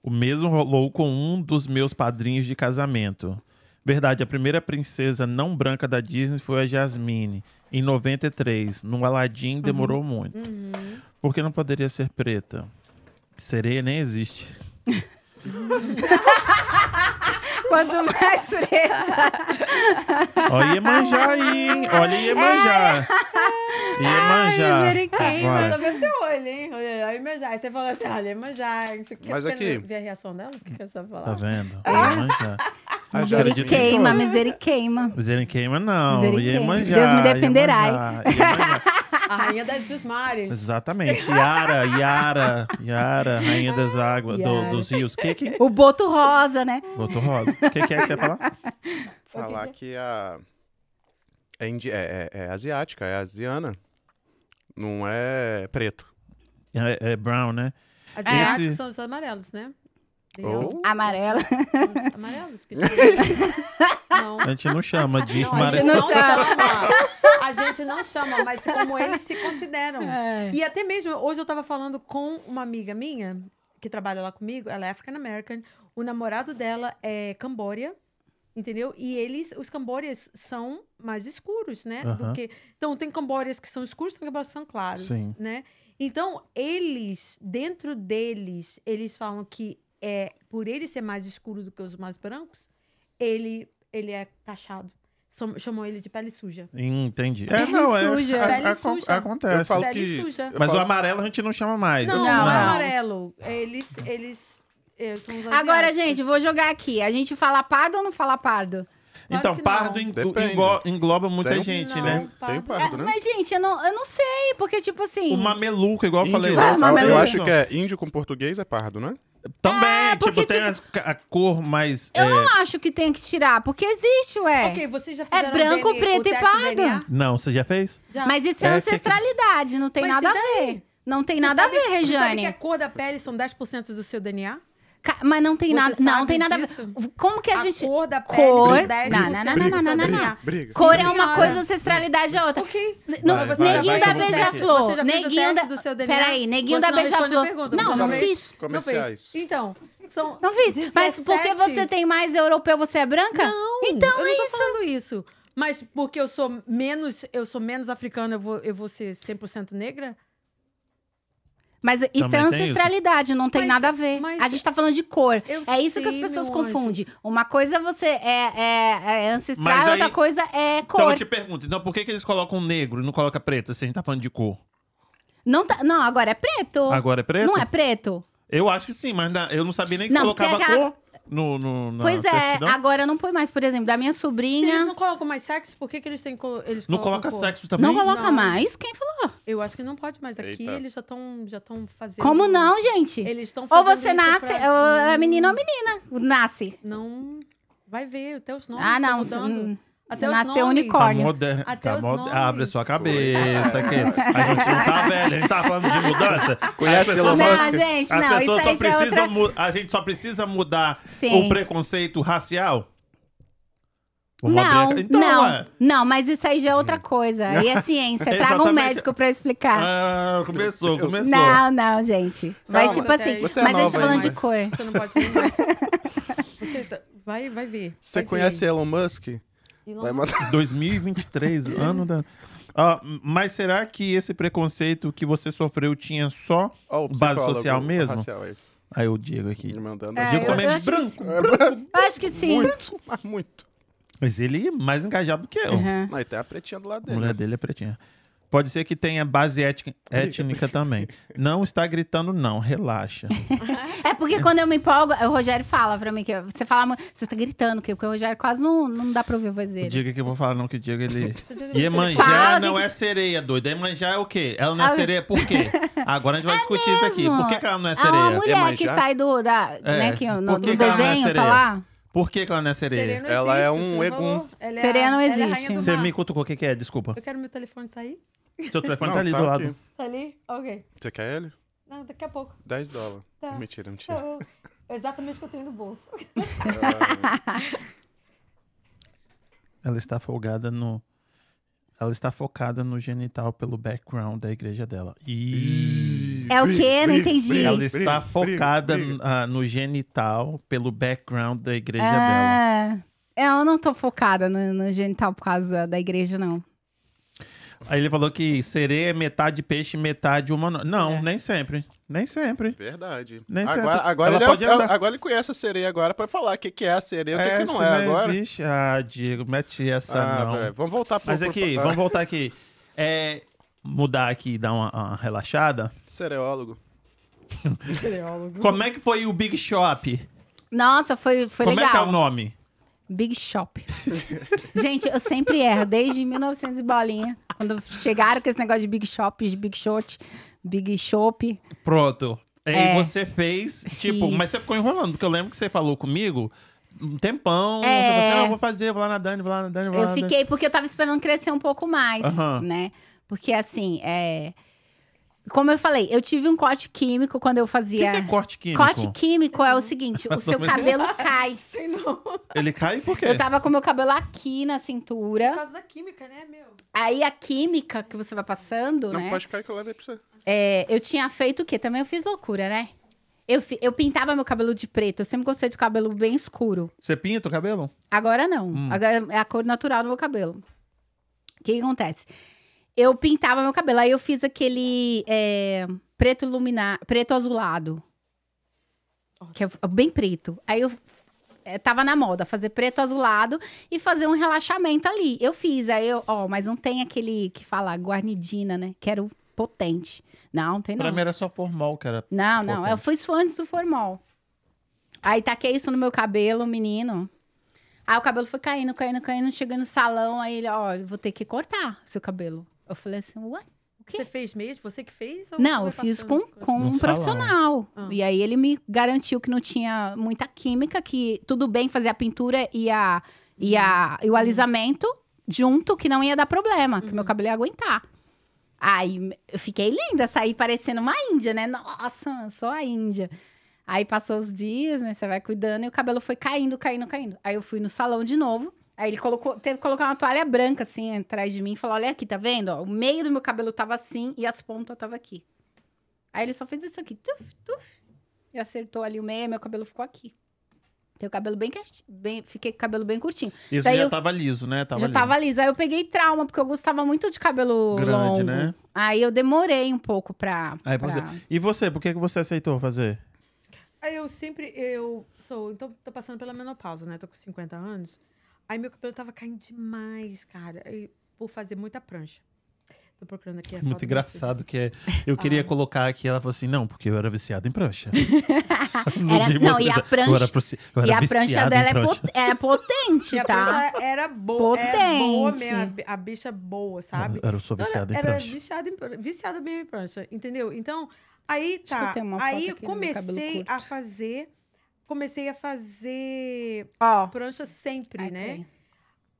A: O mesmo rolou com um dos meus padrinhos de casamento. Verdade, a primeira princesa não branca da Disney foi a Jasmine, em 93. No Aladdin demorou muito. Porque não poderia ser preta. Sereia nem existe.
D: Quanto mais preta.
A: Olha Iemanjá aí, hein? Olha Iemanjá. Iemanjá.
D: Jeriquinho,
A: Vai.
B: Eu tô vendo teu olho, hein? Olha, Aí manjar. Aí você falou assim, olha, manjar. Você quer
C: Mas
B: quer
C: aqui-
B: ver a reação dela? O que que você vai
A: Tá
B: falar?
A: vendo? Iemanjá.
D: Ah,
C: A
D: Ele
A: Ah, acredito em
D: queima,
A: todos.
D: mas ele queima.
A: Mas ele queima, não.
D: Mas ele
A: Ia
D: queima.
A: manjar,
D: Deus me
A: ia
D: defenderá,
A: manjar, ia manjar.
B: A rainha das, dos mares.
A: Exatamente. Yara, Yara, Yara, rainha das águas, do-
D: Ah, Yara.
A: dos rios. Que que...
D: O boto rosa, né?
A: Botou rosa. O que, que é que você ia falar?
C: Falar que a. É, indi- é- é- é asiática, é asiana. Não é preto.
A: É, é brown, né?
B: As
A: Esse-
B: asiáticas são os amarelos, né? Tem
C: Ou-
B: algum-
D: Amarelo.
B: São os amarelos que chamam. Não.
A: A gente não chama de
B: Não, a gente
A: amarelo.
B: não
D: Mas-
B: chama. A gente não chama, mas como eles se consideram.
D: É.
B: E até mesmo, hoje eu tava falando com uma amiga minha, que trabalha lá comigo, ela é African American, o namorado dela é Cambória, entendeu? E eles, os Cambórias são mais escuros, né?
A: Aham.
B: Do que... Então, tem Cambórias que são escuros, tem Cambórias que são claros,
A: Sim.
B: né? Então, eles, dentro deles, eles falam que é por ele ser mais escuro do que os mais brancos, ele, ele é taxado. Som- Chamam ele de pele suja.
A: Entendi. É,
D: Pele
A: não, é,
D: suja.
A: a-
B: Pele
A: a- acon-
B: suja.
A: acontece.
C: Eu falo
B: Pele
C: que.
B: suja.
C: eu
A: Mas o
C: falo-
A: amarelo a gente não chama mais.
B: Não,
D: Não,
B: não, é
D: não.
B: amarelo. Eles, eles, eh, são os
D: Agora,
B: asiáticos.
D: gente, vou jogar aqui. A gente fala pardo ou não fala pardo?
B: Claro
A: Então,
B: que não.
A: pardo en-
C: Depende.
A: englo- engloba muita
C: Tem-
A: gente,
B: Não.
A: né?
C: Tem
B: pardo. É,
C: pardo, né?
D: Mas, gente, eu não, eu não sei, porque, tipo assim.
A: O mameluco, igual eu falei.
C: Índio, né?
A: lá,
D: Ah, mas
C: eu
D: mameluco. Ah,
C: acho que é índio com português é pardo, né?
A: Também, tipo,
D: porque,
A: tem as- a cor mais...
D: Eu
A: é,
D: não acho que tem que tirar, porque existe,
B: É,
D: ué.
B: Ok, vocês já fizeram
D: É branco,
B: o DNA,
D: preto
B: o
D: e
B: teste
D: pardo.
B: DNA?
A: Não, você já fez?
B: Já.
D: Mas isso é,
A: É, que-
D: ancestralidade, não tem
B: Mas e
D: nada a ver. Não tem nada a ver,
B: Você sabe que é-
D: Rejane.
B: a cor da pele são 10% do seu DNA?
D: Ca- Mas não tem
B: Você
D: nada. Não,
B: sabe
D: tem nada a
B: disso?
D: ver. Como que a,
B: A
D: gente.
B: cor da pele
D: Cor-
B: são 10%
D: Não, não, não,
B: do
D: não, não,
B: seu
D: não,
B: DNA.
C: Briga.
D: Cor é
B: Sim,
D: uma
B: senhora.
D: coisa, ancestralidade é outra.
B: Ok.
D: Não,
A: Vai,
B: você já
D: neguinho
B: fez
D: da
B: o teste? Você já
D: Beija-Flor.
B: fez o
D: Neguinho da.
B: teste do seu DNA?
D: Peraí,
B: Você
D: neguinho da
B: não responde a
D: Beija-Flor.
B: pergunta,
D: Não,
B: você
D: não
B: não fez?
D: fiz.
C: Comerciais.
B: Então, são.
D: Não fiz. Mas porque
B: 17.
D: você tem mais europeu, você é branca? Não. Então
B: eu
D: é
B: não tô
D: isso.
B: falando isso. Mas porque eu sou menos, eu sou menos africana, eu vou, eu vou ser 100% negra?
D: Mas isso
A: Também
D: é
A: tem isso.
D: ancestralidade, não tem
B: Mas-
D: nada a ver.
B: mas-
D: a gente tá falando de cor.
B: Eu
D: É isso que as
B: sei,
D: pessoas
B: meu anjo.
D: confundem. Uma coisa você é, é- é ancestral,
A: Mas aí-
D: outra coisa é
A: Então eu
D: cor.
A: te pergunto, então por que, que eles colocam negro e não colocam preto, se a gente tá falando de cor?
D: Não, tá- não, agora é preto.
A: Agora é preto?
D: Não é preto?
A: Eu acho que sim, mas na- eu não sabia nem que
D: Não, porque
A: colocava
D: aquela-
A: cor no, no, na
D: pois
A: certidão.
D: é, agora não põe mais, por exemplo, da minha
B: Se eles
D: sobrinha.
B: não colocam mais sexo, por que, que eles têm colo- eles
A: Não coloca
B: colocam cor?
A: sexo também?
D: Não coloca
B: Não.
D: mais? Quem falou?
B: Eu acho que não pode mais aqui,
C: Eita.
B: eles já estão já tão fazendo.
D: Como não, gente?
B: Eles estão
D: Ou
B: fazendo.
D: você
B: isso
D: nasce,
B: pra- Hum,
D: ou é menino ou menina. Nasce.
B: Não. Vai ver, até os nomes
D: Ah, não.
B: estão mudando.
D: hum,
B: Até
D: você
B: os
D: nasceu
B: nomes.
A: Tá
D: unicórnio.
A: moder...
B: Até
A: tá
B: os
A: mod-
B: nomes.
A: Abre a sua cabeça, que a gente não tá velho, a gente tá falando de mudança.
C: Conhece
A: As
C: Elon
A: pessoas- assim,
D: Não,
C: Musk?
D: gente,
A: as
D: não. Isso
A: pessoas só um-
D: aí já é
A: precisam
D: outra...
A: mu- A gente só precisa mudar
D: Sim.
A: o preconceito racial? Vamos
D: Não,
A: abrir a- Então,
D: não,
A: ué.
D: não, mas isso aí já é outra coisa. E é ciência. Traga um
A: Exatamente.
D: médico pra eu explicar.
A: Ah, começou, começou.
D: não, não, gente. Mas
C: Calma,
D: tipo assim,
B: Tá você
C: é
D: mas eu
C: nova
D: tô falando
C: ainda.
D: de cor.
B: Você não pode nem mais. Você tá- vai, vai ver.
C: Você
B: vai ver.
C: conhece Elon Musk?
B: Elon
C: Vai
B: Musk.
C: mandar.
A: 2023, ano da. Ah, mas será que esse preconceito que você sofreu tinha só
C: Ó, o
A: base
C: psicólogo
A: social mesmo?
C: racial aí,
A: Aí o Diego aqui.
C: me mandando.
D: É,
A: Diego
D: eu-
A: também
D: eu
A: é
D: acho que
A: branco,
D: sim.
A: branco.
D: Eu acho que sim.
C: Muito, mas muito.
A: Mas ele é mais engajado do que eu.
D: Uhum.
C: Não, e tem a pretinha do lado
A: A
C: dele.
A: mulher dele é pretinha. Pode ser que tenha base ética- étnica também. Não está gritando, não. Relaxa.
D: É porque quando eu me empolgo, o Rogério fala pra mim que você fala, muito- você tá gritando, que- porque o Rogério quase não, não dá pra ouvir a voz
A: O
D: dele.
A: Diego que eu vou falar, não, que o Diego ele.
D: Fala,
A: Iemanjá não
D: tem-
A: é sereia, doida. Iemanjá é o quê? Ela não é
D: Ah, É
A: sereia por quê? Agora a gente vai discutir isso aqui. Por que, que ela não é
D: Ah, A
A: sereia?
D: mulher que
C: Iemanjá?
D: sai do, da, né, que no,
A: por
D: no
A: que que ela não é
D: desenho, tá
A: sereia?
D: lá.
A: Por que, que ela não é
B: Serena
A: sereia?
B: não
C: Ela é
B: existe,
C: um
B: você não
C: egum.
B: falou. Ela
D: Serena
B: a-
D: não
B: ela é a
D: existe.
B: rainha do
A: Você
B: mar.
A: me cutucou, o que, que é? Desculpa.
B: Eu quero meu telefone tá aí?
A: Seu telefone
C: Não,
A: tá ali
C: tá
A: do
C: aqui.
A: lado.
B: Tá ali? Ok.
C: Você quer ele?
H: Não, daqui a pouco.
C: 10 dólares.
H: Tá.
C: Mentira, mentira.
H: Eu-
C: É.
H: eu- exatamente o que eu tenho no bolso.
A: Ela está folgada no. Ela está focada no genital pelo background da igreja dela. E
D: É o quê? Não entendi.
A: ela está
C: briga,
A: focada
C: briga.
A: ah, no genital pelo background da igreja dela.
D: Ah, eu não tô focada no, no genital por causa da igreja, não.
A: Aí ele falou que sereia é metade peixe, metade humano. Não,
D: É.
A: nem sempre. Nem sempre.
C: Verdade.
A: Nem sei.
C: agora, agora,
A: Ela
C: ele é-
A: pode andar.
C: agora ele conhece a sereia agora pra falar o que, que é a sereia, o que, que não
A: Essa
C: é agora.
A: existe. Ah, Diego, mete essa
C: Ah,
A: não.
C: velho, vamos voltar pro...
A: Mas
C: pro-
A: aqui,
C: ah,
A: vamos voltar aqui. É, mudar aqui e dar uma- uma relaxada.
C: Sereólogo.
D: Uhum.
A: Como é que foi o Big Shop?
D: Nossa, foi, foi
A: Como é que é
D: legal.
A: o nome?
D: Big Shop. Gente, eu sempre erro, desde 1900 e bolinha. Quando chegaram com esse negócio de Big Shop, de Big Shot, Big Shop.
A: Pronto. Aí
D: É.
A: você fez, tipo,
D: Fiz.
A: mas você ficou enrolando, porque eu lembro que você falou comigo um tempão.
D: É.
A: Você, falou assim, ah, eu vou fazer, vou lá na Dani, vou lá na Dani, vou lá
D: Eu
A: na Dani.
D: fiquei porque eu tava esperando crescer um pouco mais,
A: Aham.
D: né? Porque assim, é... Como eu falei, eu tive um corte químico quando eu
A: O que,
D: fazia...
A: que é corte químico?
D: Corte químico é o seguinte, o seu cabelo cai.
B: Sei não. Por
A: Ele cai por quê?
D: Eu tava com meu cabelo aqui na cintura.
B: causa da química, né, meu?
D: Aí a química que você vai passando,
C: Não,
D: né?
C: pode cair que eu levei pra você.
D: É, eu tinha feito o quê? Também eu fiz loucura, né? Eu, fi- eu pintava meu cabelo de preto. Eu sempre gostei de cabelo bem escuro.
A: Você pinta o cabelo?
D: Agora não.
A: Hum.
D: Agora é a cor natural do meu cabelo. O que, que acontece? Eu pintava meu cabelo. Aí eu fiz aquele é, preto luminar, preto azulado. Que é bem preto. Aí eu é, tava na moda fazer preto azulado e fazer um relaxamento ali. Eu fiz, aí eu, ó, mas não tem aquele que fala guarnidina, né? Que era o potente. Não, não tem não.
A: Pra mim era só formal, cara.
D: Não, não. Eu
A: Importante.
D: fui isso antes do formal. Aí taquei isso no meu cabelo, menino. Aí o cabelo foi caindo, caindo, caindo. Cheguei no salão, aí ele, ó, eu vou ter que cortar seu cabelo. Eu falei assim, ué? Quê?
B: Você fez mesmo? Você que fez? ou
D: Não,
B: foi
D: eu fiz com,
B: passando
D: com
A: No salão.
D: um profissional.
B: Ah.
D: E aí ele me garantiu que não tinha muita química, que tudo bem fazer a pintura e, a, e, a,
B: Uhum.
D: e o alisamento junto, que não ia dar problema, que meu cabelo ia aguentar. Aí eu fiquei linda, saí parecendo uma índia, né? Nossa, eu sou a índia. Aí passou os dias, né? Você vai cuidando e o cabelo foi caindo, caindo, caindo. Aí eu fui no salão de novo. Aí ele colocou, teve que colocar uma toalha branca assim atrás de mim e falou: Olha aqui, tá vendo? ó? O meio do meu cabelo tava assim e as pontas tava aqui. Aí ele só fez isso aqui, tuf, tuf. E acertou ali o meio, meu cabelo ficou aqui. Tenho cabelo bem questi- bem, fiquei com o cabelo bem curtinho.
A: Isso
D: Daí
A: já
D: eu-
A: tava liso, né? Tava
D: Já
A: liso.
D: tava lisa. Aí eu peguei trauma, porque eu gostava muito de cabelo
A: Grande,
D: longo.
A: né?
D: Aí eu demorei um pouco pra.
A: Aí,
D: pra-
A: você... E você, por que que você aceitou fazer?
B: Aí eu sempre, eu sou, então tô passando pela menopausa, né? Tô com 50 anos. Aí meu cabelo tava caindo demais, cara. E por fazer muita prancha. Tô procurando
D: É
B: aqui a foto
A: Muito
B: do
A: engraçado que é. Eu queria colocar aqui, ela falou assim: não, porque eu era viciada em prancha.
D: Era-
A: digo
D: não,
A: vocês,
D: e a
A: eu era
D: prancha-
A: proci- eu
D: E
A: era
D: a prancha
A: tá- viciado em
D: dela é,
A: prancha.
D: pot- é potente,
B: E a
D: tá?
B: prancha era boa. É boa
D: Potente.
B: mesmo, a bi- a bicha boa, sabe?
A: Eu, eu sou
B: Não,
A: viciado em
B: era
A: prancha.
B: viciada em pran- viciada mesmo em prancha, entendeu? Então, aí
D: que eu
B: tá.
D: tenho uma
B: aí
D: foto
B: eu
D: aqui do meu cabelo
B: comecei
D: curto.
B: a fazer. Comecei a fazer
D: Ó.
B: prancha sempre,
D: Aí,
B: é né?
D: peraí.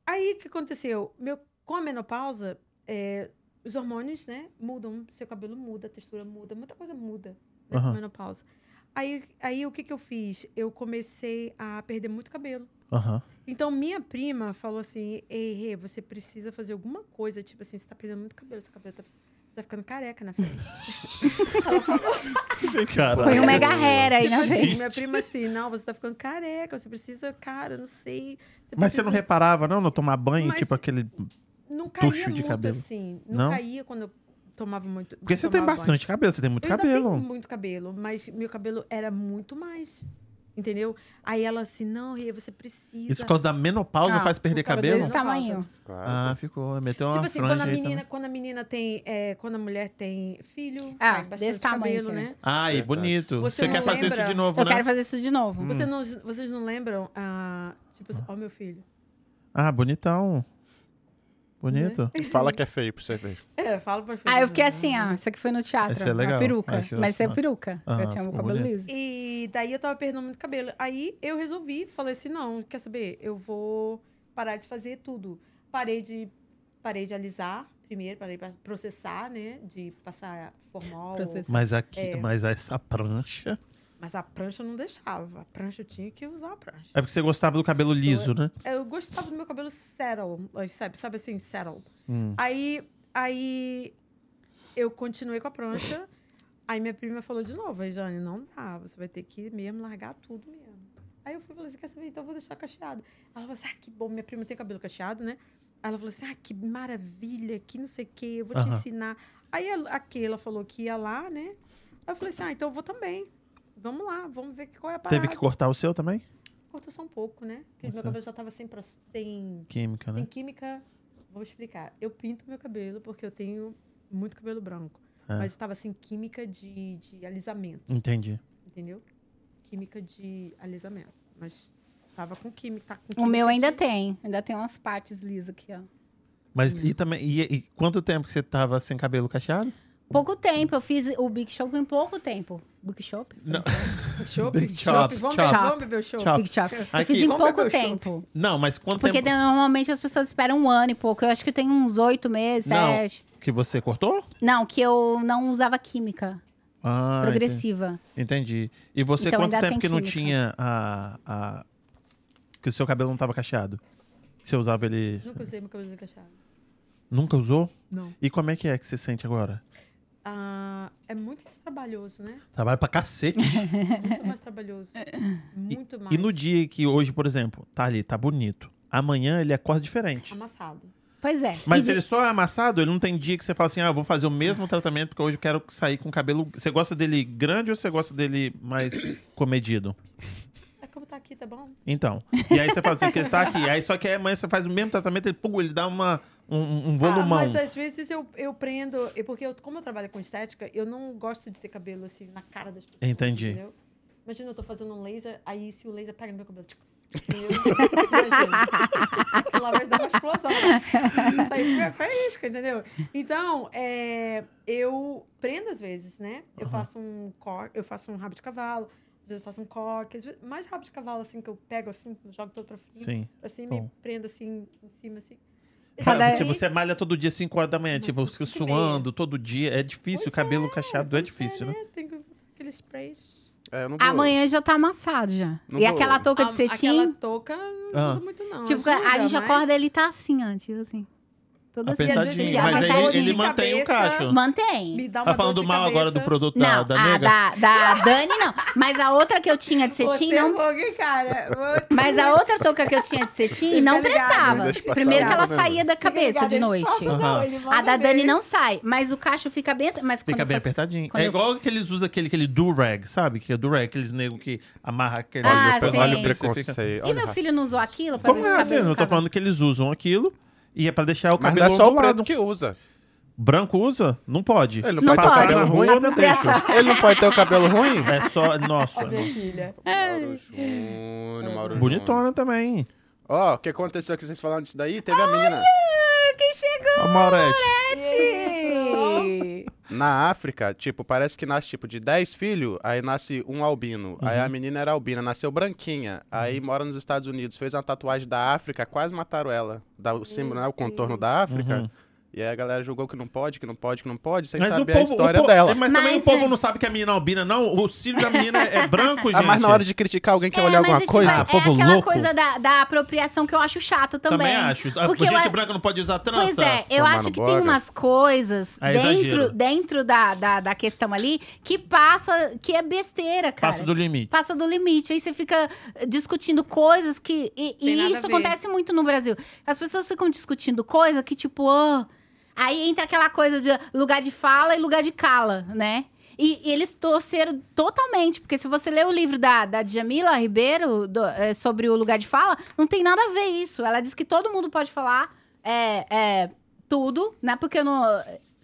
B: Aí o que aconteceu? Meu, com a menopausa, é, os hormônios, né, mudam, seu cabelo muda, a textura muda, muita coisa muda né, com a
A: Aham.
B: menopausa. Aí, aí o que, que eu fiz? Eu comecei a perder muito cabelo.
A: Aham.
B: Então, minha prima falou assim: Ei, Rê, você precisa fazer alguma coisa. Tipo assim, você tá perdendo muito cabelo, seu cabelo tá, você tá ficando careca na frente.
A: Caralho.
D: Foi um mega hair aí na
B: Tipo assim,
D: vez.
B: minha prima assim: Não, você tá ficando careca, você precisa, cara, não sei.
A: Mas você não
B: precisa-
A: reparava, não? Não tomar banho,
B: assim. Mas-
A: tipo aquele.
B: não caía
A: tucho de
B: muito
A: cabelo?
B: assim. Não,
A: Não?
B: caía quando eu tomava muito.
A: Porque você tem
B: tomava banho.
A: bastante cabelo, você tem muito
B: Eu
A: cabelo.
B: ainda tenho muito cabelo, mas meu cabelo era muito mais. Entendeu? Aí ela assim, não, Rê, você precisa.
A: Isso por causa da menopausa
D: Ah,
A: faz perder
B: por causa
A: cabelo?
D: Desse tamanho.
C: Claro.
A: Ah, ficou. Meteu uma
B: Tipo assim,
A: franja
B: quando a
A: aí
B: menina,
A: também.
B: quando a menina tem. é, quando a mulher tem filho,
D: Ah,
B: cai bastante
D: desse tamanho,
B: cabelo,
D: filha.
B: né?
A: Ai,
C: Verdade.
A: bonito.
B: Você
A: Você,
B: não
A: quer fazer
B: lembra?
A: isso de novo,
D: Eu
A: né?
D: quero fazer isso de novo.
B: Você não, vocês não lembram? ah, tipo, assim, ó, meu filho.
A: Ah, bonitão. Bonito.
C: Fala que é feio pra você ver.
B: É, fala pra filho.
D: Aí eu fiquei assim, ó. Isso aqui foi no teatro.
A: Esse é legal.
D: A peruca.
A: Acho
D: Mas isso é
A: massa.
D: peruca.
A: Ah,
D: eu tinha meu
A: ficou
D: cabelo
A: bonito.
D: liso.
B: E daí eu tava perdendo muito cabelo. Aí eu resolvi, falei assim, não, quer saber? Eu vou parar de fazer tudo. Parei de, parei de alisar, primeiro para ir pra processar, né? De passar formal.
D: Processar.
A: Mas aqui,
B: É.
A: mas essa prancha.
B: Mas a prancha eu não deixava. A prancha eu tinha que usar a prancha.
A: É porque você gostava do cabelo liso, né?
B: Então, Eu gostava do meu cabelo settle, sabe, sabe assim, settle.
A: Hum.
B: Aí, aí eu continuei com a prancha. aí minha prima falou de novo, aí Jane, não dá, você vai ter que mesmo largar tudo mesmo. Aí eu fui e falei assim, quer saber, então eu vou deixar cacheado. Ela falou assim, ah, que bom, minha prima tem cabelo cacheado, né? Ela falou assim, ah, que maravilha, que não sei o quê, eu vou te
A: Aham.
B: ensinar. Aí a- a Keila falou que ia lá, né? Aí eu falei assim, ah, então eu vou também. Vamos lá, vamos ver qual é a parada.
A: Teve que cortar o seu também?
B: Cortou só um pouco, né? Porque
A: Nossa.
B: meu cabelo já tava sem... pro- sem
A: Química,
B: sem
A: né?
B: química, vou explicar. Eu pinto meu cabelo porque eu tenho muito cabelo branco.
A: Ah.
B: Mas estava sem química de, de alisamento,
A: Entendi.
B: entendeu? Química de alisamento. Mas tava com química. Tá com
D: O
B: química
D: meu ainda
B: de-
D: tem. Ainda tem umas partes lisas aqui, ó.
A: Mas e também. E, e quanto tempo que você tava sem cabelo cacheado?
D: Pouco tempo. Eu fiz o Big Shop em pouco tempo. Big Shop?
A: Não.
B: Chope,
A: Big
B: chope.
A: chop,
B: Vamos,
A: chop.
B: beber- vamos beber o chope.
A: Chop.
D: tá- Big Shop. Eu
A: Aqui.
D: fiz em
B: Vamos beber
D: pouco
B: o chopp.
D: tempo.
A: Não, mas quanto
D: Porque
A: tempo
D: normalmente as pessoas esperam um ano e pouco. Eu acho que eu tenho uns oito meses,
A: Não.
D: sete.
B: um
A: que você cortou?
D: Não, que eu não usava química
A: Ah,
D: progressiva.
A: Entendi. entendi. E você,
D: Então,
A: quanto
D: ainda
A: tempo
D: tem
A: que não
D: química.
A: tinha a, a- Que o seu cabelo não tava cacheado? Você usava ele.
B: Nunca usei meu cabelo encaixado.
A: Nunca usou?
B: Não.
A: E como é que é que você sente agora?
B: Ah, é muito mais trabalhoso, né?
A: Trabalho pra cacete.
B: Muito mais trabalhoso.
D: É.
B: Muito mais.
A: E no dia que hoje, por exemplo, tá ali, tá bonito. Amanhã ele acorda diferente.
B: Amassado.
D: Pois é. E
A: Mas
D: de-
A: ele só é amassado, ele não tem dia que você fala assim, ah, eu vou fazer o mesmo tratamento porque hoje eu quero sair com o cabelo... Você gosta dele grande ou você gosta dele mais comedido?
B: É como tá aqui, tá bom?
A: Então. E aí você fala assim, que ele tá aqui. Aí só que aí amanhã você faz o mesmo tratamento, ele, pum, ele dá uma, um, um volumão.
B: Ah, mas às vezes eu, eu prendo, e porque eu- como eu trabalho com estética, eu não gosto de ter cabelo assim na cara das pessoas.
A: Entendi.
B: entendeu? Imagina, eu tô fazendo um laser, aí se o laser pega no meu cabelo. tchic, entendeu? Você imagina? Aquilo lá vai dar uma explosão. né? Isso aí foi- foi isca, entendeu? Então, é, eu prendo às vezes, né? Eu faço um cor, eu faço um rabo de cavalo, às vezes eu faço um coque, às vezes- mais rabo de cavalo assim que eu pego assim, jogo todo pra cima,
A: Sim.
B: pra cima
A: Bom.
B: e prendo assim em cima assim.
D: Cada-
A: Mas, tipo, você malha todo dia, 5 horas da manhã,
B: Nossa,
A: tipo, fica
B: cinco e meia.
A: suando todo dia. É difícil,
B: Pois
A: o cabelo cacheado é
B: pois
A: difícil, né?
B: Tem que- aquele sprays.
C: É, eu não vou-
D: Amanhã já tá amassado já.
C: Não
D: e
C: vou-
D: aquela touca de
B: A-
D: cetim,
B: Ah, Aquela touca não
A: Ah.
B: ajuda muito, não.
D: tipo,
B: ajuda,
D: a gente
B: mas-
D: acorda ele tá assim, ó, tipo assim. Todo assim,
B: Apertadinho,
D: gente,
A: Apertadinho, mas aí ele
B: apertadinho.
A: mantém o cacho.
D: Mantém.
B: Me dá uma
A: Tá falando
B: dor de
A: mal agora do
B: cabeça.
A: produto da,
D: Não, ah,
A: da
D: a
A: nega?
D: da, da Dani não. Mas a outra que eu tinha de cetim
B: Você é
D: não
B: fogo, hein, cara. Vou-
D: Mas a outra touca que eu tinha de cetim não
B: Fica ligado.
D: prestava.
C: Não deixa passar
D: Primeiro que ela
C: nada, né?
D: saía da
B: Fica
D: cabeça
B: ligado,
D: de
B: ele
D: noite.
B: passa, não,
A: Aham.
B: ele manda
D: A da Dani
B: bem.
D: não sai, mas o cacho fica bem, assim, mas quando
A: Fica
D: eu
A: bem
D: faço-
A: apertadinho.
D: quando
A: É
D: eu-
A: igual aquele que eles usam aquele, aquele do-rag, sabe? Que é do-rag, aqueles negros que amarra aquele...
D: Ah,
A: Olha o pre-
D: sim.
A: olha
C: o
A: o
C: preconceito.
A: preconceito.
D: E
C: olha o
D: meu filho não usou aquilo pra
A: Como
D: ver se
A: é
D: o
A: assim?
D: cabelo
A: Eu tô
D: ficava-
A: falando que eles usam aquilo e é pra deixar o
C: Mas não
A: cabelo
C: é só o
A: ondulado.
C: preto que usa.
A: Branco usa? Não pode.
C: Ele não,
D: Não
C: pode ter o
D: pode.
C: cabelo ruim.
A: Apropriação.
C: não deixa. Ele não pode ter o cabelo ruim?
A: É só... Nossa.
B: Minha filha.
D: É.
C: Mauro Júnior, Mauro Júnior.
A: Bonitona também.
C: Ó, o que aconteceu aqui? Vocês falaram disso daí? Teve a menina
D: Ah, Quem
A: A
D: chegou,
A: Maurete.
D: Ti?
C: na África, tipo, parece que nasce tipo de 10 filhos, aí nasce um albino. Aí a menina era albina, nasceu branquinha. Aí mora nos Estados Unidos, fez uma tatuagem da África, quase mataram ela. Dá o símbolo, né, o contorno da África.
A: Uhum.
C: E aí a galera julgou que não pode, que não pode, que não pode, sem
A: Mas o
C: saber
A: povo,
C: a história
A: o povo-
C: dela.
A: Mas, também
D: Mas
A: o povo
D: é-
A: não sabe que a menina é albina, não. O cílio da menina é branco, gente.
C: Ah, mas na hora de criticar alguém quer
D: É,
C: olhar
D: mas
C: alguma
D: é, tipo,
C: coisa. Ah,
D: é
A: povo
D: aquela
A: louco.
D: coisa da, da apropriação que eu acho chato também.
A: Também acho. A
D: Porque
A: gente
D: eu-
A: branca não pode usar trança.
D: Pois é, eu
C: Tomar
D: acho
C: no
D: que tem
C: boga.
D: umas coisas
A: É
D: dentro,
A: exagero.
D: dentro da, da, da questão ali que passa, que é besteira, cara.
A: Passa do limite.
D: passa do limite. Aí você fica eh, discutindo coisas que. E, e
B: Tem nada
D: isso
B: a ver.
D: acontece muito no Brasil. As pessoas ficam discutindo coisa que, tipo, ó, aí entra aquela coisa de lugar de fala e lugar de cala, né? E, e eles torceram totalmente, porque se você ler o livro da, da Djamila Ribeiro do- eh, sobre o lugar de fala, não tem nada a ver isso. Ela diz que todo mundo pode falar é, é, tudo, né? Porque eu não.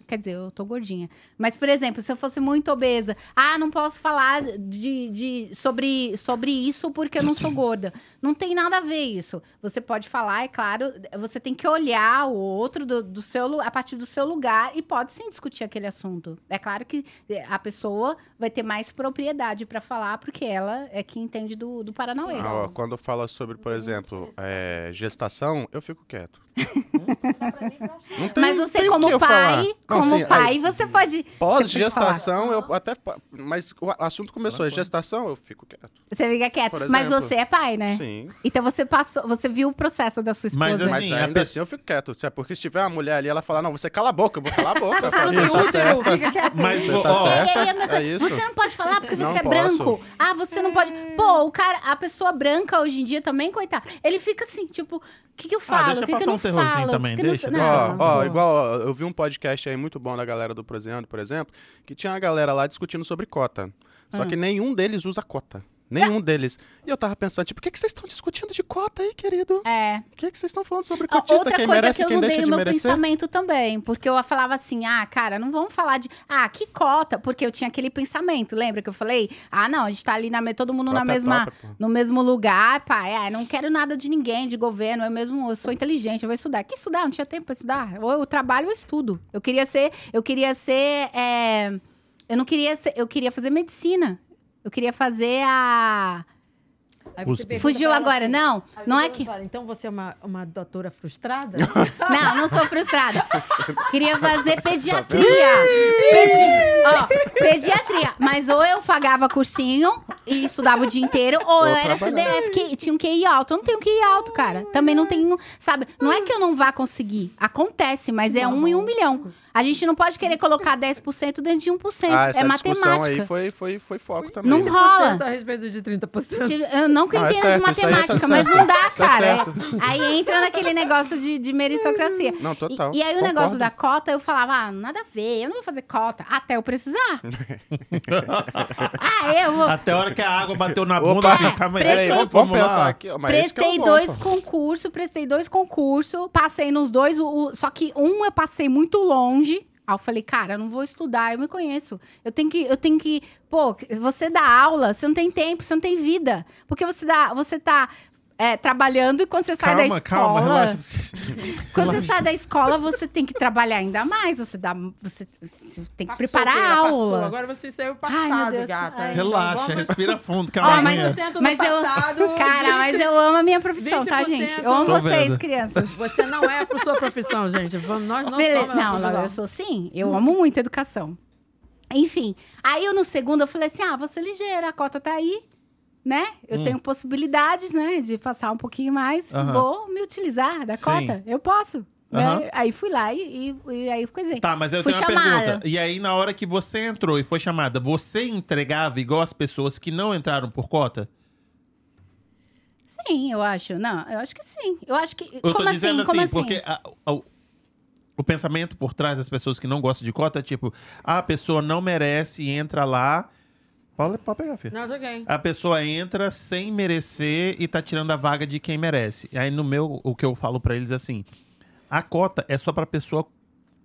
D: Quer dizer, eu tô gordinha. Mas, por exemplo, se eu fosse muito obesa, ah, não posso falar de, de, sobre, sobre isso porque eu não sou gorda. Não tem nada a ver isso. Você pode falar, é claro, você tem que olhar o outro do, do seu, lu- a partir do seu lugar e pode sim discutir aquele assunto. É claro que eh, a pessoa vai ter mais propriedade pra falar, porque ela é que entende do, do Paranauê.
C: Ah, ó, quando fala sobre, por exemplo, é, gestação, eu fico quieto.
I: Dá pra nem pra achar.
C: Não tem,
D: Mas você,
C: tem o que
D: como
C: eu
D: pai,
C: falar. Não,
D: como
C: assim,
D: pai,
C: aí,
D: você pode. você pode falar.
C: Pós-gestação, eu até. pa- Mas o assunto começou, é gestação, eu fico quieto.
D: Você fica quieto.
C: Por
D: Mas
C: exemplo.
D: você é pai, né?
C: Sim.
D: Então você passou, você viu o processo da sua
A: Mas
D: esposa.
A: assim,
C: Mas
A: a
C: ainda
A: pe-
C: assim eu fico quieto. Se é porque se tiver uma mulher ali, ela fala, não, você cala a boca, eu vou calar a boca.
B: Você não tem
C: tá
B: útero,
C: certa.
B: fica quieto.
A: Mas,
C: Você
A: ó,
C: tá
A: ó,
C: certa,
D: Ele é meu-
C: é isso.
D: Você não pode falar porque
C: Não
D: você é
C: posso.
D: branco. Ah, você não pode. Pô, o cara, a pessoa branca hoje em dia também, coitado. Ele fica assim, tipo, o que, que eu falo?
A: deixa
D: O que que
A: passar
D: eu não
A: um terrorzinho
D: falo? O
A: também,
D: que que eu não-
A: deixa,
D: não,
A: deixa. um
C: Ó,
D: não.
C: ó, igual, ó, eu vi um podcast aí muito bom da galera do Prozeando, por exemplo, que tinha uma galera lá discutindo sobre cota. Só
D: Ah.
C: que nenhum deles usa cota. Nenhum deles. E eu tava pensando, tipo, por que, que vocês estão discutindo de cota aí, querido?
D: É.
C: Por que, que vocês estão falando sobre
D: Ó,
C: cotista?
D: Outra
C: quem
D: coisa
C: merece,
D: que eu
C: quem
D: mudei
C: deixa
D: o
C: de
D: meu
C: merecer?
D: pensamento também, porque eu falava assim, ah, cara, não vamos falar de, ah, que cota, porque eu tinha aquele pensamento, lembra que eu falei? Ah, não, a gente tá ali na, me- todo mundo na
C: Cota é
D: mesma,
C: top, pô.
D: no mesmo lugar, pá, é, não quero nada de ninguém, de governo, eu mesmo, eu sou inteligente, eu vou estudar. Que estudar? Não tinha tempo pra estudar. Ou eu trabalho ou estudo. Eu queria ser, eu queria ser, é, eu não queria ser, eu queria fazer medicina. Eu queria fazer a...
B: Aí você
A: Os-
B: pergunta
D: Fugiu
B: pra ela
D: agora,
B: assim,
D: não?
B: aí
D: Não
B: você
D: é que...
B: fala, Então você é uma, uma doutora frustrada?
D: Não, não sou frustrada. Queria fazer pediatria. Pedi- ó, pediatria. Mas ou eu pagava cursinho e estudava o dia inteiro, ou,
C: Ou
D: eu era
C: trabalhava.
D: CDF, que tinha um QI alto. Eu não tenho QI alto, cara. Também não tenho, sabe? Não é que eu não vá conseguir. Acontece, mas é um em um milhão. A gente não pode querer colocar 10% dentro de 1%.
C: Ah, essa
D: é
C: discussão aí
D: matemática.
C: foi, foi, foi foco também.
D: Não rola.
B: 30% A tá respeito de 30%.
D: Tive- Eu não que
C: Não, é
D: entendo de
C: certo, isso aí tá
D: matemática, mas
C: certo.
D: não dá,
C: Isso é
D: cara. É-
C: certo.
D: aí entra naquele negócio de, de meritocracia.
C: Não, total.
D: E, e aí o
C: Concordo.
D: negócio da cota, eu falava, ah, nada a ver, eu não vou fazer cota até eu precisar. ah, eu vou.
A: Até a hora que a água bateu na
C: Opa.
A: bunda, ela fica mais
D: Prestei-
C: Peraí, vamos, vamos pensar aqui. ó, Mas esse que é o
D: prestei
C: bom,
D: dois
C: pô.
D: concursos, prestei dois concursos, passei nos dois, o- o- só que um eu passei muito longe. Aí eu falei, cara, eu não vou estudar, eu me conheço. Eu tenho que, eu tenho que, pô, você dá aula, você não tem tempo, você não tem vida. Porque você dá, você tá é, trabalhando e quando você sai da
A: Calma,
D: escola,
A: calma, relaxa.
D: quando você sai da escola, você tem que trabalhar ainda mais, você dá, você, você tem que
B: Passou,
D: preparar
B: Keila,
D: a
B: passou.
D: aula.
B: Agora você saiu
D: Ai, meu
B: passado,
D: Deus.
B: gata.
D: Ai.
B: Então
A: Relaxa,
B: vamos-
A: respira fundo,
D: Ó,
A: calma.
D: mas
A: amanhã.
B: 10% no
D: Mas eu,
B: passado,
D: cara, mas eu amo a minha profissão, tá,
B: 20%?
D: gente? Eu amo
A: Tô
D: vocês,
A: vendo.
D: crianças.
B: Você não é a sua profissão, gente. Vamos- Nós não
D: Beleza.
B: somos a
D: Não, Laura,
B: profissão.
D: eu sou sim. Eu amo muito educação. Enfim, aí eu no segundo eu falei assim: ah, vou ser ligeira, a cota tá aí, né? Eu tenho possibilidades, né, de passar um pouquinho mais.
A: Hum. Aham.
D: Vou me utilizar da
A: Sim.
D: cota, eu posso. né?
A: Aham.
D: Aí fui lá e, e, e aí coisei.
A: Tá, mas eu
D: assim, Fui
A: tenho uma
D: chamada.
A: pergunta. E aí, na hora que você entrou e foi chamada, você entregava igual as pessoas que não entraram por cota?
D: Sim, eu acho. Não, eu acho que sim. Eu acho que.
A: Eu
D: como
A: tô
D: assim?
A: dizendo assim,
D: como assim?
A: porque a- a- o- o pensamento por trás das pessoas que não gostam de cota é tipo, ah, a pessoa não merece, entra lá. Pode, pode pegar, filho.
B: Não, tô bem.
A: A pessoa entra sem merecer e tá tirando a vaga de quem merece. Aí no meu, o que eu falo pra eles é assim: a cota é só pra pessoa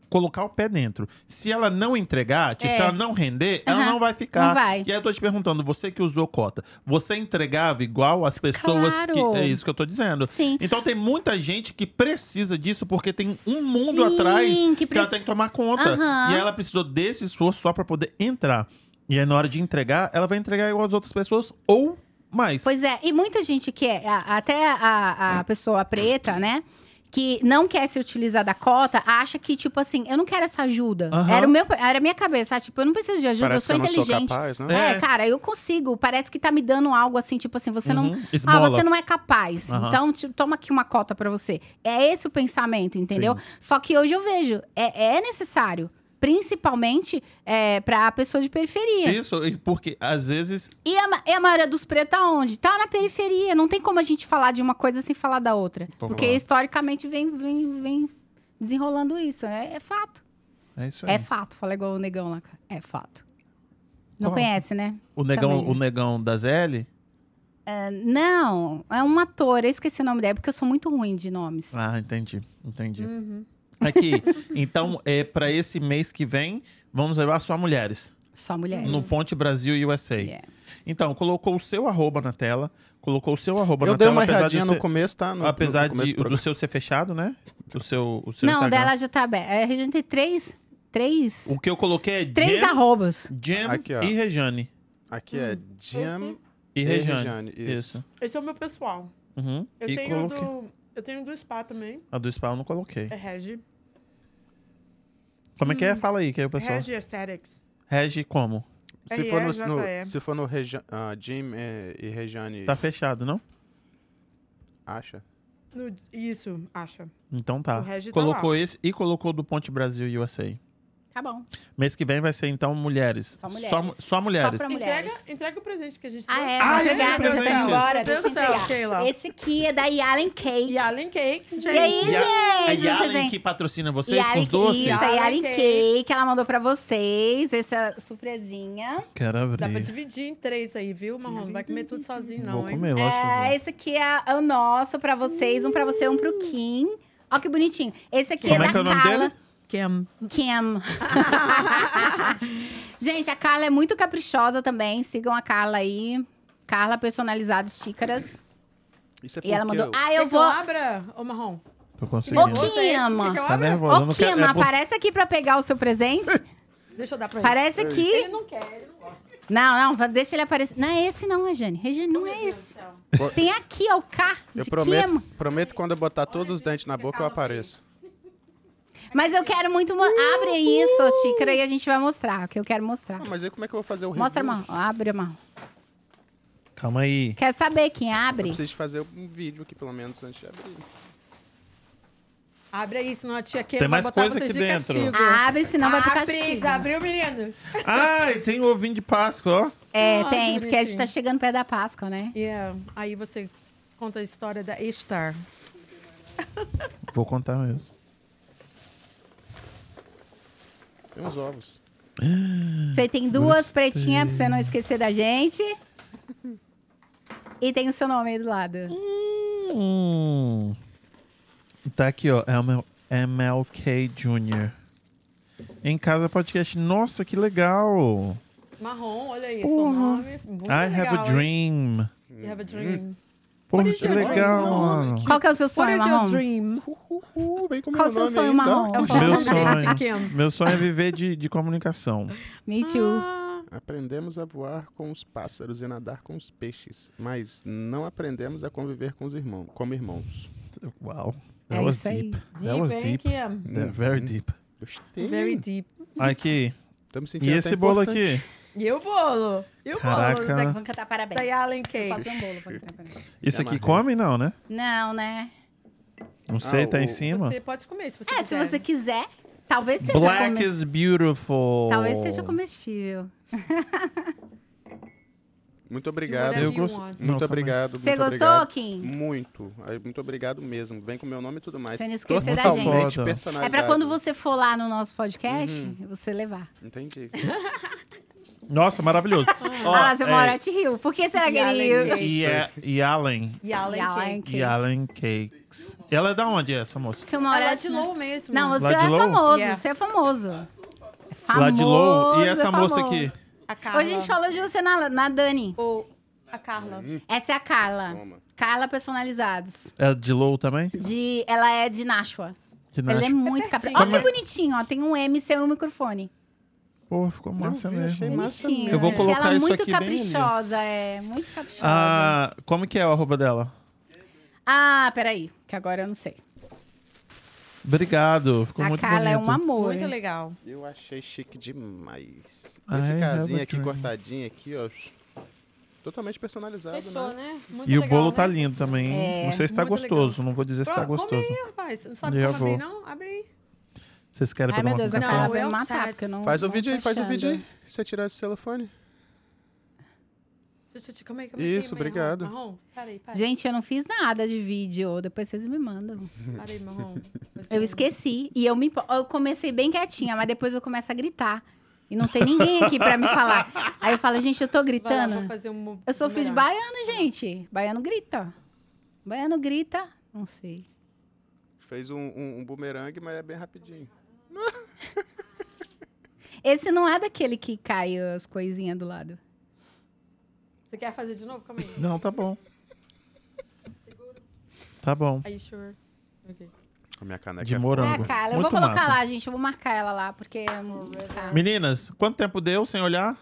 A: colocar o pé dentro. Se ela não entregar, tipo,
D: É.
A: se ela não render, ela
D: Aham.
A: não vai ficar.
D: Não vai.
A: E aí eu tô te perguntando, você que usou cota, você entregava igual as pessoas
D: Claro.
A: que é isso que eu tô dizendo.
D: Sim.
A: Então tem muita gente que precisa disso porque tem um mundo
D: Sim,
A: atrás
D: que
A: que,
D: preci-
A: ela tem que tomar conta.
D: Aham.
A: E ela precisou desse esforço só pra poder entrar. E aí, na hora de entregar, ela vai entregar igual as outras pessoas ou mais.
D: Pois é, e muita gente que é, a- até a, a pessoa preta, né? Que não quer se utilizar da cota, acha que, tipo assim, eu não quero essa ajuda.
A: Aham.
D: Era, o meu, era a minha cabeça, ah, tipo, eu não preciso de ajuda,
C: Parece
D: eu
C: que
D: sou
C: eu não sou
D: inteligente.
C: capaz, né?
D: É,
A: É.
D: cara, eu consigo. Parece que tá me dando algo assim, tipo assim, você não.
A: Uhum.
D: Ah,
A: Esmola.
D: você não é capaz.
A: Aham.
D: Então, tipo, toma aqui uma cota pra você. É esse o pensamento, entendeu? Só que hoje eu vejo, é, é necessário. Principalmente é, pra pessoa de periferia.
A: Isso, e porque às vezes.
D: E a, ma- e a maioria dos pretos tá onde? Tá na periferia. Não tem como a gente falar de uma coisa sem falar da outra.
A: Tô
D: porque
A: claro.
D: historicamente vem, vem, vem desenrolando isso. É, é fato.
A: É isso aí.
D: É fato. Fala igual o negão lá. cara. É fato. Não
A: Qual?
D: conhece, né?
A: o, negão,
D: também, né?
A: o negão das L.
D: É, não, é um ator. Eu esqueci o nome dele, porque eu sou muito ruim de nomes. Uhum.
A: Ah, entendi. Entendi. Aqui. Então, é, para esse mês que vem, vamos levar só mulheres.
D: Só mulheres.
A: No Ponte Brasil USA.
D: É Yeah.
A: Então, colocou o seu arroba na tela. Colocou o seu arroba
C: Eu
A: na
C: dei
A: tela.
C: uma
A: tá, apesar de
C: erradinha no
A: ser-
C: começo, tá? No,
A: Apesar
C: no começo
A: de,
C: do
A: do
C: programa.
A: seu ser fechado, né? O seu, o seu
D: Não,
A: Instagram.
D: dela já tá aberta. A gente tem três. Três.
A: O que eu coloquei é
D: Três
A: Jam,
D: arrobas.
A: Jam
C: Aqui, ó.
A: e Rejane.
C: Aqui é
D: Uhum.
C: Jam
A: E
C: e
A: Rejane.
C: Rejane, isso.
A: Isso.
B: Esse é o meu pessoal.
A: Uhum.
B: Eu
A: e
B: tenho
A: coloquei.
B: do. Eu tenho do spa também.
A: A do Spawn eu não coloquei.
B: É Regi.
A: Como é que
D: Hum.
A: é? Fala aí, que aí o pessoal. Regi,
B: Regi Aesthetics.
A: como?
C: Se
D: é,
C: for no, no-
B: RRJE.
C: se for no Reja, ah, Jim eh, e Rejane,
A: Tá fechado, não?
C: acha?
B: No- isso, acha.
A: Então tá.
B: O Regi tá
A: colocou
B: lá.
A: esse e colocou do Ponte Brasil USA.
D: Tá bom.
A: Mês que vem vai ser então mulheres.
D: Só mulheres.
A: Só, mu- só mulheres.
D: pra
B: Entrega,
D: mulheres.
B: entrega o presente que a gente
D: Ah,
B: trouxe.
D: é.
A: Ah,
D: Ah,
A: é,
D: obrigada, já
A: presente.
D: tá embora.
B: Meu Deus
D: Deixa eu
B: do céu,
D: entregar.
B: Sheila.
D: Esse aqui é da Yalen Cake.
B: E Allen Cakes, gente.
D: E aí,
A: E a,
D: gente?
A: é
D: vocês
A: Yalen
D: têm-
A: que patrocina vocês
D: Yalen,
A: com os doces?
D: Isso, é. a Yalen
B: Yalen
D: Cake.
B: Cakes.
D: Ela mandou pra vocês essa surpresinha.
A: Quero
B: Dá pra um
A: abrir.
B: dividir em três aí, viu, Marrom? Não vai comer tudo sozinho,
A: Vou
B: não, hein?
A: comer, lógico. que
D: É,
A: vou.
D: esse aqui é é o nosso pra vocês. Um pra você, um pro Kim. Ó que bonitinho. Esse aqui
A: Como
D: é
A: é
D: da
A: que é o nome
D: Carla.
A: dele?
B: Cam.
D: Kim. Gente, a Carla é muito caprichosa também. Sigam a Carla aí. Carla personalizada xícaras.
C: Isso é
D: E ela mandou. Ah,
B: Quer
D: eu
B: que né,
D: vou.
B: abra, ô Marrom?
A: Tô conseguindo.
D: Ô,
B: Você é esse? Quer que
D: Kim!
B: eu
A: Tá
B: abra?
A: nervosa. eu
D: Ô,
A: não
D: Kim,
A: quero. é por-
D: aparece aqui pra pegar o seu presente.
B: Deixa eu dar pra ele.
D: Parece
B: Ele
D: aqui.
B: não quer, ele não gosta.
D: Não, não, deixa ele aparecer. Não é esse, não, Regiane. Regiane, não é esse.
B: então.
D: Tem aqui, ó, o K
C: Eu
D: de
C: prometo,
D: Kim.
C: prometo que quando eu botar todos os dentes na boca eu apareço.
D: Mas eu quero muito. mo- Abre isso, a xícara, e a gente vai mostrar, que eu quero mostrar.
C: Ah, mas aí como é que eu vou fazer o review?
D: Mostra a mão. Abre a mão.
A: Calma aí.
D: Quer saber quem
C: Eu
D: abre?
C: preciso de fazer um vídeo aqui, pelo menos, antes de abrir.
B: Abre aí, senão a tia
A: Tem
B: Keira
A: mais
B: vai botar
A: coisa
B: vocês
A: aqui
B: de
A: dentro.
B: castigo.
D: Abre, senão Ah, vai pro
B: Abre,
D: castigo.
B: já abriu, meninos?
A: Ai, tem ovinho de Páscoa, ó.
D: É,
B: Ah,
D: tem,
B: que
D: porque a gente
B: bonitinho.
D: tá chegando perto da Páscoa, né?
B: Yeah. eh, Aí você conta a história da Estar.
A: Vou contar mesmo.
C: Tem uns ovos.
D: Você tem duas pretinhas pra você não esquecer da gente. E tem o seu nome aí do lado.
A: Hum. Tá aqui, ó. É o meu MLK Jr. Em casa podcast. Nossa, que legal.
B: Marrom, olha aí, seu nome. Muito
A: I have
B: legal,
A: a
B: hein?
A: dream. Hum.
B: You have a dream.
A: Porra,
B: is
A: que
B: your dream?
A: legal,
B: Não,
A: mano.
D: Qual que é o seu
B: What
D: sonho,
B: is your
D: Marrom?
B: dream?
C: Uh, bem como
D: Qual
C: meu
D: seu
C: nome
D: sonho,
C: aí, tá?
D: Marrom?
B: Eu falo o
A: Meu
B: nome dele de
A: sonho,
B: Kim.
A: meu sonho é viver de, de comunicação.
D: Me
B: Ah.
D: too.
A: Ah,
C: Aprendemos a voar com os pássaros e nadar com os peixes, mas não aprendemos a conviver com os irmãos, como irmãos.
A: Wow.
D: É
A: That was
D: isso aí.
A: deep. That was
B: Deep, hein,
A: deep.
B: Kim?
A: That very deep.
C: Gostei.
B: Very deep.
A: Aqui.
C: Tô me sentindo
A: E
D: é
C: até
A: esse bolo
C: importante.
A: aqui?
B: E o bolo? E o
A: Caraca.
B: bolo
D: Vamos cantar
B: da, da
D: parabéns.
B: Allen
D: Vou
B: Cake?
D: fazer um bolo pra cantar parabéns.
A: Isso aqui
C: amarrei.
A: come, não, né?
D: Não, né?
A: Não sei, tá
C: o-
A: em cima.
B: Você pode comer se você
D: É, se
B: quiser.
D: você quiser. Talvez seja
A: Black
D: comestível.
A: is beautiful.
D: Talvez seja comestível.
C: Muito obrigado.
B: whatever
A: Eu
B: you
A: gosto.
D: um
B: want.
A: Não,
C: Muito
A: calma aí.
C: obrigado.
D: Você
C: muito
D: gostou,
C: obrigado.
D: Kim?
C: Muito. Aí, Muito obrigado mesmo. Vem com meu nome e tudo mais.
D: Você não esquecer da
C: Totalmente
D: gente.
A: Foda.
D: É
C: personalidade.
D: pra quando você for lá no nosso podcast,
A: Uhum.
D: você levar.
C: Entendi.
A: Nossa, maravilhoso. Ó,
D: ah, seu
A: é,
D: Moratti riu. Por que será
B: E
D: que ele
B: Allen
D: riu?
B: Cake.
A: E, é- e Allen.
B: E Allen
D: Allen
B: Cake.
D: Cake.
A: E Allen Cakes. Ela é da onde, essa moça?
D: Seu
B: Ela é
D: Moratti
B: de novo mesmo.
D: Não, você é
A: Ladilow?
D: famoso,
B: Yeah.
D: você é famoso. É famoso.
A: Lá de Low. E essa
D: é
A: moça
D: famoso.
A: aqui?
B: A Carla.
D: Hoje a gente falou de você na, na Dani.
B: Ou a Carla.
A: Hum,
D: Essa é a Carla.
C: Toma.
D: Carla Personalizados.
A: É de Low também?
D: De, ela é de Nashua.
A: De
D: Ela é
A: Nash.
D: muito
B: pertinho.
D: caprichosa. Olha que
A: Como
D: bonitinho, ó. Tem um M sem um microfone.
A: Porra, ficou massa
C: vi, achei
A: mesmo.
C: Massa
D: Bonitinho.
A: mesmo. Eu vou
D: Achei
A: colocar
D: ela
A: isso
D: muito
A: aqui bem ali, ó.
D: caprichosa, é. Muito caprichosa. Ah,
A: Ah, como que é o arroba dela?
D: peraí. Que agora eu não sei.
A: Obrigado, ficou
D: a
A: muito
D: Carla é
A: bonito.
D: um amor.
B: Muito legal.
C: Eu achei chique demais.
A: I
C: Esse
A: have
C: casinho
A: a
C: aqui,
A: dream.
C: cortadinho aqui, ó. Totalmente personalizado,
B: Fechou,
C: né?
B: né? Muito
A: E o
B: legal,
A: bolo
B: né?
A: tá lindo também. hein?
D: É,
A: não sei se tá
B: muito
A: gostoso, não vou dizer se tá
B: Pronto,
A: gostoso.
B: Come aí, rapaz. Não sabe
A: Já
B: como
A: vou.
B: abrir, não? Abre aí.
A: Vocês querem
D: Ai,
A: pra
D: meu
A: eu tomar
D: Deus, a
A: com
B: Não,
D: Carla
A: café?
D: vai
B: eu
D: me matar,
B: sei.
D: porque eu não.
C: Faz o
D: não
C: vídeo
D: tô
C: aí, faz o
D: achando.
C: vídeo aí. Se você tirar esse celofone.
B: Deixa eu te- é Calma aí, calma aí.
C: Isso,
B: calma aí,
C: obrigado.
B: Marrom, Marrom, peraí, peraí.
D: Gente, eu não fiz nada de vídeo. Depois vocês me mandam.
B: Peraí, Marrom.
D: Eu esqueci. E eu me impo- eu comecei bem quietinha, mas depois eu começo a gritar. E não tem ninguém aqui pra me falar. Aí eu falo, gente, eu tô
B: Vai lá, vou
D: gritando.
B: fazer um...
D: Eu sou filho de
B: melhor.
D: baiano, gente. Baiano grita. Baiano grita. Não sei.
C: Fez um, um, um bumerangue, mas é bem rapidinho.
D: Esse não é daquele que cai as coisinhas do lado.
B: Você quer fazer de novo? Calma aí.
A: Não, tá bom. Tá bom.
B: Are you sure? Ok.
C: A minha caneca
A: De
C: é
A: morango.
D: É, cara. Eu vou
A: Muito
D: colocar
A: massa.
D: lá, gente. Eu vou marcar ela lá, porque. hum, tá.
A: Meninas, quanto tempo deu sem olhar?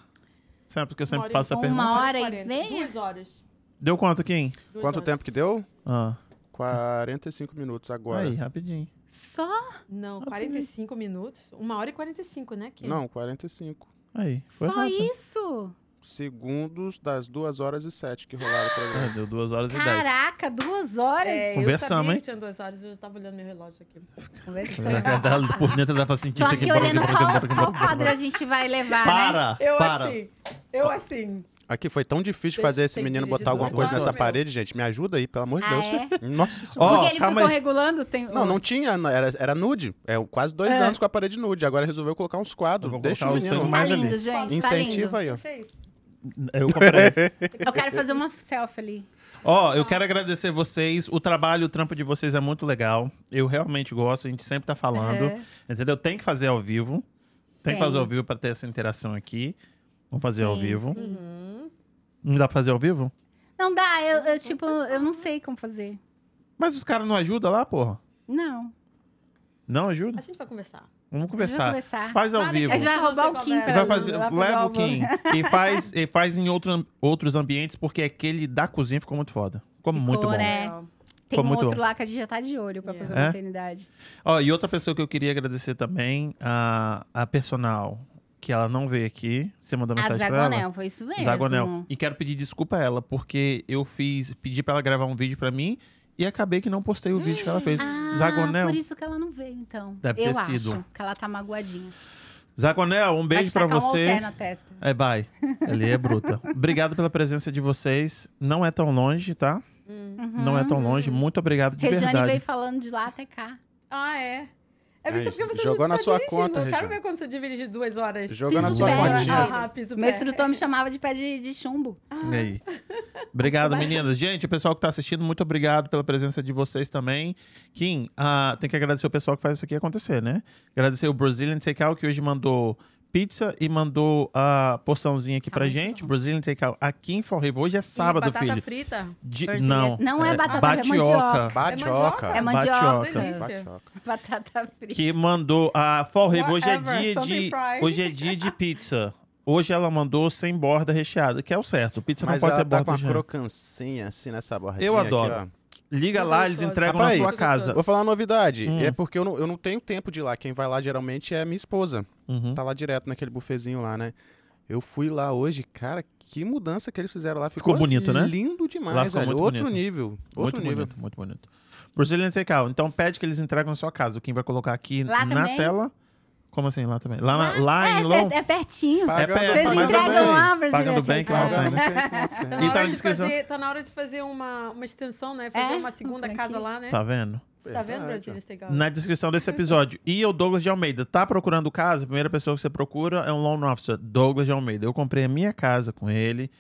A: Sempre que eu
B: Uma
A: sempre
B: hora
A: faço
B: e
A: essa
D: pouco.
A: pergunta.
D: Uma hora e
B: Quarenta.
D: meia?
B: Duas horas.
A: Deu quanto, Kim?
B: Duas
C: Quanto
B: horas.
C: tempo que deu?
A: Ah,
C: 45 minutos agora.
A: aí, rapidinho.
D: Só?
B: Não, 45 minutos. Uma hora e 45, né, Kim?
C: Não, 45.
A: Aí. Foi
D: Só
A: rápido.
D: isso?
C: Segundos das 2 horas e 7 que rolaram o programa.
A: É, deu duas horas e dez.
D: Caraca, duas horas.
B: É,
A: Conversamos,
B: eu sabia
A: hein? Tá,
B: que tinha duas horas, eu já tava olhando meu relógio aqui.
D: Conversando.
A: Ela Por dentro ela fala assim...
D: Tô aqui
A: "Bora,
D: olhando
A: bora,
D: qual,
A: bora, bora,
D: qual
A: bora, bora".
D: quadro a gente vai levar. Né?
A: Para!
B: Eu
A: para!
B: assim, eu assim.
C: Aqui foi tão
B: Tem-
C: difícil fazer esse
B: tem que
C: menino
B: dirigir
C: botar alguma
B: duas
C: coisa
A: horas,
C: nessa
B: meu.
C: parede, gente. Me ajuda aí, pelo amor de
D: Ah,
C: Deus. Nossa senhora.
A: Ó,
D: Porque ele
A: calma
D: ficou
A: aí.
D: regulando? Tem...
C: Não, não tinha, não, era, era nude. É quase dois
A: É.
C: anos com a parede nude. Agora resolveu colocar uns
A: Eu
C: quadros.
A: vou
C: Deixa
A: colocar
C: o
A: os
C: menino.
A: tem
D: Tá
A: mais
D: lindo,
A: ali.
D: gente.
C: Incentiva
D: Tá
C: aí, ó.
B: Quem fez?
A: Eu comprei.
D: lindo. Eu quero fazer uma selfie ali.
A: Ó,
D: Ah.
A: eu quero agradecer vocês. O trabalho, o trampo de vocês é muito legal. Eu realmente gosto, a gente sempre tá falando.
D: É.
A: Entendeu? Tem que fazer ao vivo. Tem, que
D: Tem.
A: fazer ao vivo pra ter essa interação aqui. Vamos fazer ao
D: Sim,
A: vivo.
D: sim.
B: Uhum.
A: Não dá pra fazer ao vivo?
D: Não dá, eu, eu, tipo, eu não sei como fazer.
A: Mas os caras não ajudam lá, porra?
D: Não.
A: Não
B: A
A: ajuda?
B: gente vai conversar.
A: Vamos
D: A gente vai
A: conversar.
D: conversar.
A: Faz ao
B: Nada que
A: vivo.
D: A gente vai
B: Você
D: roubar o
B: conversa.
D: Kim
A: E
D: pra
A: vai fazer,
D: lá pro
A: leva o
D: álbum.
A: Kim. E faz, e faz em outro, outros ambientes, porque aquele da cozinha ficou muito foda. Ficou, muito bom.
D: né? É.
B: Legal.
D: Tem
A: Ficou
D: um
A: muito
D: outro
A: bom.
D: lá que a gente já tá de olho pra
B: Yeah.
D: fazer uma
A: É?
D: maternidade.
A: Ó, e outra pessoa que eu queria agradecer também, a, a personal, que ela não veio aqui. Você mandou
D: A
A: mensagem pra ela?
D: Zagonel, foi isso mesmo.
A: Zagonel. E quero pedir desculpa a ela, porque eu fiz, pedi pra ela gravar um vídeo pra mim e acabei que não postei o vídeo que ela fez.
D: Ah,
A: Zagonel.
D: por isso que ela não veio, então.
A: Deve
D: eu
A: ter
D: acho
A: sido.
D: que ela tá magoadinha.
A: Zagonel, um
D: Vai
A: beijo
D: te
A: pra
D: tacar um
A: você.
D: halter na testa.
A: É, vai. Ali é bruta. Obrigado pela presença de vocês. Não é tão longe, tá? Não é tão longe. Muito obrigado de
D: Rejane
A: verdade.
D: Uhum. Hum. veio falando de lá até cá.
B: Ah, é. É
C: Aí,
B: isso porque você
C: jogou
B: não
C: na
B: tá
C: sua
B: dirigindo.
C: conta,
B: Eu quero
C: Regina.
B: ver quando você dirige duas horas.
C: Jogou na
D: Piso
C: sua
D: pé.
C: continha.
B: Ah, piso
D: Meu
B: pé.
D: instrutor me chamava de pé de, de chumbo.
A: E aí? Obrigado, meninas. Gente, o pessoal que tá assistindo, muito obrigado pela presença de vocês também. Kim, ah, tem que agradecer o pessoal que faz isso aqui acontecer, né? Agradecer o Brazilian Takeout, que hoje mandou pizza e mandou a porçãozinha aqui pra
D: Ai, que
A: gente.
D: bom.
A: Brazilian Takeout aqui em Fall River. Hoje é sábado,
B: batata
A: filho.
B: frita.
A: De-
D: Brazilian-
A: Não.
D: Não é batata, é mandioca.
A: Ah,
C: Badioca.
D: É mandioca.
A: Mandioca.
B: Delícia.
C: Badioca.
D: Batata frita.
A: que mandou a Fall River. Hoje é
B: Whatever,
A: dia
B: something
A: de
B: fried.
A: hoje é dia de pizza. Hoje ela mandou sem borda recheada, que é o certo. Pizza
C: Mas
A: não pode
C: ela
A: ter
C: tá
A: borda
C: com uma
A: recheada.
C: crocancinha assim nessa borda.
A: Eu adoro. Liga
B: Muito
A: lá,
B: gostoso.
A: eles entregam
C: Rapaz,
A: na sua
C: muito
A: casa.
C: Vou falar uma novidade.
A: Hum.
C: É porque eu não, eu não tenho tempo de ir lá. Quem vai lá geralmente é minha esposa.
A: Uhum.
C: Tá lá direto naquele bufezinho lá, né? Eu fui lá hoje, cara, que mudança que eles fizeram lá.
A: Ficou bonito, né?
C: Lindo
A: Lá
C: demais,
A: ficou
C: velho.
A: muito
C: Outro
A: bonito.
C: nível. Outro
A: muito
C: nível.
A: bonito, muito bonito. Brazilian Takeout. Então pede que eles entregam na sua casa. O Kim vai colocar aqui
D: Lá
A: na
D: também?
A: tela. Como assim, lá também? Lá, na- lá em Long...
D: É, é pertinho.
C: Pá,
A: perto,
C: Vocês
A: mas
D: entregam
A: também-
D: lá, Brazilian
A: Pagando bem, que lá
D: Takeout.
A: tem, né?
B: Tá
A: E
B: na,
A: tá na
B: hora de
A: descrição.
B: fazer, tá na hora de fazer uma, uma extensão, né? Fazer
D: É?
B: uma segunda
D: Vamos por
B: casa
D: aqui.
B: lá, né?
A: Tá vendo?
B: Você tá vendo,
C: Verdade, ó.
B: Brasil Steakhouse?
A: Na descrição desse episódio. E o Douglas de Almeida. Tá procurando casa? A primeira pessoa que você procura é um loan officer, Douglas de Almeida. Eu comprei a minha casa com ele.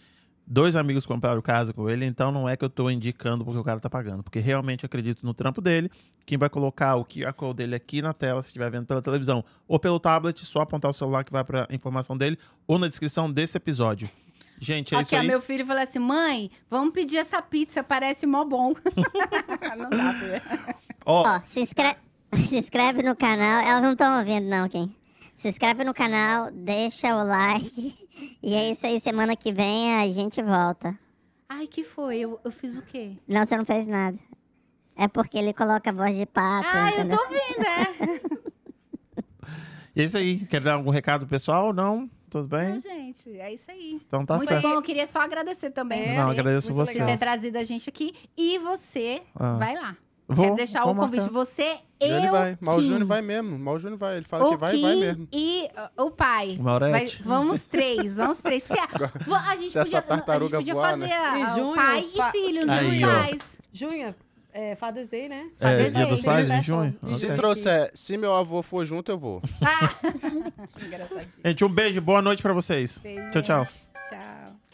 A: Dois amigos compraram casa com ele, então não é que eu tô indicando porque o cara tá pagando, porque realmente eu acredito no trampo dele. Quem vai colocar o QR Code dele aqui na tela, se estiver vendo pela televisão ou pelo tablet, só apontar o celular que vai pra informação dele ou na descrição desse episódio. Gente, é
D: Ok,
A: isso aí.
D: meu filho falou assim: mãe, vamos pedir essa pizza, parece mó bom. não dá, pra ver.
A: Ó,
J: Ó, se, inscre- se inscreve no canal. Elas não estão ouvindo, não, quem? Se inscreve no canal, deixa o like. E é isso aí, semana que vem a gente volta.
D: Ai, que foi? Eu, eu fiz o quê?
J: Não, você não fez nada. É porque ele coloca a voz de pato.
D: Ah, eu
B: né?
J: entendeu?
D: tô vendo, é.
A: é isso aí. Quer dar algum recado pro pessoal? Não? Tudo
D: Não,
A: bem?
D: gente, é isso aí.
A: Então tá
D: Muito
A: certo.
D: bom, eu queria só agradecer também.
B: É,
A: Não,
D: você
A: agradeço
B: muito
A: você.
D: por ter
B: legal.
D: trazido a gente aqui. E você,
A: Ah.
D: vai lá.
A: Vou,
D: Quero deixar
A: vou
D: o convite.
A: marcar.
D: Você,
C: Ele
D: eu,
C: vai. Mas o
D: Kim,
C: Júnior vai mesmo. Mas o Júnior vai. Ele fala
D: o
C: que vai,
D: Kim
C: vai mesmo.
D: e uh, o pai. Vai-
A: Maurete.
D: vamos três, vamos três. Se a, vo- a gente
C: se essa
D: podia,
C: tartaruga
D: a gente podia
C: voar,
D: fazer
C: né?
D: a-
B: E
D: a-
B: junho,
D: o pai e
B: fa-
D: filho,
A: Aí,
D: dos
A: ó.
D: pais.
B: Junho, é Father's Day, né?
A: É,
D: Talvez
A: dia dos
D: aí,
A: pais
B: né?
A: em junho?
B: Se
A: Ok.
C: Se trouxer, se meu avô for junto, eu vou.
D: Ah! Engraçadinho.
A: Gente, um beijo, boa noite pra vocês.
D: Beijo,
A: Tchau, tchau.
D: gente. Tchau.